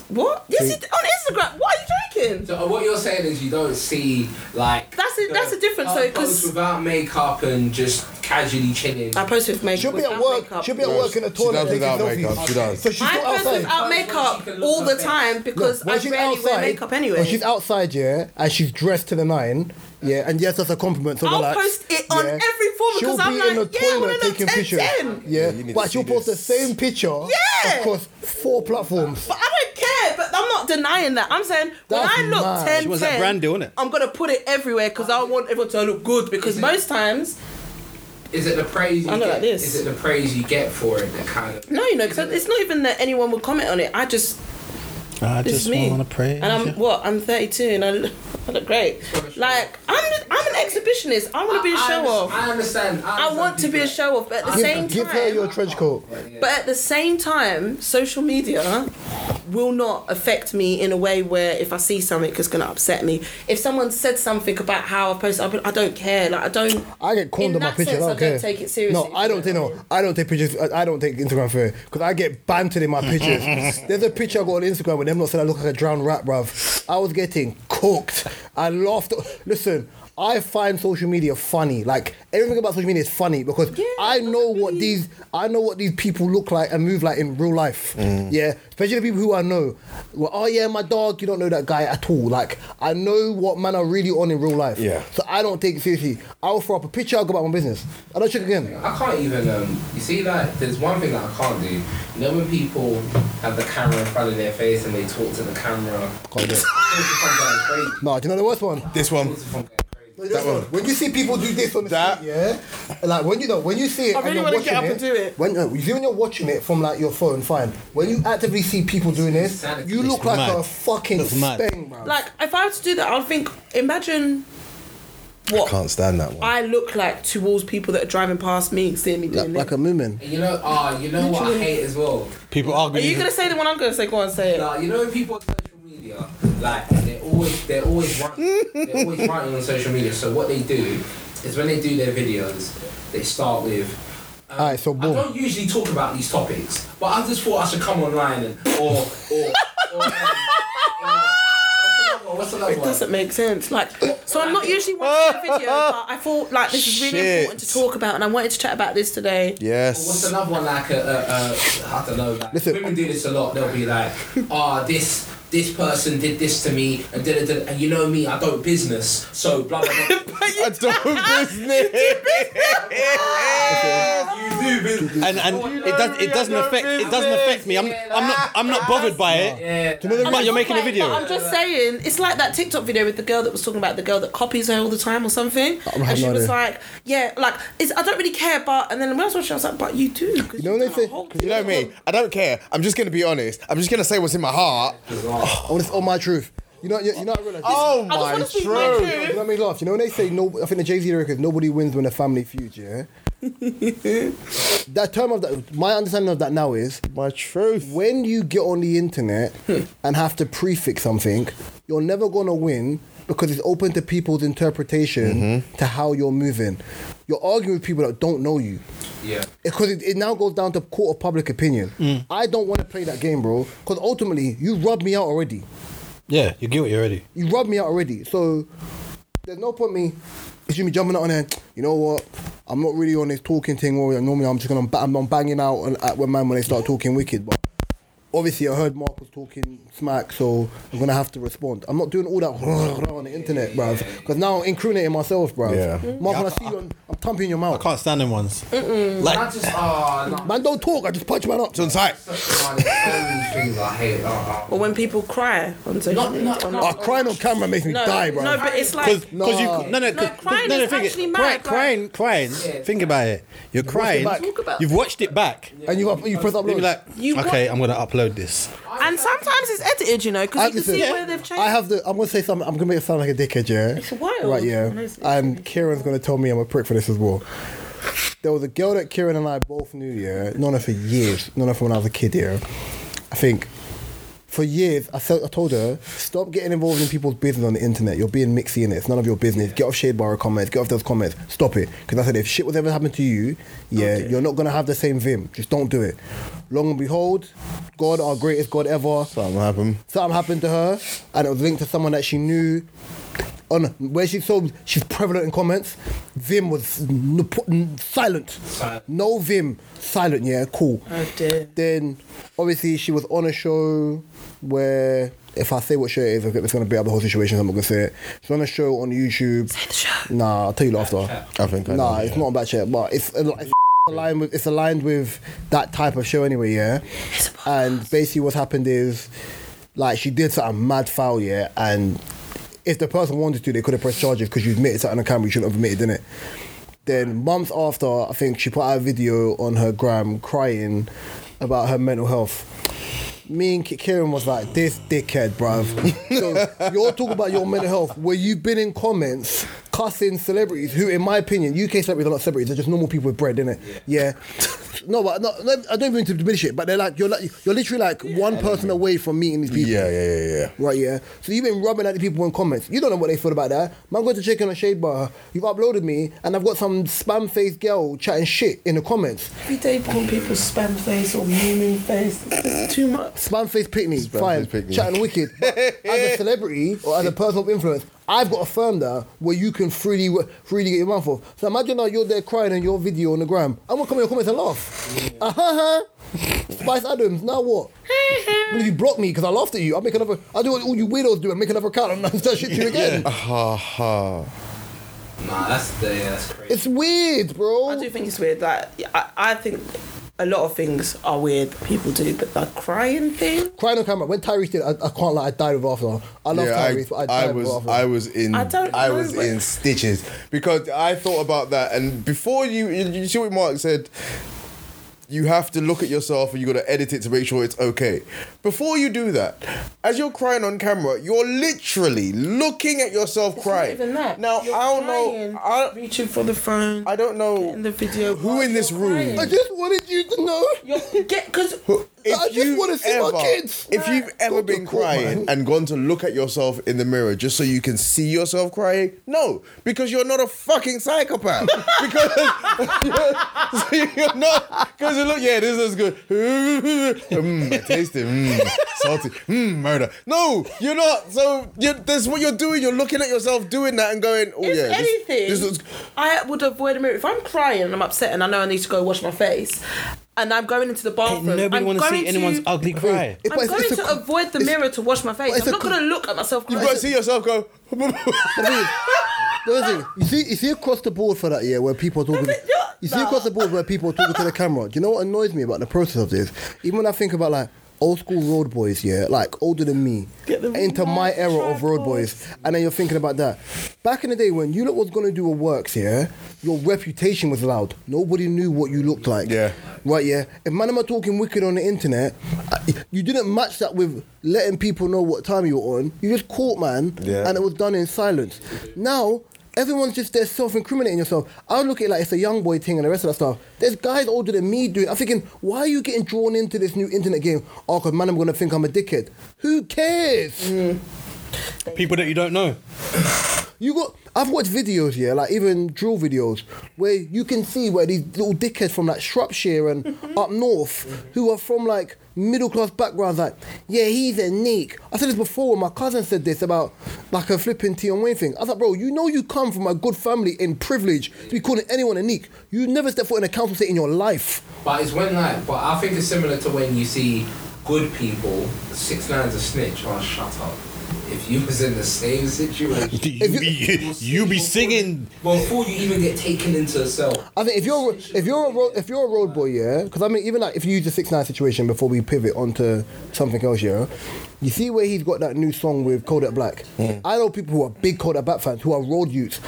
Speaker 2: what? Yes, you, on Instagram. What are you joking?
Speaker 5: So uh, what you're saying is you don't see like
Speaker 2: That's it- that's the difference,
Speaker 5: uh,
Speaker 2: though,
Speaker 5: posts
Speaker 2: 'cause-
Speaker 5: without makeup and just casually chilling.
Speaker 2: I post with makeup.
Speaker 1: She'll be at
Speaker 2: without
Speaker 1: work.
Speaker 2: Makeup.
Speaker 1: She'll be at
Speaker 3: No,
Speaker 1: work in a
Speaker 3: she
Speaker 1: toilet
Speaker 3: does
Speaker 1: taking
Speaker 3: without
Speaker 1: selfies.
Speaker 3: makeup, she does.
Speaker 1: So she's
Speaker 2: I
Speaker 1: not
Speaker 2: post
Speaker 1: outside.
Speaker 2: without
Speaker 5: She can
Speaker 2: makeup
Speaker 5: look
Speaker 2: all the
Speaker 5: perfect.
Speaker 2: time because
Speaker 1: when
Speaker 2: I rarely wear makeup anyway.
Speaker 1: When she's outside, yeah, and she's dressed to the nine, yeah, and yes, that's a compliment. So
Speaker 2: I'll
Speaker 1: relax,
Speaker 2: post it on every form
Speaker 1: She'll
Speaker 2: because I'm
Speaker 1: be
Speaker 2: like,
Speaker 1: in the
Speaker 2: yeah, I wanna
Speaker 1: toilet
Speaker 2: look
Speaker 1: taking
Speaker 2: 10,
Speaker 1: pictures.
Speaker 2: 10.
Speaker 1: Yeah,
Speaker 3: you need to
Speaker 1: but she'll
Speaker 3: see
Speaker 1: post
Speaker 3: this.
Speaker 1: the same picture
Speaker 2: Yeah.
Speaker 1: across four platforms.
Speaker 2: But I don't care. But I'm not denying that. I'm saying when
Speaker 1: That's
Speaker 2: I look
Speaker 1: mad.
Speaker 2: 10,
Speaker 4: She wants that
Speaker 2: 10,
Speaker 4: brand deal, innit?
Speaker 2: I'm gonna put it everywhere because I want everyone to look good. Because
Speaker 5: Is it-
Speaker 2: most times,
Speaker 5: Is it the praise? You
Speaker 2: I look
Speaker 5: get,
Speaker 2: like this.
Speaker 5: Is it the praise you get for it that kind of?
Speaker 2: no, you know, because it's not even that anyone would comment on it. I just
Speaker 4: I
Speaker 2: This is
Speaker 4: just
Speaker 2: me.
Speaker 4: want to pray.
Speaker 2: And I'm what? I'm 32 and I look, I look great. Like I'm, I'm an exhibitionist. I want to be a
Speaker 5: I- I
Speaker 2: show
Speaker 5: under-
Speaker 2: off.
Speaker 5: I understand. I,
Speaker 2: I
Speaker 5: understand
Speaker 2: want to be a
Speaker 5: people-
Speaker 2: show off, but at the
Speaker 1: Give-
Speaker 2: same
Speaker 1: give
Speaker 2: time,
Speaker 1: her your trench coat.
Speaker 2: but at the same time, social media will not affect me in a way where if I see something, it's gonna upset me. If someone said something about how I post, I, I don't care. Like I don't.
Speaker 1: I get
Speaker 2: In
Speaker 1: corned on my
Speaker 2: that
Speaker 1: picture.
Speaker 2: sense,
Speaker 1: I
Speaker 2: I
Speaker 1: don't
Speaker 2: don't
Speaker 1: care.
Speaker 2: take it seriously.
Speaker 1: No, I don't take no. I don't take pictures. I, I don't take Instagram fair because I get bantered in my pictures. There's a picture I got on Instagram with them not saying I look like a drowned rat, bruv. I was getting cooked. I laughed. Listen. I find social media funny. Like everything about social media is funny because
Speaker 2: Yeah,
Speaker 1: I know what
Speaker 2: absolutely.
Speaker 1: these I know what these people look like and move like in real life. Yeah, especially the people who I know. Well, oh yeah, my dog. You don't know that guy at all. Like I know what man are really on in real life.
Speaker 3: Yeah.
Speaker 1: So I don't take it seriously. I'll throw up a picture, I'll go about my business. I don't check again.
Speaker 5: I can't even. Um, you see, like, there's one thing that I can't do. You know when people have the camera in front of their face and they talk to the camera.
Speaker 1: Can't do it.
Speaker 5: Sometimes crazy.
Speaker 1: No, do you know the worst one?
Speaker 3: This one.
Speaker 5: Sometimes crazy.
Speaker 1: That one. When you see people do this on the
Speaker 3: That-
Speaker 1: street, yeah, like when you know when you see it,
Speaker 2: I
Speaker 1: and
Speaker 2: really
Speaker 1: you're
Speaker 2: wanna
Speaker 1: watching
Speaker 2: get up
Speaker 1: it,
Speaker 2: and do it.
Speaker 1: When no, you see when you're watching it from like your phone, fine. When you actively see people doing this,
Speaker 5: Insanity.
Speaker 1: you look
Speaker 4: It's
Speaker 1: like
Speaker 4: mad.
Speaker 1: a fucking
Speaker 4: It's mad.
Speaker 1: thing, man.
Speaker 2: Like if I had to do that, I'd think. Imagine what
Speaker 3: Can't stand that one.
Speaker 2: I look like towards people that are driving past me, seeing me doing this.
Speaker 1: moomin.
Speaker 5: And you know, ah, you know what I hate as well.
Speaker 4: People
Speaker 2: Are
Speaker 4: arguing.
Speaker 2: you gonna say the one I'm gonna say? Go on, say it.
Speaker 5: Nah, you know when people on social media, like they're always they're always writing, they're always writing on social media. So what they do is when they do their videos, they start with. um,
Speaker 1: Alright, so
Speaker 5: I
Speaker 1: boom.
Speaker 5: don't usually talk about these topics, but I just thought I should come online and or or. or, um, or What's another one?
Speaker 2: It
Speaker 5: What's another
Speaker 2: doesn't
Speaker 5: one?
Speaker 2: make sense. Like, so I'm not usually watching a video, but I thought like this is really
Speaker 3: Shit.
Speaker 2: important to talk about, and I wanted to chat about this today.
Speaker 5: What's
Speaker 3: Yes.
Speaker 5: another one like a, a, a I don't know. Like,
Speaker 1: Listen.
Speaker 5: women do this a lot. They'll be like, ah, this this person did this to me, and da, da, da, and you know me, I don't business, so blah blah blah.
Speaker 3: I don't business.
Speaker 5: you do business.
Speaker 4: and and it does it doesn't affect it doesn't affect me. I'm I'm not I'm not bothered by it.
Speaker 5: Yeah.
Speaker 4: But you're making a
Speaker 2: Like,
Speaker 4: video.
Speaker 2: but I'm just saying, it's like that TikTok video with the girl that was talking about the girl that copies her all the time or something,
Speaker 1: I have
Speaker 2: and she
Speaker 1: no
Speaker 2: was
Speaker 1: idea.
Speaker 2: like, "Yeah, like it's, I don't really care," but and then when I was watching, I was like, "But you do." You
Speaker 1: know when they say-
Speaker 3: You know me. I don't care. I'm just gonna be honest. I'm just gonna say what's in my heart.
Speaker 1: I want to own my truth. You know, you, you know, what I realize.
Speaker 3: Oh
Speaker 2: I just
Speaker 3: my
Speaker 2: wanna speak my
Speaker 3: truth.
Speaker 1: You
Speaker 2: truth.
Speaker 1: know what I mean? Laugh. You know when they say no. I think the Jay Z lyric is nobody wins when the family feuds. Yeah. that term of that, my understanding of that now is
Speaker 3: My truth.
Speaker 1: when you get on the internet and have to prefix something, you're never gonna win because it's open to people's interpretation
Speaker 3: Mm-hmm.
Speaker 1: to how you're moving. You're arguing with people that don't know you.
Speaker 5: Yeah.
Speaker 1: Because it, it now goes down to court of public opinion.
Speaker 3: Mm.
Speaker 1: I don't want to play that game, bro. Because ultimately, you rubbed me out already.
Speaker 4: Yeah, you're guilty already.
Speaker 1: You rubbed me out already. So there's no point me, excuse me, jumping out on there. You know what? I'm not really on this talking thing. Or normally, I'm just gonna ba- I'm, I'm banging out and at when man when they start talking wicked. But obviously, I heard Mark was talking smack, so I'm gonna have to respond. I'm not doing all that on the internet, bruv. Because now I'm incriminating myself, bruv.
Speaker 3: Yeah.
Speaker 1: Mark, when I see you, I'm, I'm thumping your
Speaker 4: I
Speaker 1: mouth.
Speaker 4: can't stand them ones.
Speaker 2: Mm.
Speaker 5: Not just, oh, no.
Speaker 1: Man, don't talk. I just punch man up.
Speaker 3: It's on tight.
Speaker 5: Such one, so many things I hate. Oh,
Speaker 2: Or when people cry on social
Speaker 5: Not-
Speaker 2: media.
Speaker 5: not-
Speaker 2: on-
Speaker 5: not-
Speaker 1: Oh, crying on camera makes me
Speaker 2: no,
Speaker 1: die, bro.
Speaker 2: no, but it's like
Speaker 4: Because you no no, 'cause-
Speaker 2: crying
Speaker 4: no, no,
Speaker 2: is
Speaker 4: think it-
Speaker 2: actually mad,
Speaker 4: cry-
Speaker 2: like-
Speaker 4: crying crying think about it you're crying
Speaker 1: back. Talk
Speaker 2: about-
Speaker 4: you've watched it back
Speaker 1: and you up, you press upload.
Speaker 4: you're like
Speaker 2: You wa-
Speaker 4: okay I'm gonna upload this
Speaker 2: and sometimes it's edited, you know, because you can
Speaker 1: listen,
Speaker 2: see where they've changed.
Speaker 1: I have the. I'm gonna say something. I'm gonna make it sound like a dickhead, yeah.
Speaker 2: It's wild.
Speaker 1: right? Yeah.
Speaker 2: Honestly.
Speaker 1: And Kieran's gonna tell me I'm a prick for this as well. There was a girl that Kieran and I both knew, yeah. Known her for years. Known her from when I was a kid, yeah. I think for years I, felt, I told her stop getting involved in people's business on the internet. You're being mixy in it. It's none of your business. Get off shade bar comments. Get off those comments. Stop it. Because I said if shit was ever happened to you, yeah, you're not gonna have the same vim. Just don't do it. Long and behold, God, our greatest God ever,
Speaker 3: Something happened.
Speaker 1: something happened to her and it was linked to someone that she knew on where she saw she's prevalent in comments vim was n- pu- n- silent.
Speaker 5: Silent.
Speaker 1: no vim silent yeah cool
Speaker 2: Oh dear.
Speaker 1: then obviously she was on a show where if I say what show it is, it's going to be up the whole situation. so I'm not going to say it. She's on a show on YouTube. Say the show. Nah, I'll tell you after.
Speaker 3: I think I
Speaker 1: Nah,
Speaker 3: know,
Speaker 1: it's
Speaker 3: yeah.
Speaker 1: not about chat, but it's, it's aligned with it's aligned with that type of show anyway. Yeah, and basically what's happened is like she did something mad foul, yeah, and if the person wanted to, they could have pressed charges because you admitted something on camera you shouldn't have admitted, it. Then months after, I think she put out a video on her gram crying about her mental health. Me and Ki- Kieran was like, this dickhead, bruv. so you're talking about your mental health where you've been in comments cussing celebrities who, in my opinion, UK celebrities are not celebrities, they're just normal people with bread, innit? Yeah. No, but no, no, I don't mean to diminish it, but they're like, you're like, you're literally like one person away from meeting these people.
Speaker 3: Yeah, yeah, yeah, yeah.
Speaker 1: Right, yeah. So you've been rubbing at the people in comments. You don't know what they feel about that. Man, go to chicken on shade bar. You've uploaded me, and I've got some spam faced girl chatting shit in the comments.
Speaker 2: Every day calling people spam face or memeing face. It's too much.
Speaker 1: Spam faced pickney,
Speaker 3: Spam-faced
Speaker 1: fine,
Speaker 3: pickney.
Speaker 1: chatting wicked. But as a celebrity or as a person of influence, I've got a firm there where you can freely, freely get your mouth off. So imagine now you're there crying in your video on the gram. I'm gonna come in your comments and laugh. Uh huh. Spice Adams, now what? But if you block me because I laughed at you, I'll make another. I'll do what all you weirdos do and make another account and start shit to you again.
Speaker 3: Ha ha.
Speaker 5: Nah, that's, the, yeah, that's crazy.
Speaker 1: It's weird, bro.
Speaker 2: I do think it's weird. Like I, I think a lot of things are weird that people do, but the crying thing.
Speaker 1: Crying on camera. When Tyrese did, it, I, I can't lie. I died with laughter. I love
Speaker 3: Yeah,
Speaker 1: Tyrese,
Speaker 3: I,
Speaker 1: but I died
Speaker 3: I was
Speaker 1: with laughter.
Speaker 3: I was in
Speaker 2: I
Speaker 3: I,
Speaker 2: don't know,
Speaker 3: was
Speaker 2: but-
Speaker 3: in stitches because I thought about that and before you you you see what Mark said you have to look at yourself and you got to edit it to make sure it's okay. Before you do that, as you're crying on camera, you're literally looking at yourself
Speaker 2: It's
Speaker 3: crying.
Speaker 2: Not even that.
Speaker 3: Now
Speaker 2: You're
Speaker 3: I don't
Speaker 2: crying,
Speaker 3: know. I,
Speaker 2: reaching for the phone.
Speaker 3: I don't
Speaker 2: in
Speaker 3: know
Speaker 2: the video.
Speaker 3: who in this room.
Speaker 1: I just wanted you to know.
Speaker 2: You're, get because
Speaker 3: If
Speaker 1: I just
Speaker 3: you've
Speaker 1: wanna see my kids.
Speaker 3: If you've
Speaker 1: Go
Speaker 3: ever
Speaker 1: to
Speaker 3: been
Speaker 1: court,
Speaker 3: crying
Speaker 1: man.
Speaker 3: and gone to look at yourself in the mirror just so you can see yourself crying, no, because you're not a fucking psychopath. because so you're not. Because you look, yeah, this is good. Mmm, I taste it. Mmm, salty. Mmm, murder. No, you're not. So you that's what you're doing. You're looking at yourself doing that and going, oh
Speaker 2: if
Speaker 3: yeah, this-
Speaker 2: anything,
Speaker 3: this looks-
Speaker 2: I would avoid a mirror. If I'm crying and I'm upset and I know I need to go wash my face, and I'm going into the bathroom,
Speaker 4: nobody
Speaker 2: I'm
Speaker 4: want to
Speaker 2: going
Speaker 4: see anyone's
Speaker 2: to-
Speaker 4: ugly cry
Speaker 1: It-
Speaker 2: I'm
Speaker 1: but it's-
Speaker 2: going
Speaker 1: it's
Speaker 2: to
Speaker 1: a-
Speaker 2: avoid the mirror to wash my face.
Speaker 1: it's
Speaker 2: I'm
Speaker 1: a
Speaker 2: not
Speaker 1: co-
Speaker 2: going to look at myself.
Speaker 3: You've
Speaker 2: crying.
Speaker 3: got to see yourself go.
Speaker 1: There is it. You see, you see across the board for that, yeah, where people are talking.
Speaker 2: but you're-
Speaker 1: you see across the board where people are talking to the camera. Do you know what annoys me about the process of this? Even when I think about like old school road boys, yeah, like older than me,
Speaker 2: Get them
Speaker 1: into my
Speaker 2: mad
Speaker 1: era of road
Speaker 2: tripods.
Speaker 1: boys, and then you're thinking about that. Back in the day when you lot was gonna do a works, yeah, your reputation was loud. Nobody knew what you looked like.
Speaker 3: Yeah.
Speaker 1: Right, yeah. If man am I talking wicked on the internet, I- you didn't match that with letting people know what time you were on. You just caught man,
Speaker 3: Yeah.
Speaker 1: and it was done in silence. Now everyone's just there self-incriminating yourself. I would look at it like it's a young boy thing and the rest of that stuff. There's guys older than me doing. I'm thinking, why are you getting drawn into this new internet game? Oh, cause man, I'm gonna think I'm a dickhead. Who cares?
Speaker 4: People that you don't know.
Speaker 1: You got. I've watched videos, yeah, like even drill videos, where you can see where these little dickheads from like Shropshire and up north, who are from like middle class backgrounds, like, yeah, he's a neek. I said this before when my cousin said this about like a flipping T and Wayne thing. I was like, bro, you know you come from a good family in privilege to be calling anyone a neek. You never step foot in a council seat in your life.
Speaker 5: But it's when like, but I think it's similar to when you see good people, six nines a snitch, oh shut up. If you was in the same situation,
Speaker 4: You be, you be singing.
Speaker 5: well, before you even get taken into a cell,
Speaker 1: I think if you're if you're a road, if you're a road boy, yeah. Because I mean, even like if you use the six nine situation before we pivot onto something else, yeah. You see where he's got that new song with Kodak Black. I know people who are big Kodak Black fans who are road youths.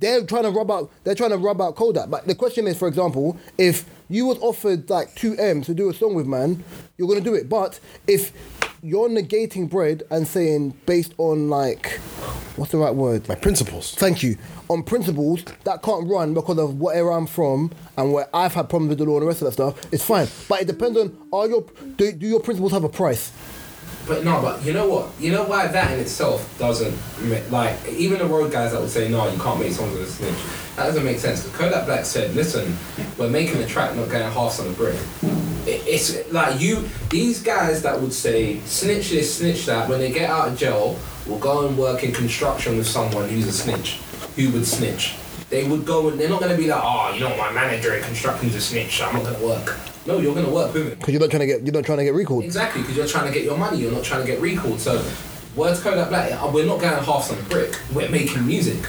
Speaker 1: They're trying to rub out. They're trying to rub out Kodak. But the question is, for example, if you was offered like two M's to do a song with man, you're gonna do it. But if you're negating bread and saying based on like, what's the right word?
Speaker 3: My principles.
Speaker 1: Thank you. On principles, that can't run because of where I'm from and where I've had problems with the law and the rest of that stuff. It's fine, but it depends on are your do, do your principles have a price?
Speaker 5: but no, but you know what? You know why that in itself doesn't ma- like even the road guys that would say no, you can't make songs with a snitch. That doesn't make sense. Because Kodak Black said, listen, we're making a track, not going halves on the brick. It- It's like you, these guys that would say snitch this, snitch that, when they get out of jail, will go and work in construction with someone who's a snitch, who would snitch. They would go and they're not going to be like, oh, you know, my manager in construction's a snitch, so I'm not going to work. No, you're going to work with him.
Speaker 1: Because you're not trying to get you're not trying to get recalled.
Speaker 5: Exactly, because you're trying to get your money, you're not trying to get recalled. So, words Kodak Black, uh, we're not going half some brick, we're making music.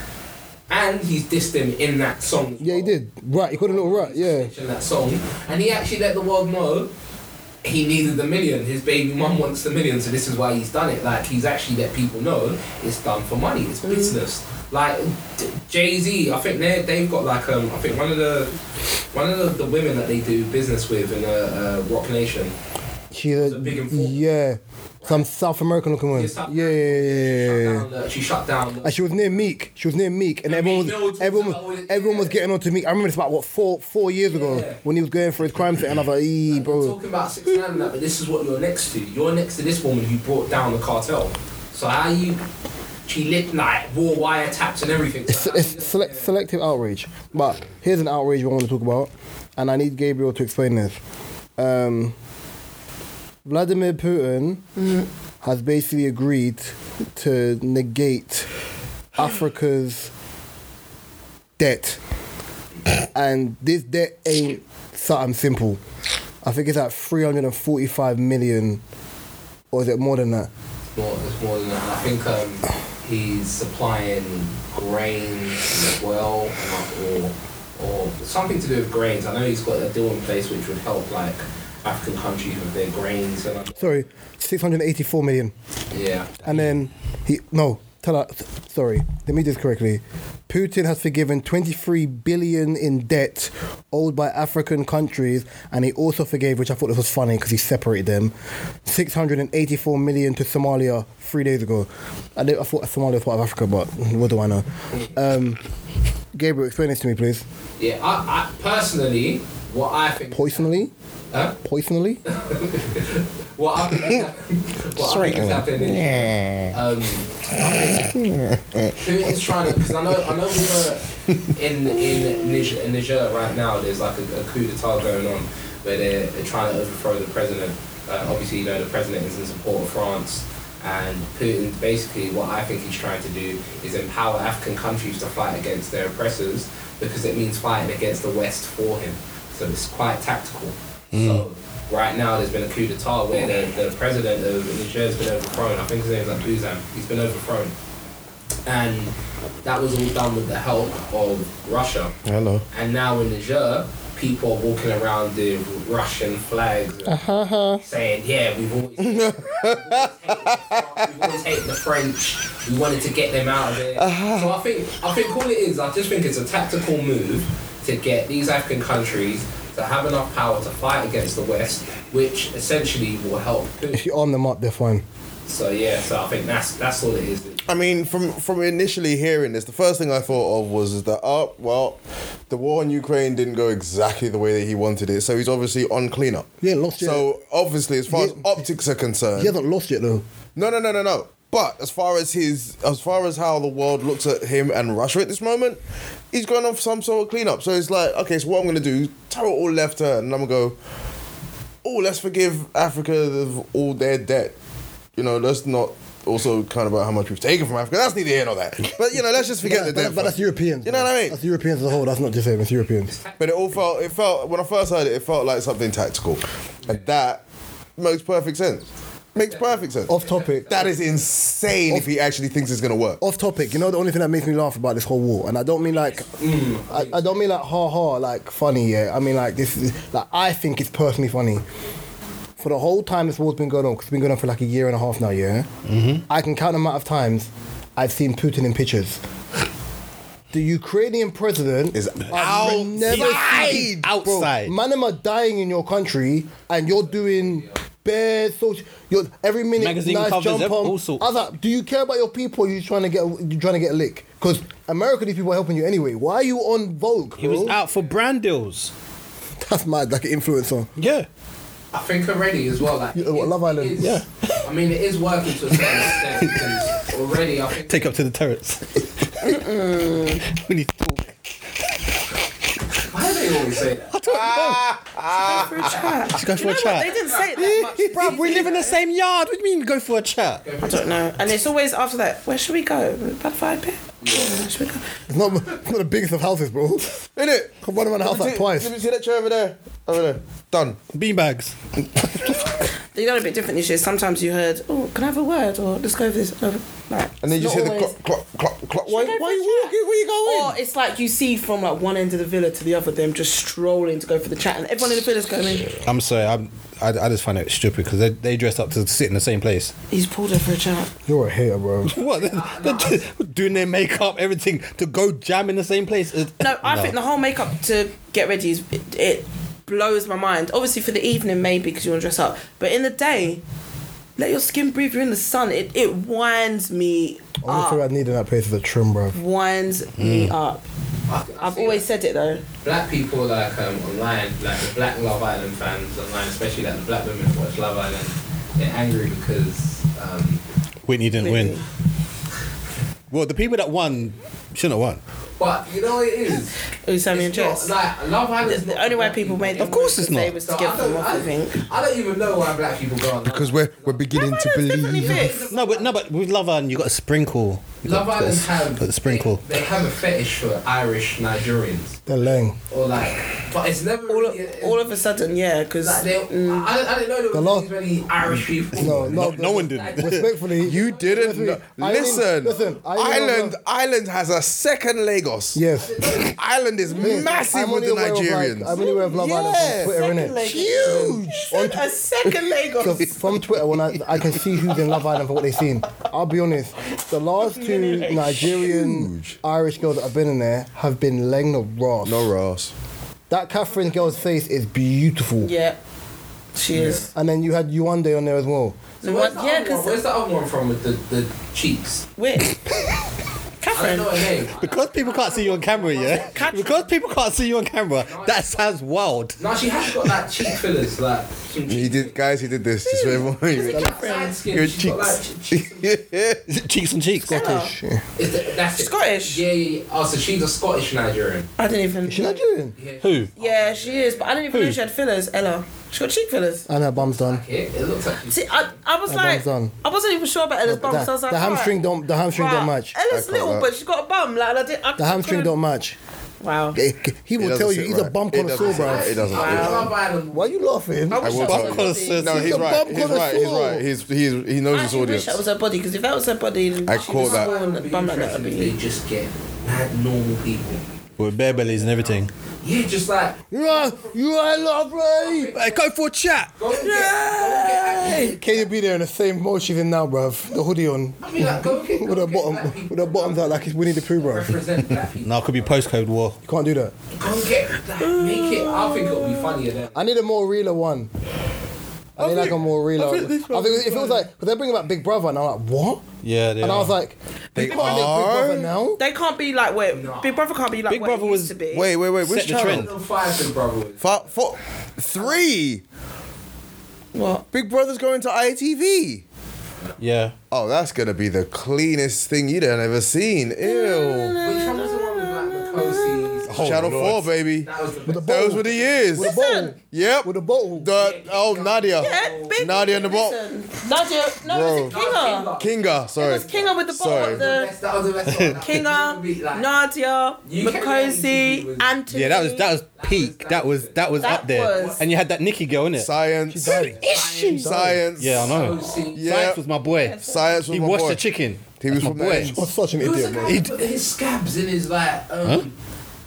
Speaker 5: And he's dissed him in that song. as
Speaker 1: Yeah, he
Speaker 5: well,
Speaker 1: did. Right, he got a little right. Yeah,
Speaker 5: In that song. And he actually let the world know he needed the million. His baby mum wants the million, so this is why he's done it. Like, he's actually let people know it's done for money, it's
Speaker 1: Mm.
Speaker 5: business. Like, Jay Z, I think they they've got like, um, I think one of the one of the, the women that they do business with in uh, uh, Rock Nation.
Speaker 1: she's
Speaker 5: a
Speaker 1: a,
Speaker 5: big and full.
Speaker 1: yeah, some South American looking woman.
Speaker 5: Yeah, South
Speaker 1: Yeah, yeah, yeah, yeah, yeah.
Speaker 5: Shut down the- She shut down. the-
Speaker 1: And she was near Meek. She was near Meek, and
Speaker 5: Yeah,
Speaker 1: everyone
Speaker 5: Meek Mill
Speaker 1: was
Speaker 5: talks
Speaker 1: everyone
Speaker 5: about all
Speaker 1: was
Speaker 5: this-
Speaker 1: everyone was
Speaker 5: yeah.
Speaker 1: getting onto Meek. I remember it's about what four four years ago
Speaker 5: Yeah.
Speaker 1: when he was going for his crime thing, and I was like, "Ee,
Speaker 5: We're
Speaker 1: bro."
Speaker 5: talking about six nine and that, but this is what you're next to. You're next to this woman who brought down the cartel. So how you? She lit like wore wiretaps and everything.
Speaker 1: It's,
Speaker 5: So how you-
Speaker 1: it's select, selective outrage. But here's an outrage I want to talk about, and I need Gabriel to explain this. Um, Vladimir Putin has basically agreed to negate Africa's debt, and this debt ain't something simple. I think it's at 345 million, or is it more than that?
Speaker 5: It's more, it's more than that. I think um, he's supplying grains as well, or or something to do with grains. I know he's got a deal in place which would help like African countries with their grains and
Speaker 1: Sorry, 684 million.
Speaker 5: yeah.
Speaker 1: And then he no tell her sorry. Let me do this correctly. Putin has forgiven 23 billion in debt owed by African countries, and he also forgave, which I thought this was funny because he separated them, 684 million to Somalia three days ago. I, did, I thought Somalia was part of Africa, but what do I know? Um, Gabriel, explain this to me, please.
Speaker 5: Yeah, I, I personally, what I think.
Speaker 1: Poisonally,
Speaker 5: Huh?
Speaker 1: poisonally.
Speaker 5: What I think, what I think is happening? Um, Putin's trying to because I know I know we were in in Niger, in Niger right now. There's like a, a coup d'état going on where they're, they're trying to overthrow the president. Uh, obviously, you know the president is in support of France, and Putin basically what I think he's trying to do is empower African countries to fight against their oppressors because it means fighting against the West for him. So it's quite tactical. So right now, there's been a coup d'état where the, the president of Niger has been overthrown. I think his name is like Bouzam. He's been overthrown and that was all done with the help of Russia.
Speaker 3: Hello.
Speaker 5: And now in Niger, people are walking around the Russian flags, saying, "Yeah, we've always, we've always, hated, we've always hated the French. We wanted to get them out of there." So I think I think all it is, I just think it's a tactical move to get these African countries to have enough power to fight against the West, which essentially will help. Putin.
Speaker 1: If you arm them up, they're fine.
Speaker 5: So yeah, so I think that's that's all it is.
Speaker 3: I mean, from from initially hearing this, the first thing I thought of was that oh well, the war in Ukraine didn't go exactly the way that he wanted it, so he's obviously on cleanup.
Speaker 1: Yeah, lost yet.
Speaker 3: So obviously, as far as
Speaker 1: Yeah.
Speaker 3: optics are concerned,
Speaker 1: He hasn't lost yet though.
Speaker 3: no, no, no, no, no. But as far as his, as far as how the world looks at him and Russia at this moment, he's going off some sort of cleanup. So it's like, okay, so what I'm going to do? Tarot all left turn, and I'm going to go. Oh, let's forgive Africa of all their debt. You know, let's not also kind of about how much we've taken from Africa. That's neither here nor there. But you know, let's just
Speaker 1: but,
Speaker 3: forget the
Speaker 1: but-
Speaker 3: debt.
Speaker 1: but that's
Speaker 3: first.
Speaker 1: Europeans.
Speaker 3: You know
Speaker 1: man.
Speaker 3: what I mean?
Speaker 1: That's Europeans as a whole. That's not just him. It's Europeans.
Speaker 3: But it all felt it felt when I first heard it, it felt like something tactical, and that makes perfect sense. Makes perfect sense.
Speaker 1: Off topic.
Speaker 3: That is insane if he actually thinks it's gonna work.
Speaker 1: Off topic. You know the only thing that makes me laugh about this whole war, and I don't mean like, I, I don't mean like ha ha like funny. Yeah, I mean like this. Is, like I think it's personally funny. For the whole time this war's been going on, 'cause it's been going on for like a year and a half now. Yeah, mm-hmm. I can count the amount of times I've seen Putin in pictures. The Ukrainian president
Speaker 3: Is
Speaker 1: I've never seen- Bro,
Speaker 4: outside.
Speaker 1: man, them are dying in your country, and you're doing bare social. You're every minute
Speaker 4: Magazine
Speaker 1: nice
Speaker 4: covers,
Speaker 1: jump
Speaker 4: ev-
Speaker 1: on.
Speaker 4: all sorts.
Speaker 1: I was like, Uh, do you care about your people? Or you trying to get you trying to get a lick? Because America, these people are helping you anyway. Why are you on Vogue? Bro?
Speaker 4: He was out for brand deals.
Speaker 1: That's mad, like an influencer.
Speaker 4: Yeah.
Speaker 5: I think already as well. Like,
Speaker 1: Yeah, what, Love Island?
Speaker 5: it's-
Speaker 1: Yeah.
Speaker 5: I mean, it is working to a certain extent because already I think.
Speaker 4: Take up to the turrets. we need to talk.
Speaker 5: Why do they always say that?
Speaker 2: for a chat.
Speaker 4: Let's go for
Speaker 2: You know
Speaker 4: a
Speaker 2: what? They
Speaker 4: chat.
Speaker 2: didn't say it that much.
Speaker 4: Bruv, we live in the same yard. What do you mean go for a chat?
Speaker 2: I don't know. And it's always after that, where should we go? Bad Fire Pit? Where should we go?
Speaker 1: It's not, it's not the biggest of houses, bro.
Speaker 3: In it.
Speaker 1: I've run around the house like twice.
Speaker 3: Did you see that chair over there? Over there. Done.
Speaker 4: Beanbags.
Speaker 2: They done a bit different this year. Sometimes you heard, oh, can I have a word? Or let's go for this. Like,
Speaker 3: And then you
Speaker 2: it's
Speaker 3: see
Speaker 2: not
Speaker 3: the
Speaker 2: always-
Speaker 3: clock, clock, clock, clock.
Speaker 2: Should
Speaker 3: Why,
Speaker 2: we go for
Speaker 3: why
Speaker 2: a
Speaker 3: you
Speaker 2: chat?
Speaker 3: walking? Where you going?
Speaker 2: Or it's like you see from like one end of the villa to the other, them just strolling to go for the chat, and everyone in the villa's going,
Speaker 4: I'm sorry. I'm, I, I just find it stupid because they, they dress up to sit in the same place.
Speaker 2: "He's pulled her for a chat."
Speaker 1: You're a hater, bro.
Speaker 4: What? They're just doing their makeup, everything to go jam in the same place. Uh, It-
Speaker 2: No, I think the whole makeup to get ready is it, it blows my mind. Obviously for the evening maybe because you want to dress up, but in the day, let your skin breathe. You're in the sun. It it winds me
Speaker 1: Only
Speaker 4: Ah.
Speaker 1: thing
Speaker 2: up.
Speaker 1: I need in that place is a trim, bro.
Speaker 2: Winds
Speaker 3: Hmm.
Speaker 2: me up.
Speaker 5: I, I
Speaker 2: I've
Speaker 5: see,
Speaker 2: always said it though.
Speaker 5: like, black people like um, online, like the black Love Island fans online, especially like the black women who watch Love Island, they're angry because um,
Speaker 4: Whitney didn't
Speaker 2: Whitney.
Speaker 4: win. Well, the people that won shouldn't have won.
Speaker 5: But you know what it is.
Speaker 2: Who's Sammy and
Speaker 5: It's not,
Speaker 2: Jess?
Speaker 5: like Love Island's
Speaker 2: The
Speaker 5: not
Speaker 2: only
Speaker 5: for
Speaker 2: way
Speaker 5: black
Speaker 2: people made them
Speaker 4: Of course
Speaker 2: was
Speaker 4: it's
Speaker 2: 'cause they
Speaker 4: not.
Speaker 2: was to
Speaker 5: So I
Speaker 2: give them
Speaker 5: don't-
Speaker 2: off.
Speaker 5: I-
Speaker 2: I think.
Speaker 5: I don't even know why black people go on.
Speaker 3: Because we're we're beginning to believe.
Speaker 4: No, but no, but with Love Island, you got a sprinkle. You
Speaker 5: Love
Speaker 4: got- you got a
Speaker 5: Island
Speaker 4: s-
Speaker 5: have
Speaker 4: got a sprinkle.
Speaker 5: They, they have a fetish for Irish Nigerians
Speaker 1: They're lang.
Speaker 5: or like, but it's never
Speaker 2: All,
Speaker 5: really,
Speaker 2: all of a sudden, yeah, mm. because
Speaker 5: Like they, I, I didn't know there
Speaker 1: The
Speaker 5: were
Speaker 1: law-
Speaker 5: these many Irish people.
Speaker 1: No,
Speaker 4: No,
Speaker 1: no,
Speaker 4: no one did.
Speaker 1: Respectfully,
Speaker 3: You didn't
Speaker 1: Listen,
Speaker 3: know.
Speaker 1: I only-
Speaker 3: listen.
Speaker 1: listen, I only
Speaker 3: Ireland.
Speaker 1: know-
Speaker 3: Ireland has a second Lagos.
Speaker 1: Yes.
Speaker 3: Ireland is massive
Speaker 1: I'm
Speaker 3: with
Speaker 1: only
Speaker 3: the
Speaker 1: aware of, like-
Speaker 3: Nigerians.
Speaker 1: I'm only aware of Love
Speaker 3: Yeah.
Speaker 1: Island from Twitter, innit?
Speaker 3: Huge.
Speaker 2: a second leg
Speaker 1: So
Speaker 2: off.
Speaker 1: from Twitter, when I, I can see who's in Love Island for what they've seen. I'll be honest, the last two Nigerian Irish girls that have been in there have been laying the raw.
Speaker 3: No Ross.
Speaker 1: That Catherine girl's face is beautiful.
Speaker 2: Yeah, she is.
Speaker 1: And then you had Yuande on there as well.
Speaker 2: So
Speaker 5: Where's,
Speaker 2: what-
Speaker 5: the
Speaker 2: yeah,
Speaker 5: other one- where's
Speaker 2: because
Speaker 5: the other one from with the, the cheeks?
Speaker 2: wait,
Speaker 5: I don't know
Speaker 2: Catherine.
Speaker 5: her name.
Speaker 4: Because people can't see you on camera, yeah.
Speaker 2: Catch-
Speaker 4: Because people can't see you on camera, that sounds wild.
Speaker 5: No, she has got like cheek fillers, like some
Speaker 3: He
Speaker 5: cheek-
Speaker 3: did, guys. He did this. Just wait for me.
Speaker 5: side skin.
Speaker 4: Your
Speaker 5: she's got, like, cheeks.
Speaker 4: Cheeks on cheeks.
Speaker 2: Oh,
Speaker 1: Scottish. Yeah.
Speaker 5: Is that, that's it.
Speaker 2: Scottish?
Speaker 5: Yeah, yeah, yeah. Oh, so she's a Scottish Nigerian.
Speaker 2: I didn't even.
Speaker 1: She Nigerian.
Speaker 4: Who?
Speaker 2: Yeah, she is, but I didn't even
Speaker 4: Who?
Speaker 2: know she had fillers. Ella, she got cheek fillers.
Speaker 1: And her bum's done.
Speaker 5: Yeah, it looks like she's.
Speaker 2: See, I, I was
Speaker 1: Her
Speaker 2: like,
Speaker 1: bum's done.
Speaker 2: I wasn't even sure about Ella's bum. so I
Speaker 1: The,
Speaker 2: was like,
Speaker 1: the hamstring don't.
Speaker 2: alright.
Speaker 1: The hamstring don't
Speaker 2: Bruh,
Speaker 1: match.
Speaker 2: Ella's
Speaker 3: can't
Speaker 2: little,
Speaker 3: lie.
Speaker 2: but she's got a bum. Like, I did, I
Speaker 1: The hamstring don't match.
Speaker 2: Wow.
Speaker 1: He
Speaker 3: It
Speaker 1: will
Speaker 3: doesn't
Speaker 1: tell you
Speaker 3: sit
Speaker 1: he's a
Speaker 3: right.
Speaker 1: bum
Speaker 3: It doesn't
Speaker 1: connoisseur,
Speaker 3: sit
Speaker 1: bro.
Speaker 3: right. It doesn't.
Speaker 5: I
Speaker 3: it doesn't.
Speaker 5: love Ireland.
Speaker 1: Why are you laughing?
Speaker 2: I wish
Speaker 3: will
Speaker 2: that
Speaker 3: tell
Speaker 2: was her
Speaker 3: you.
Speaker 2: body.
Speaker 3: No, he's
Speaker 1: a
Speaker 3: right.
Speaker 1: bum
Speaker 3: He's right. He's right. He's he's he knows
Speaker 2: I
Speaker 3: his
Speaker 2: actually wish that
Speaker 3: audience.
Speaker 2: was her body because if that was her body, then
Speaker 3: I
Speaker 2: she
Speaker 3: caught
Speaker 2: was
Speaker 3: that.
Speaker 2: born a
Speaker 5: It'd be
Speaker 2: bum like that.
Speaker 5: interesting
Speaker 2: That'd
Speaker 5: if
Speaker 2: be
Speaker 5: They just get mad normal people.
Speaker 4: With bare bellies and everything.
Speaker 5: Yeah, just like
Speaker 1: You are. You are lovely.
Speaker 4: Hey, go for a chat.
Speaker 5: go and get, go and get
Speaker 1: Hey, Can you be there in the same mode she's in now, bruv? The hoodie on.
Speaker 5: I mean, like, go and get,
Speaker 1: With her
Speaker 5: go and get black
Speaker 1: bottom,
Speaker 5: people
Speaker 1: with her bottoms out like it's Winnie the Pooh, bruv. You
Speaker 5: represent black people.
Speaker 4: No, it could be postcode war.
Speaker 1: can't do that.
Speaker 5: Go and get like, make it. I think it'll be funnier then.
Speaker 1: I need a more realer one. I need like a more real. I
Speaker 4: think
Speaker 1: think
Speaker 4: this one
Speaker 1: if it was like, but they're bringing back Big Brother, and I'm like, what?
Speaker 4: Yeah, they
Speaker 1: and I
Speaker 4: are.
Speaker 1: was like,
Speaker 4: They
Speaker 1: people like Big
Speaker 3: are?
Speaker 1: Brother now.
Speaker 2: They can't be like where
Speaker 5: No.
Speaker 2: Big Brother can't be like
Speaker 4: Big
Speaker 2: what
Speaker 4: Brother
Speaker 2: it
Speaker 4: was-
Speaker 2: used to be.
Speaker 3: Wait, wait, wait.
Speaker 4: Set
Speaker 3: Which
Speaker 4: the
Speaker 3: channel?
Speaker 4: trend.
Speaker 5: Little five Big Brother was.
Speaker 3: Fi- four- three.
Speaker 2: What?
Speaker 3: Big Brother's going to ITV.
Speaker 4: Yeah.
Speaker 3: Oh, that's gonna be the cleanest thing you'd ever seen. Ew.
Speaker 5: Which one was the one with like the Posey's?
Speaker 3: Channel Four, baby.
Speaker 5: That was the best.
Speaker 3: Those were the years.
Speaker 1: With a bottle.
Speaker 3: Yep.
Speaker 1: With a bottle.
Speaker 3: The- oh, Nadia.
Speaker 2: Yeah, eh, big
Speaker 3: Nadia and the ball.
Speaker 2: listen. Nadia, no,
Speaker 3: Bro.
Speaker 2: it was Kinga.
Speaker 3: Kinga. Sorry.
Speaker 2: It was Kinga with the bottle
Speaker 3: Sorry.
Speaker 2: of the
Speaker 5: Yes, that was the best one. That was the beat,
Speaker 2: Kinga,
Speaker 5: like-
Speaker 2: Nadia,
Speaker 5: You can't really
Speaker 2: Makosi,
Speaker 5: do-
Speaker 2: Anthony.
Speaker 4: Yeah, that was that was peak. That was that was
Speaker 2: That
Speaker 4: up there.
Speaker 2: was-
Speaker 4: And you had that Nikki girl in it.
Speaker 3: Science. Science.
Speaker 4: Yeah, I know.
Speaker 5: Posey.
Speaker 3: Yeah.
Speaker 4: Science was my boy.
Speaker 3: Science. Was
Speaker 4: He
Speaker 3: my
Speaker 4: washed
Speaker 3: boy.
Speaker 4: the chicken.
Speaker 3: He was
Speaker 4: That's my
Speaker 3: from there.
Speaker 4: boy.
Speaker 1: I'm such an
Speaker 5: It was a
Speaker 1: idiot,
Speaker 5: guy
Speaker 1: man.
Speaker 5: who put his scabs in his like um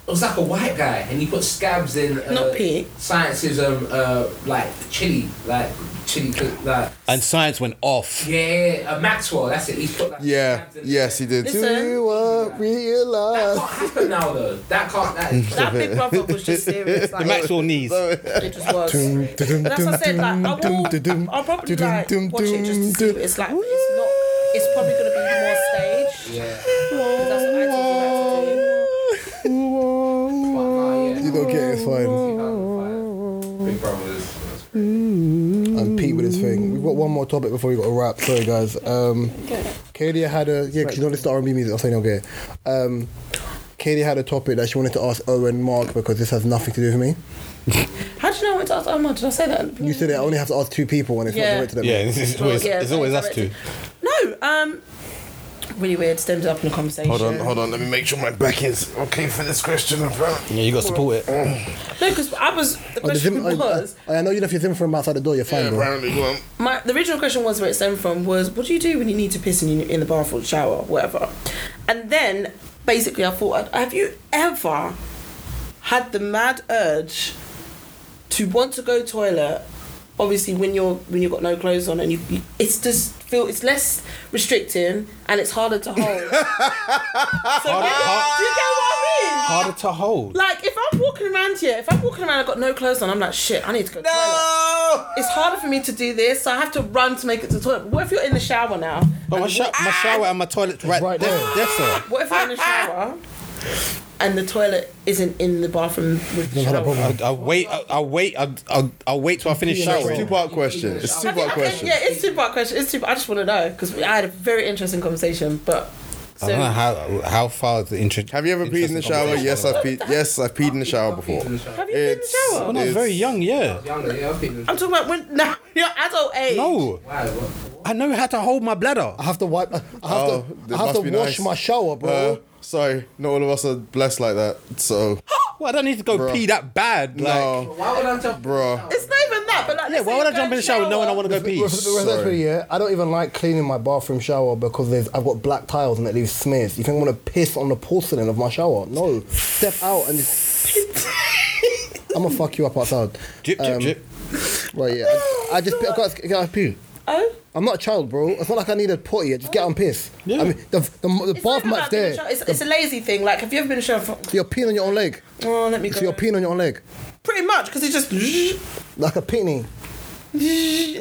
Speaker 5: it was like a white guy and he put scabs in uh,
Speaker 2: Not pig.
Speaker 5: science's um uh like chili like chili cook like
Speaker 4: And science went off.
Speaker 5: yeah uh, Maxwell that's it he put like
Speaker 3: Yeah.
Speaker 5: scabs in
Speaker 3: Yes, he did.
Speaker 2: Listen.
Speaker 1: Do you uh,
Speaker 5: that
Speaker 1: realize?
Speaker 5: can't happen now though that can't that
Speaker 3: Mm.
Speaker 2: That Big Brother was just serious. Like,
Speaker 4: The Maxwell knees.
Speaker 2: It just was. That's what I said. Like, I will, I'll probably like watch it just to see. What it's like, but it's not. It's probably gonna be more staged.
Speaker 5: yeah
Speaker 2: 'cause That's what I tend to like to do.
Speaker 5: but, uh, yeah
Speaker 1: You don't get it, it's fine.
Speaker 5: 2005, Big Brother was, was
Speaker 1: And Pete with his thing. We've got one more topic before we got to wrap. Sorry, guys. Um, Katie had a yeah. 'cause you know this is the R&B music. I'll say no okay. Um, Katie had a topic that she wanted to ask Owen Mark because this has nothing to do with me.
Speaker 2: How do you know I went to ask Omar? Did I say that? at the
Speaker 1: You
Speaker 2: beginning?
Speaker 1: said it only has to ask two people when it's
Speaker 2: Yeah.
Speaker 1: not directed at me.
Speaker 4: Yeah, it's always,
Speaker 2: Yeah,
Speaker 4: it's always us two.
Speaker 2: No. Um. Really weird. Stemmed up in a conversation.
Speaker 3: Hold on, hold on. Let me make sure my back is okay for this question.
Speaker 4: Yeah, you got to support it.
Speaker 2: No, because I was the
Speaker 1: Oh, the
Speaker 2: question
Speaker 1: Zim- I,
Speaker 2: was
Speaker 1: I, I know you left your Zim from outside the door. You're fine, bro.
Speaker 3: Apparently, go on.
Speaker 2: my the original question was where it stemmed from was what do you do when you need to piss in, you- in the bathroom shower whatever, and then basically I thought have you ever had the mad urge to want to go toilet obviously when you're when you've got no clothes on and you, you it's just feel it's less restricting and it's harder to hold. so when-
Speaker 4: har-
Speaker 2: Ah! do you get what I mean?
Speaker 4: Harder to hold.
Speaker 2: Like if I'm walking around here, if I'm walking around, I've got no clothes on. I'm like, shit, I need to go. No. It's harder for me to do this, so I have to run to make it to the toilet. But what if you're in the shower now?
Speaker 4: But my, sho- my shower and my toilet right,
Speaker 1: Right
Speaker 4: there.
Speaker 1: there.
Speaker 4: That's all.
Speaker 2: What if you're in the shower and the toilet isn't in the bathroom with the
Speaker 1: Never had that
Speaker 2: shower?
Speaker 1: problem.
Speaker 4: I, I wait. I, I wait. I, I, I wait till I finish
Speaker 3: Two
Speaker 4: showering.
Speaker 3: part question. It's two
Speaker 2: I think-
Speaker 3: part
Speaker 2: I think-
Speaker 3: question.
Speaker 2: Yeah, it's two part question. It's two. I just want to know because I had a very interesting conversation, but so
Speaker 4: I don't know how how far the interest.
Speaker 3: Have you ever peed in the shower? Yes, I've peed. Yes, I've peed in the shower before.
Speaker 5: in the shower.
Speaker 2: have you been in
Speaker 3: It's-
Speaker 2: the shower?
Speaker 4: When I was very young, yeah.
Speaker 5: Younger, yeah, I've been in the
Speaker 2: I'm talking about when no, your adult age.
Speaker 4: No,
Speaker 5: Wow, what?
Speaker 4: I know how to hold my bladder.
Speaker 1: I have to wipe. I have
Speaker 3: Oh,
Speaker 1: to.
Speaker 3: that
Speaker 1: I have
Speaker 3: must
Speaker 1: to
Speaker 3: be
Speaker 1: wash
Speaker 3: nice.
Speaker 1: my shower, bro.
Speaker 3: Uh, sorry, not all of us are blessed like that. So,
Speaker 4: Well, I don't need to go
Speaker 3: Bruh.
Speaker 4: pee that bad. Like,
Speaker 3: no,
Speaker 5: Why would I jump?
Speaker 3: bruh.
Speaker 2: It's not even that. But like,
Speaker 4: yeah. Why would I jump in the shower knowing I want to go pee?
Speaker 1: Well, for the rest of the
Speaker 3: Sorry.
Speaker 1: year, I don't even like cleaning my bathroom shower because there's, I've got black tiles and it leaves smears. You think I want to piss on the porcelain of my shower? No, step out and just. I'm gonna fuck you up outside.
Speaker 4: Jip,
Speaker 3: Um,
Speaker 4: jip, jip.
Speaker 1: Right, yeah. I, I just I got to get out of pee.
Speaker 2: Oh.
Speaker 1: I'm not a child, bro. It's not like I need a potty. I just get out and piss.
Speaker 4: Yeah.
Speaker 1: I mean, the the, the
Speaker 2: It's
Speaker 1: bath mat's
Speaker 2: not about being in
Speaker 1: there.
Speaker 2: the shower. It's, it's a lazy thing. Like, have you ever been in the shower? For,
Speaker 1: You're peeing on your own leg.
Speaker 2: oh, let me go.
Speaker 1: So you're peeing on your own leg,
Speaker 2: Pretty much, because it's just.
Speaker 1: like a picnic.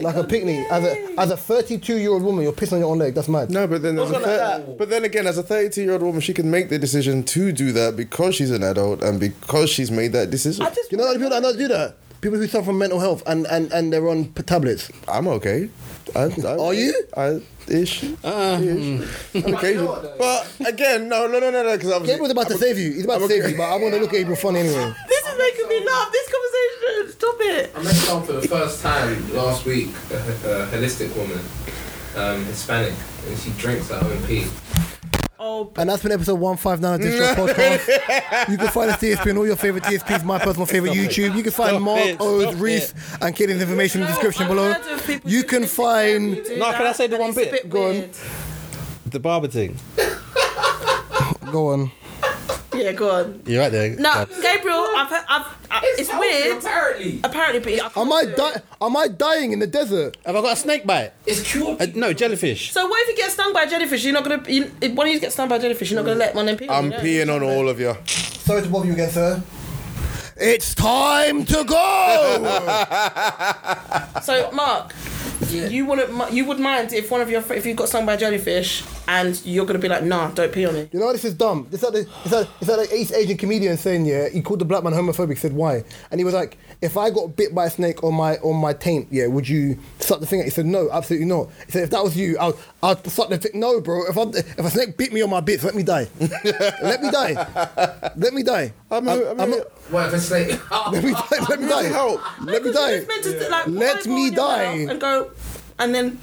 Speaker 1: Like a picnic. As a as a 32 year old woman, you're pissing on your own leg. That's mad.
Speaker 3: No, but then there's a thir- but then again, as a 32 year old woman, she can make the decision to do that because she's an adult and because she's made that decision.
Speaker 2: I just.
Speaker 1: You know the people that don't do that? People who suffer from mental health and, and, and they're on p- tablets.
Speaker 3: I'm okay. I, I,
Speaker 1: Are you?
Speaker 3: I ish. Uh, ish. On occasion. But again, no, no, no, no, no. Because I was
Speaker 1: Gabriel's about to save you. He's about to save you, but I want to look at Gabriel funny anyway.
Speaker 2: This is making me laugh. This conversation. Stop it.
Speaker 5: I met someone for the first time last week, a, a holistic woman, um, Hispanic, and she drinks at home pee.
Speaker 2: Oh,
Speaker 1: And that's been episode 159 of this podcast. You can find us E TSP on all your favorite TSPs, my personal favorite YouTube. You can find
Speaker 4: Stop
Speaker 1: Mark,
Speaker 4: it, stop
Speaker 1: O's,
Speaker 4: it.
Speaker 1: Reese, and Kaden's information in the
Speaker 2: No,
Speaker 1: description
Speaker 2: I've
Speaker 1: below.
Speaker 2: heard of people
Speaker 1: You
Speaker 2: do
Speaker 1: can
Speaker 2: this,
Speaker 1: find.
Speaker 2: you do
Speaker 4: No, can I
Speaker 2: that,
Speaker 4: say the
Speaker 2: and
Speaker 4: one
Speaker 2: it's
Speaker 4: bit?
Speaker 2: a bit
Speaker 1: Go on.
Speaker 2: weird.
Speaker 4: The barber thing.
Speaker 1: Go on.
Speaker 2: Yeah, go on.
Speaker 4: You're right there.
Speaker 2: No,
Speaker 4: Dad.
Speaker 2: Gabriel, I've, heard- I've, I, it's,
Speaker 5: healthy,
Speaker 2: weird.
Speaker 5: Apparently,
Speaker 2: Apparently, but I can't
Speaker 1: Am I,
Speaker 2: do it.
Speaker 1: di- am I dying in the desert?
Speaker 4: Have I got a snake bite?
Speaker 5: it's cure.
Speaker 4: Uh, no, jellyfish.
Speaker 2: So what if you get stung by a jellyfish? You're not gonna. You, if one of you gets stung by a jellyfish, you're not gonna let one of them pee. on
Speaker 3: I'm
Speaker 2: you, no?
Speaker 3: peeing on all of you.
Speaker 1: Sorry to bother you again, sir. It's time to go.
Speaker 2: So, Mark, you wouldn't, mi- you would mind if one of your, fr- if you got stung by a jellyfish, and you're gonna be like, nah, don't pee on me.
Speaker 1: you know what, this is dumb. It's like the it's like, it's like the East Asian comedian saying yeah he called the black man homophobic. Said why? And he was like, if I got bit by a snake on my on my taint, yeah, would you suck the thing? out?" He said no, absolutely not. He said if that was you, I'd I'd suck the thing. No, bro. If I if a snake bit me on my bits, let me die. let me die. Let me die.
Speaker 3: I'm- I'm-
Speaker 1: not-
Speaker 5: What if it's like,
Speaker 1: Let me die. Let me die.
Speaker 3: help.
Speaker 1: Let me
Speaker 2: Because
Speaker 1: die.
Speaker 2: you're just meant to, like,
Speaker 1: Let
Speaker 2: eyeball
Speaker 1: me
Speaker 2: in your mouth
Speaker 1: die.
Speaker 2: And go, and then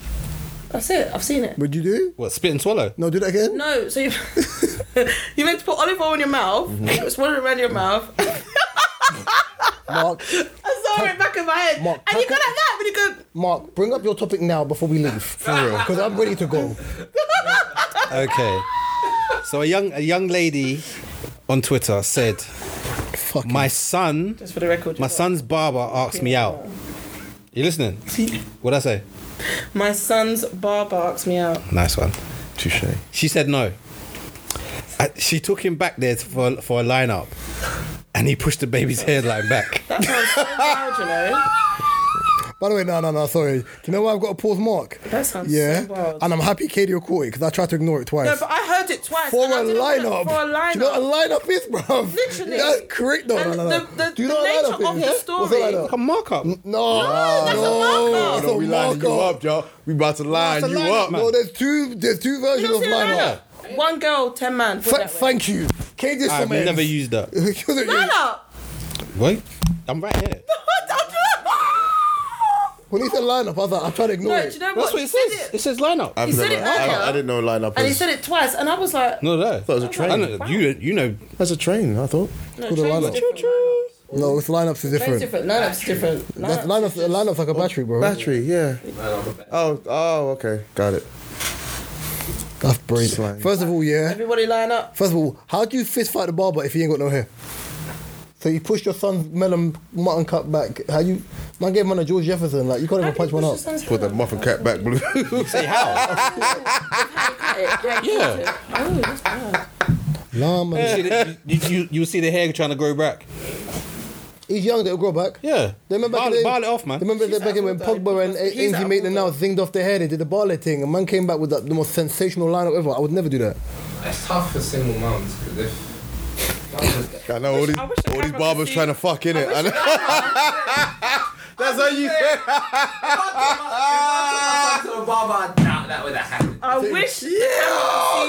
Speaker 2: that's it. I've seen it.
Speaker 1: Would you do?
Speaker 4: What, spit and swallow?
Speaker 1: No, do that again.
Speaker 2: No, so you you meant to put olive oil in your mouth,
Speaker 4: Mm-hmm.
Speaker 2: swallow it around your mouth.
Speaker 1: Mark,
Speaker 2: I saw it back in my head,
Speaker 1: Mark,
Speaker 2: and you
Speaker 1: pack
Speaker 2: go like
Speaker 1: it-
Speaker 2: that, but you go.
Speaker 1: Mark, bring up your topic now before we leave. For
Speaker 4: real.
Speaker 1: Because I'm ready to go.
Speaker 4: Okay. So a young a young lady on Twitter said,
Speaker 1: Fuck.
Speaker 4: "My son,
Speaker 2: Just for the record,
Speaker 4: my
Speaker 2: you're
Speaker 4: son's barber asked me out." You listening? What I say?
Speaker 2: not- my son's barber asked me out.
Speaker 4: Nice one.
Speaker 3: Touche.
Speaker 4: She said no. I, she took him back there for for a lineup, and he pushed the baby's hairline back.
Speaker 2: That sounds so wild, you know.
Speaker 1: By the way, no, no, no, sorry. Do you know why I've got to pause Mark?
Speaker 2: That sounds
Speaker 1: Yeah.
Speaker 2: so wild.
Speaker 1: and I'm happy Katie caught it because I tried to ignore it twice.
Speaker 2: No, but I heard it twice.
Speaker 1: for,
Speaker 2: and I
Speaker 1: a
Speaker 2: didn't want it-
Speaker 1: lineup.
Speaker 2: For a lineup.
Speaker 1: Do you know what a lineup is, bro?
Speaker 2: Literally.
Speaker 1: That's correct, no,
Speaker 2: And
Speaker 1: no, no, no.
Speaker 2: the- the-
Speaker 1: Do you
Speaker 2: the
Speaker 1: know what a
Speaker 2: nature
Speaker 1: lineup
Speaker 2: of
Speaker 1: is?
Speaker 2: the
Speaker 1: What's a
Speaker 2: story-
Speaker 1: lineup?
Speaker 4: A markup.
Speaker 1: No, no,
Speaker 2: that's a markup.
Speaker 1: that's
Speaker 3: No, we
Speaker 1: a
Speaker 3: lining you
Speaker 1: markup.
Speaker 3: up, y'all. We about to line
Speaker 4: That's a
Speaker 3: you
Speaker 4: lineup,
Speaker 3: up.
Speaker 4: man.
Speaker 1: No, there's two. There's two
Speaker 2: You
Speaker 1: versions
Speaker 2: don't
Speaker 1: of
Speaker 2: see a
Speaker 1: lineup.
Speaker 2: lineup. One girl, ten man. put it
Speaker 1: Th-
Speaker 2: that way.
Speaker 1: thank you. Katie just
Speaker 4: I've never used that.
Speaker 2: Lineup.
Speaker 4: Wait, I'm right here.
Speaker 2: What? I'm trying-
Speaker 1: When he said lineup, I was like, I'm trying to ignore
Speaker 2: No, do
Speaker 1: it.
Speaker 2: you know
Speaker 4: That's
Speaker 2: what?
Speaker 4: what
Speaker 2: He
Speaker 4: it
Speaker 2: said
Speaker 4: says.
Speaker 2: it.
Speaker 4: It says lineup.
Speaker 3: I've
Speaker 2: He said
Speaker 3: never-
Speaker 2: it
Speaker 3: I,
Speaker 2: earlier.
Speaker 3: I didn't know lineup.
Speaker 2: And he
Speaker 3: was-
Speaker 2: said it twice, and I was like,
Speaker 4: No,
Speaker 3: thought
Speaker 4: no.
Speaker 3: it was a
Speaker 4: I
Speaker 3: train.
Speaker 4: know, you you know
Speaker 3: That's a train. I thought.
Speaker 2: no,
Speaker 1: Called a
Speaker 2: train's
Speaker 1: lineup.
Speaker 2: different.
Speaker 1: No, it's lineups is
Speaker 2: Train's
Speaker 1: different.
Speaker 2: different. Lineup's different.
Speaker 1: That's
Speaker 2: Lineup's
Speaker 1: lineups. Lineups like a battery, bro.
Speaker 3: Battery. Yeah. Oh. Oh. Okay. Got it.
Speaker 1: That's
Speaker 3: Slang.
Speaker 1: brilliant. First of all, yeah.
Speaker 2: Everybody line up.
Speaker 1: First of all, how do you fist fight the barber if he ain't got no hair? So you push your son's melon mutton cut back. How you? Man gave man a George Jefferson. Like you can't even punch one up.
Speaker 3: Put the muffin cap back blue.
Speaker 4: say how. Yeah.
Speaker 2: Oh, that's bad.
Speaker 1: Llama.
Speaker 3: Uh,
Speaker 4: You, see the, you, you, you see the hair trying to grow back.
Speaker 1: He's young. They'll grow back.
Speaker 4: Yeah.
Speaker 1: They remember
Speaker 4: Bile-
Speaker 1: they,
Speaker 4: bile it off, man.
Speaker 1: They remember
Speaker 2: He's
Speaker 1: they back in when
Speaker 2: out of order.
Speaker 1: Pogba and
Speaker 2: He's out
Speaker 1: Ainsley
Speaker 2: of
Speaker 1: Maitland now
Speaker 2: order.
Speaker 1: zinged off their hair. They did the barley thing, and man came back with that, the most sensational lineup ever. I would never do that.
Speaker 5: it's tough for single mums because if.
Speaker 3: I know all these,
Speaker 2: I wish the
Speaker 3: all these
Speaker 2: camera could
Speaker 3: barbers
Speaker 2: see-
Speaker 3: trying to fuck in it.
Speaker 2: I
Speaker 3: I
Speaker 2: wish
Speaker 3: know. That's how you say.
Speaker 5: I took my son to the barber, I doubt that would have happened.
Speaker 2: I wish. Yeah. All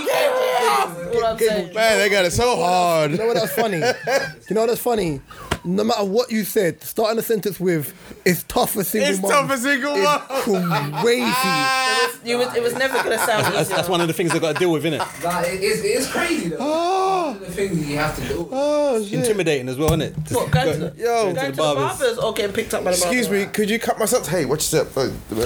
Speaker 2: I'm saying.
Speaker 3: Man, they got it so hard.
Speaker 1: You know what that's funny? you know what that's funny? No matter what you said, starting a sentence with "It's tough for single
Speaker 3: It's
Speaker 1: moms
Speaker 3: tough for single mom.
Speaker 1: is crazy.
Speaker 2: It was, you was, it was never gonna sound
Speaker 4: That's, that's one of the things they got to deal with, innit?
Speaker 5: Like, it is, it is crazy though.
Speaker 3: Ah.
Speaker 4: Ah.
Speaker 5: Oh. The things that you have to do.
Speaker 3: Oh shit.
Speaker 4: Intimidating as well, innit? Just
Speaker 2: What, going to the-
Speaker 3: Yo.
Speaker 2: Going to the
Speaker 4: barbers.
Speaker 2: barbers or getting picked up by the
Speaker 3: Excuse me.
Speaker 2: barber?
Speaker 3: Could you cut myself? Hey, what's up? Uh,
Speaker 1: I'm, no,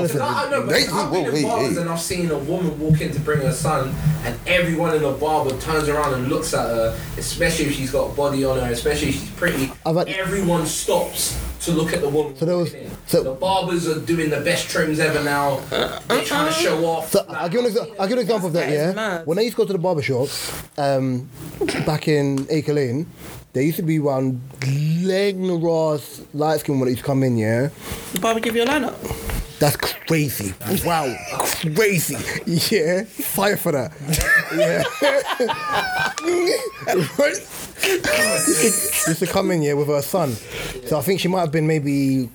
Speaker 1: listen.
Speaker 5: No, I know, but
Speaker 3: Hey,
Speaker 5: I've
Speaker 3: whoa,
Speaker 5: been
Speaker 3: hey,
Speaker 5: in bars
Speaker 3: hey.
Speaker 5: and I've seen a woman walk in to bring her son, and everyone in the barber turns around and looks at her, especially if she's got a body on her, especially if she's pretty.
Speaker 1: I've had-
Speaker 5: everyone stops to look at the woman.
Speaker 1: So there was-
Speaker 5: walking in.
Speaker 1: so-
Speaker 5: the barbers are doing the best trims ever now. They're trying to show off.
Speaker 1: So I'll give, an exa- I'll give an example of that,
Speaker 2: That is
Speaker 1: yeah?
Speaker 2: mad.
Speaker 1: When I used to go to the barber shop um, back in Acre Lane, there used to be one leg Ross light skin when that used to come in, yeah?
Speaker 2: The barber give you a lineup.
Speaker 1: That's crazy. Wow. crazy. Yeah. Fire for that. Yeah. right? used to come in here with her son. So I think she might have been maybe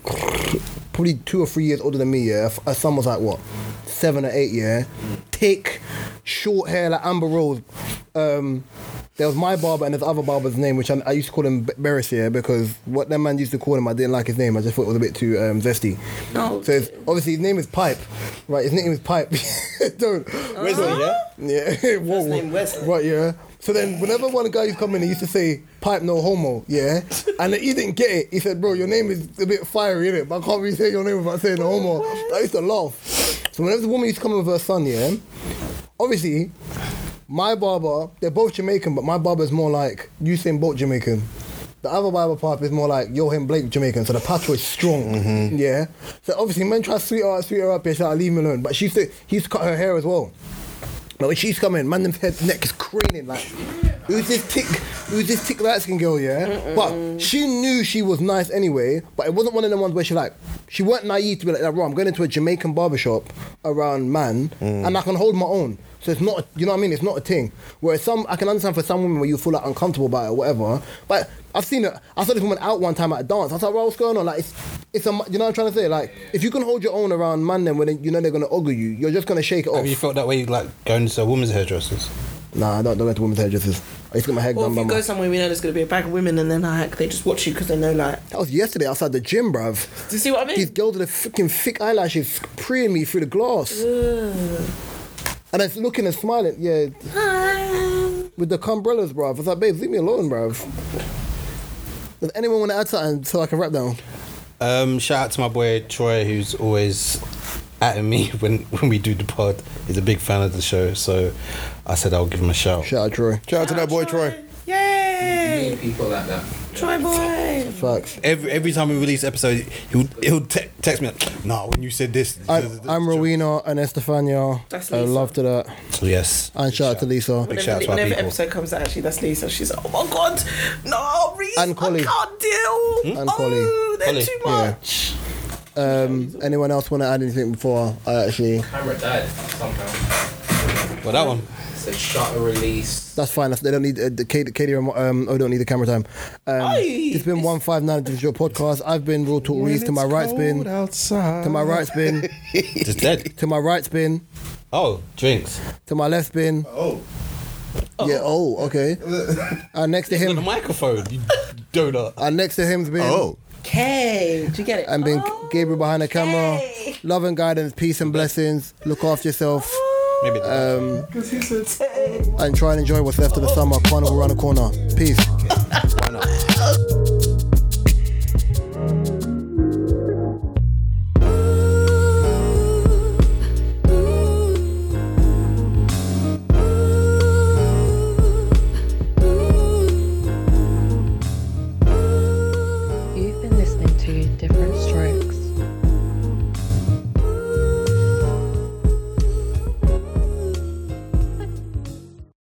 Speaker 1: probably two or three years older than me, yeah. Her- Her son was like what? Seven or eight, yeah. Thick, short hair like Amber Rose. Um there was my barber and there's other barber's name, which I, I used to call him Be- Beres, yeah, because what that man used to call him, I didn't like his name. I just thought it was a bit too um, zesty.
Speaker 2: No.
Speaker 1: So it's, obviously his name is Pipe, right? His name is Pipe. Don't.
Speaker 4: Wesley, yeah?
Speaker 1: Yeah. Whoa.
Speaker 2: name Wesley.
Speaker 1: Right. Yeah. So then, whenever one guy used to come in, he used to say "pipe no homo," yeah, and he didn't get it. He said, "Bro, your name is a bit fiery, innit? But I can't really say your name without saying no homo." I used to laugh. So whenever the woman used to come in with her son, yeah, obviously, my barber, they're both Jamaican, but my barber's more like Usain Bolt Jamaican. The other barber pipe is more like Johan Blake Jamaican, so the patro is strong.
Speaker 2: Mm-hmm.
Speaker 1: Yeah. So obviously, men try to sweet her up, sweet her up, yeah, she's like, leave me alone. But she used to, he used to cut her hair as well. But when she's coming, man, them head neck is craning like. Who's this tick? Who's this tick light skin girl? Yeah, but she knew she was nice anyway. But it wasn't one of the ones where she like she weren't naive to be like, "Right, I'm going into a Jamaican barbershop around man, and I can hold my own." So it's not, you know what I mean? It's not a thing. Whereas some, I can understand for some women where you feel like uncomfortable about it or whatever. But I've seen it. I saw this woman out one time at a dance. I was like, well, what's going on? Like, it's, it's a, you know what I'm trying to say? Like, if you can hold your own around man, then when they- you know they're gonna ogle you, you're just gonna shake it off.
Speaker 4: Have you felt that way, like going to a woman's hairdressers?
Speaker 1: Nah, I don't, don't go to women's hairdressers. I used to get my hair
Speaker 2: Or
Speaker 1: done
Speaker 2: if
Speaker 1: by
Speaker 2: you
Speaker 1: my.
Speaker 2: go somewhere we know there's going to be a bag of women and then like they just watch you because they know like.
Speaker 1: That was yesterday outside the gym, bruv.
Speaker 2: Do you see what I
Speaker 1: These
Speaker 2: mean?
Speaker 1: girls with the freaking thick eyelashes preying me through the glass. And I was looking and smiling, yeah, with the umbrellas, bruv. I was like, babe, leave me alone, bruv. Does anyone want to add something so I can wrap down?
Speaker 4: Um, shout out to my boy Troy, who's always at me when, when we do the pod. He's a big fan of the show, so I said I'll give him a shout.
Speaker 1: Shout out Troy.
Speaker 3: Shout out to that boy Troy.
Speaker 2: Yay!
Speaker 5: Need people like that.
Speaker 2: Try boy.
Speaker 1: Facts.
Speaker 4: Every every time we release episode, he'll he'll te- text me. Like, nah, when you said this,
Speaker 1: I'm, I'm Rowena and Estefania.
Speaker 2: That's
Speaker 1: I
Speaker 2: Lisa.
Speaker 1: love to that.
Speaker 4: yes.
Speaker 1: And shout out to Lisa.
Speaker 4: Big
Speaker 2: Whenever,
Speaker 4: shout out to our
Speaker 2: whenever
Speaker 4: people.
Speaker 2: episode comes out, actually, that's Lisa. She's like, oh my god, no, Reese,
Speaker 1: And Collie.
Speaker 2: I can't deal.
Speaker 1: And
Speaker 2: oh,
Speaker 1: Collie.
Speaker 2: they're
Speaker 4: Collie.
Speaker 2: too
Speaker 1: Yeah.
Speaker 2: much.
Speaker 1: Um, anyone else want to add anything before I actually?
Speaker 5: Camera died somehow.
Speaker 4: Well, that one.
Speaker 5: It's a shutter release.
Speaker 1: That's fine. That's, they don't need uh, the Katie, Katie and um, oh, don't need the camera time. Um,
Speaker 2: Aye.
Speaker 1: it's been one five nine your podcast. I've been Raw Talk Reese to my right's been
Speaker 3: outside.
Speaker 1: to my right's been
Speaker 4: It's dead.
Speaker 1: to my right's been
Speaker 4: Oh, drinks.
Speaker 1: to my left's been.
Speaker 3: Oh,
Speaker 1: Yeah. Oh, okay. And next to
Speaker 4: On the
Speaker 1: him,
Speaker 4: microphone, you donut.
Speaker 1: and next to him's been.
Speaker 3: oh.
Speaker 2: Okay, do you get it?
Speaker 1: and being
Speaker 2: Oh,
Speaker 1: Gabriel behind the camera.
Speaker 2: okay.
Speaker 1: Love and guidance, peace and blessings. Look after yourself
Speaker 4: Maybe.
Speaker 2: Oh.
Speaker 1: and try and enjoy what's left of the summer. Carnival around the corner. Peace.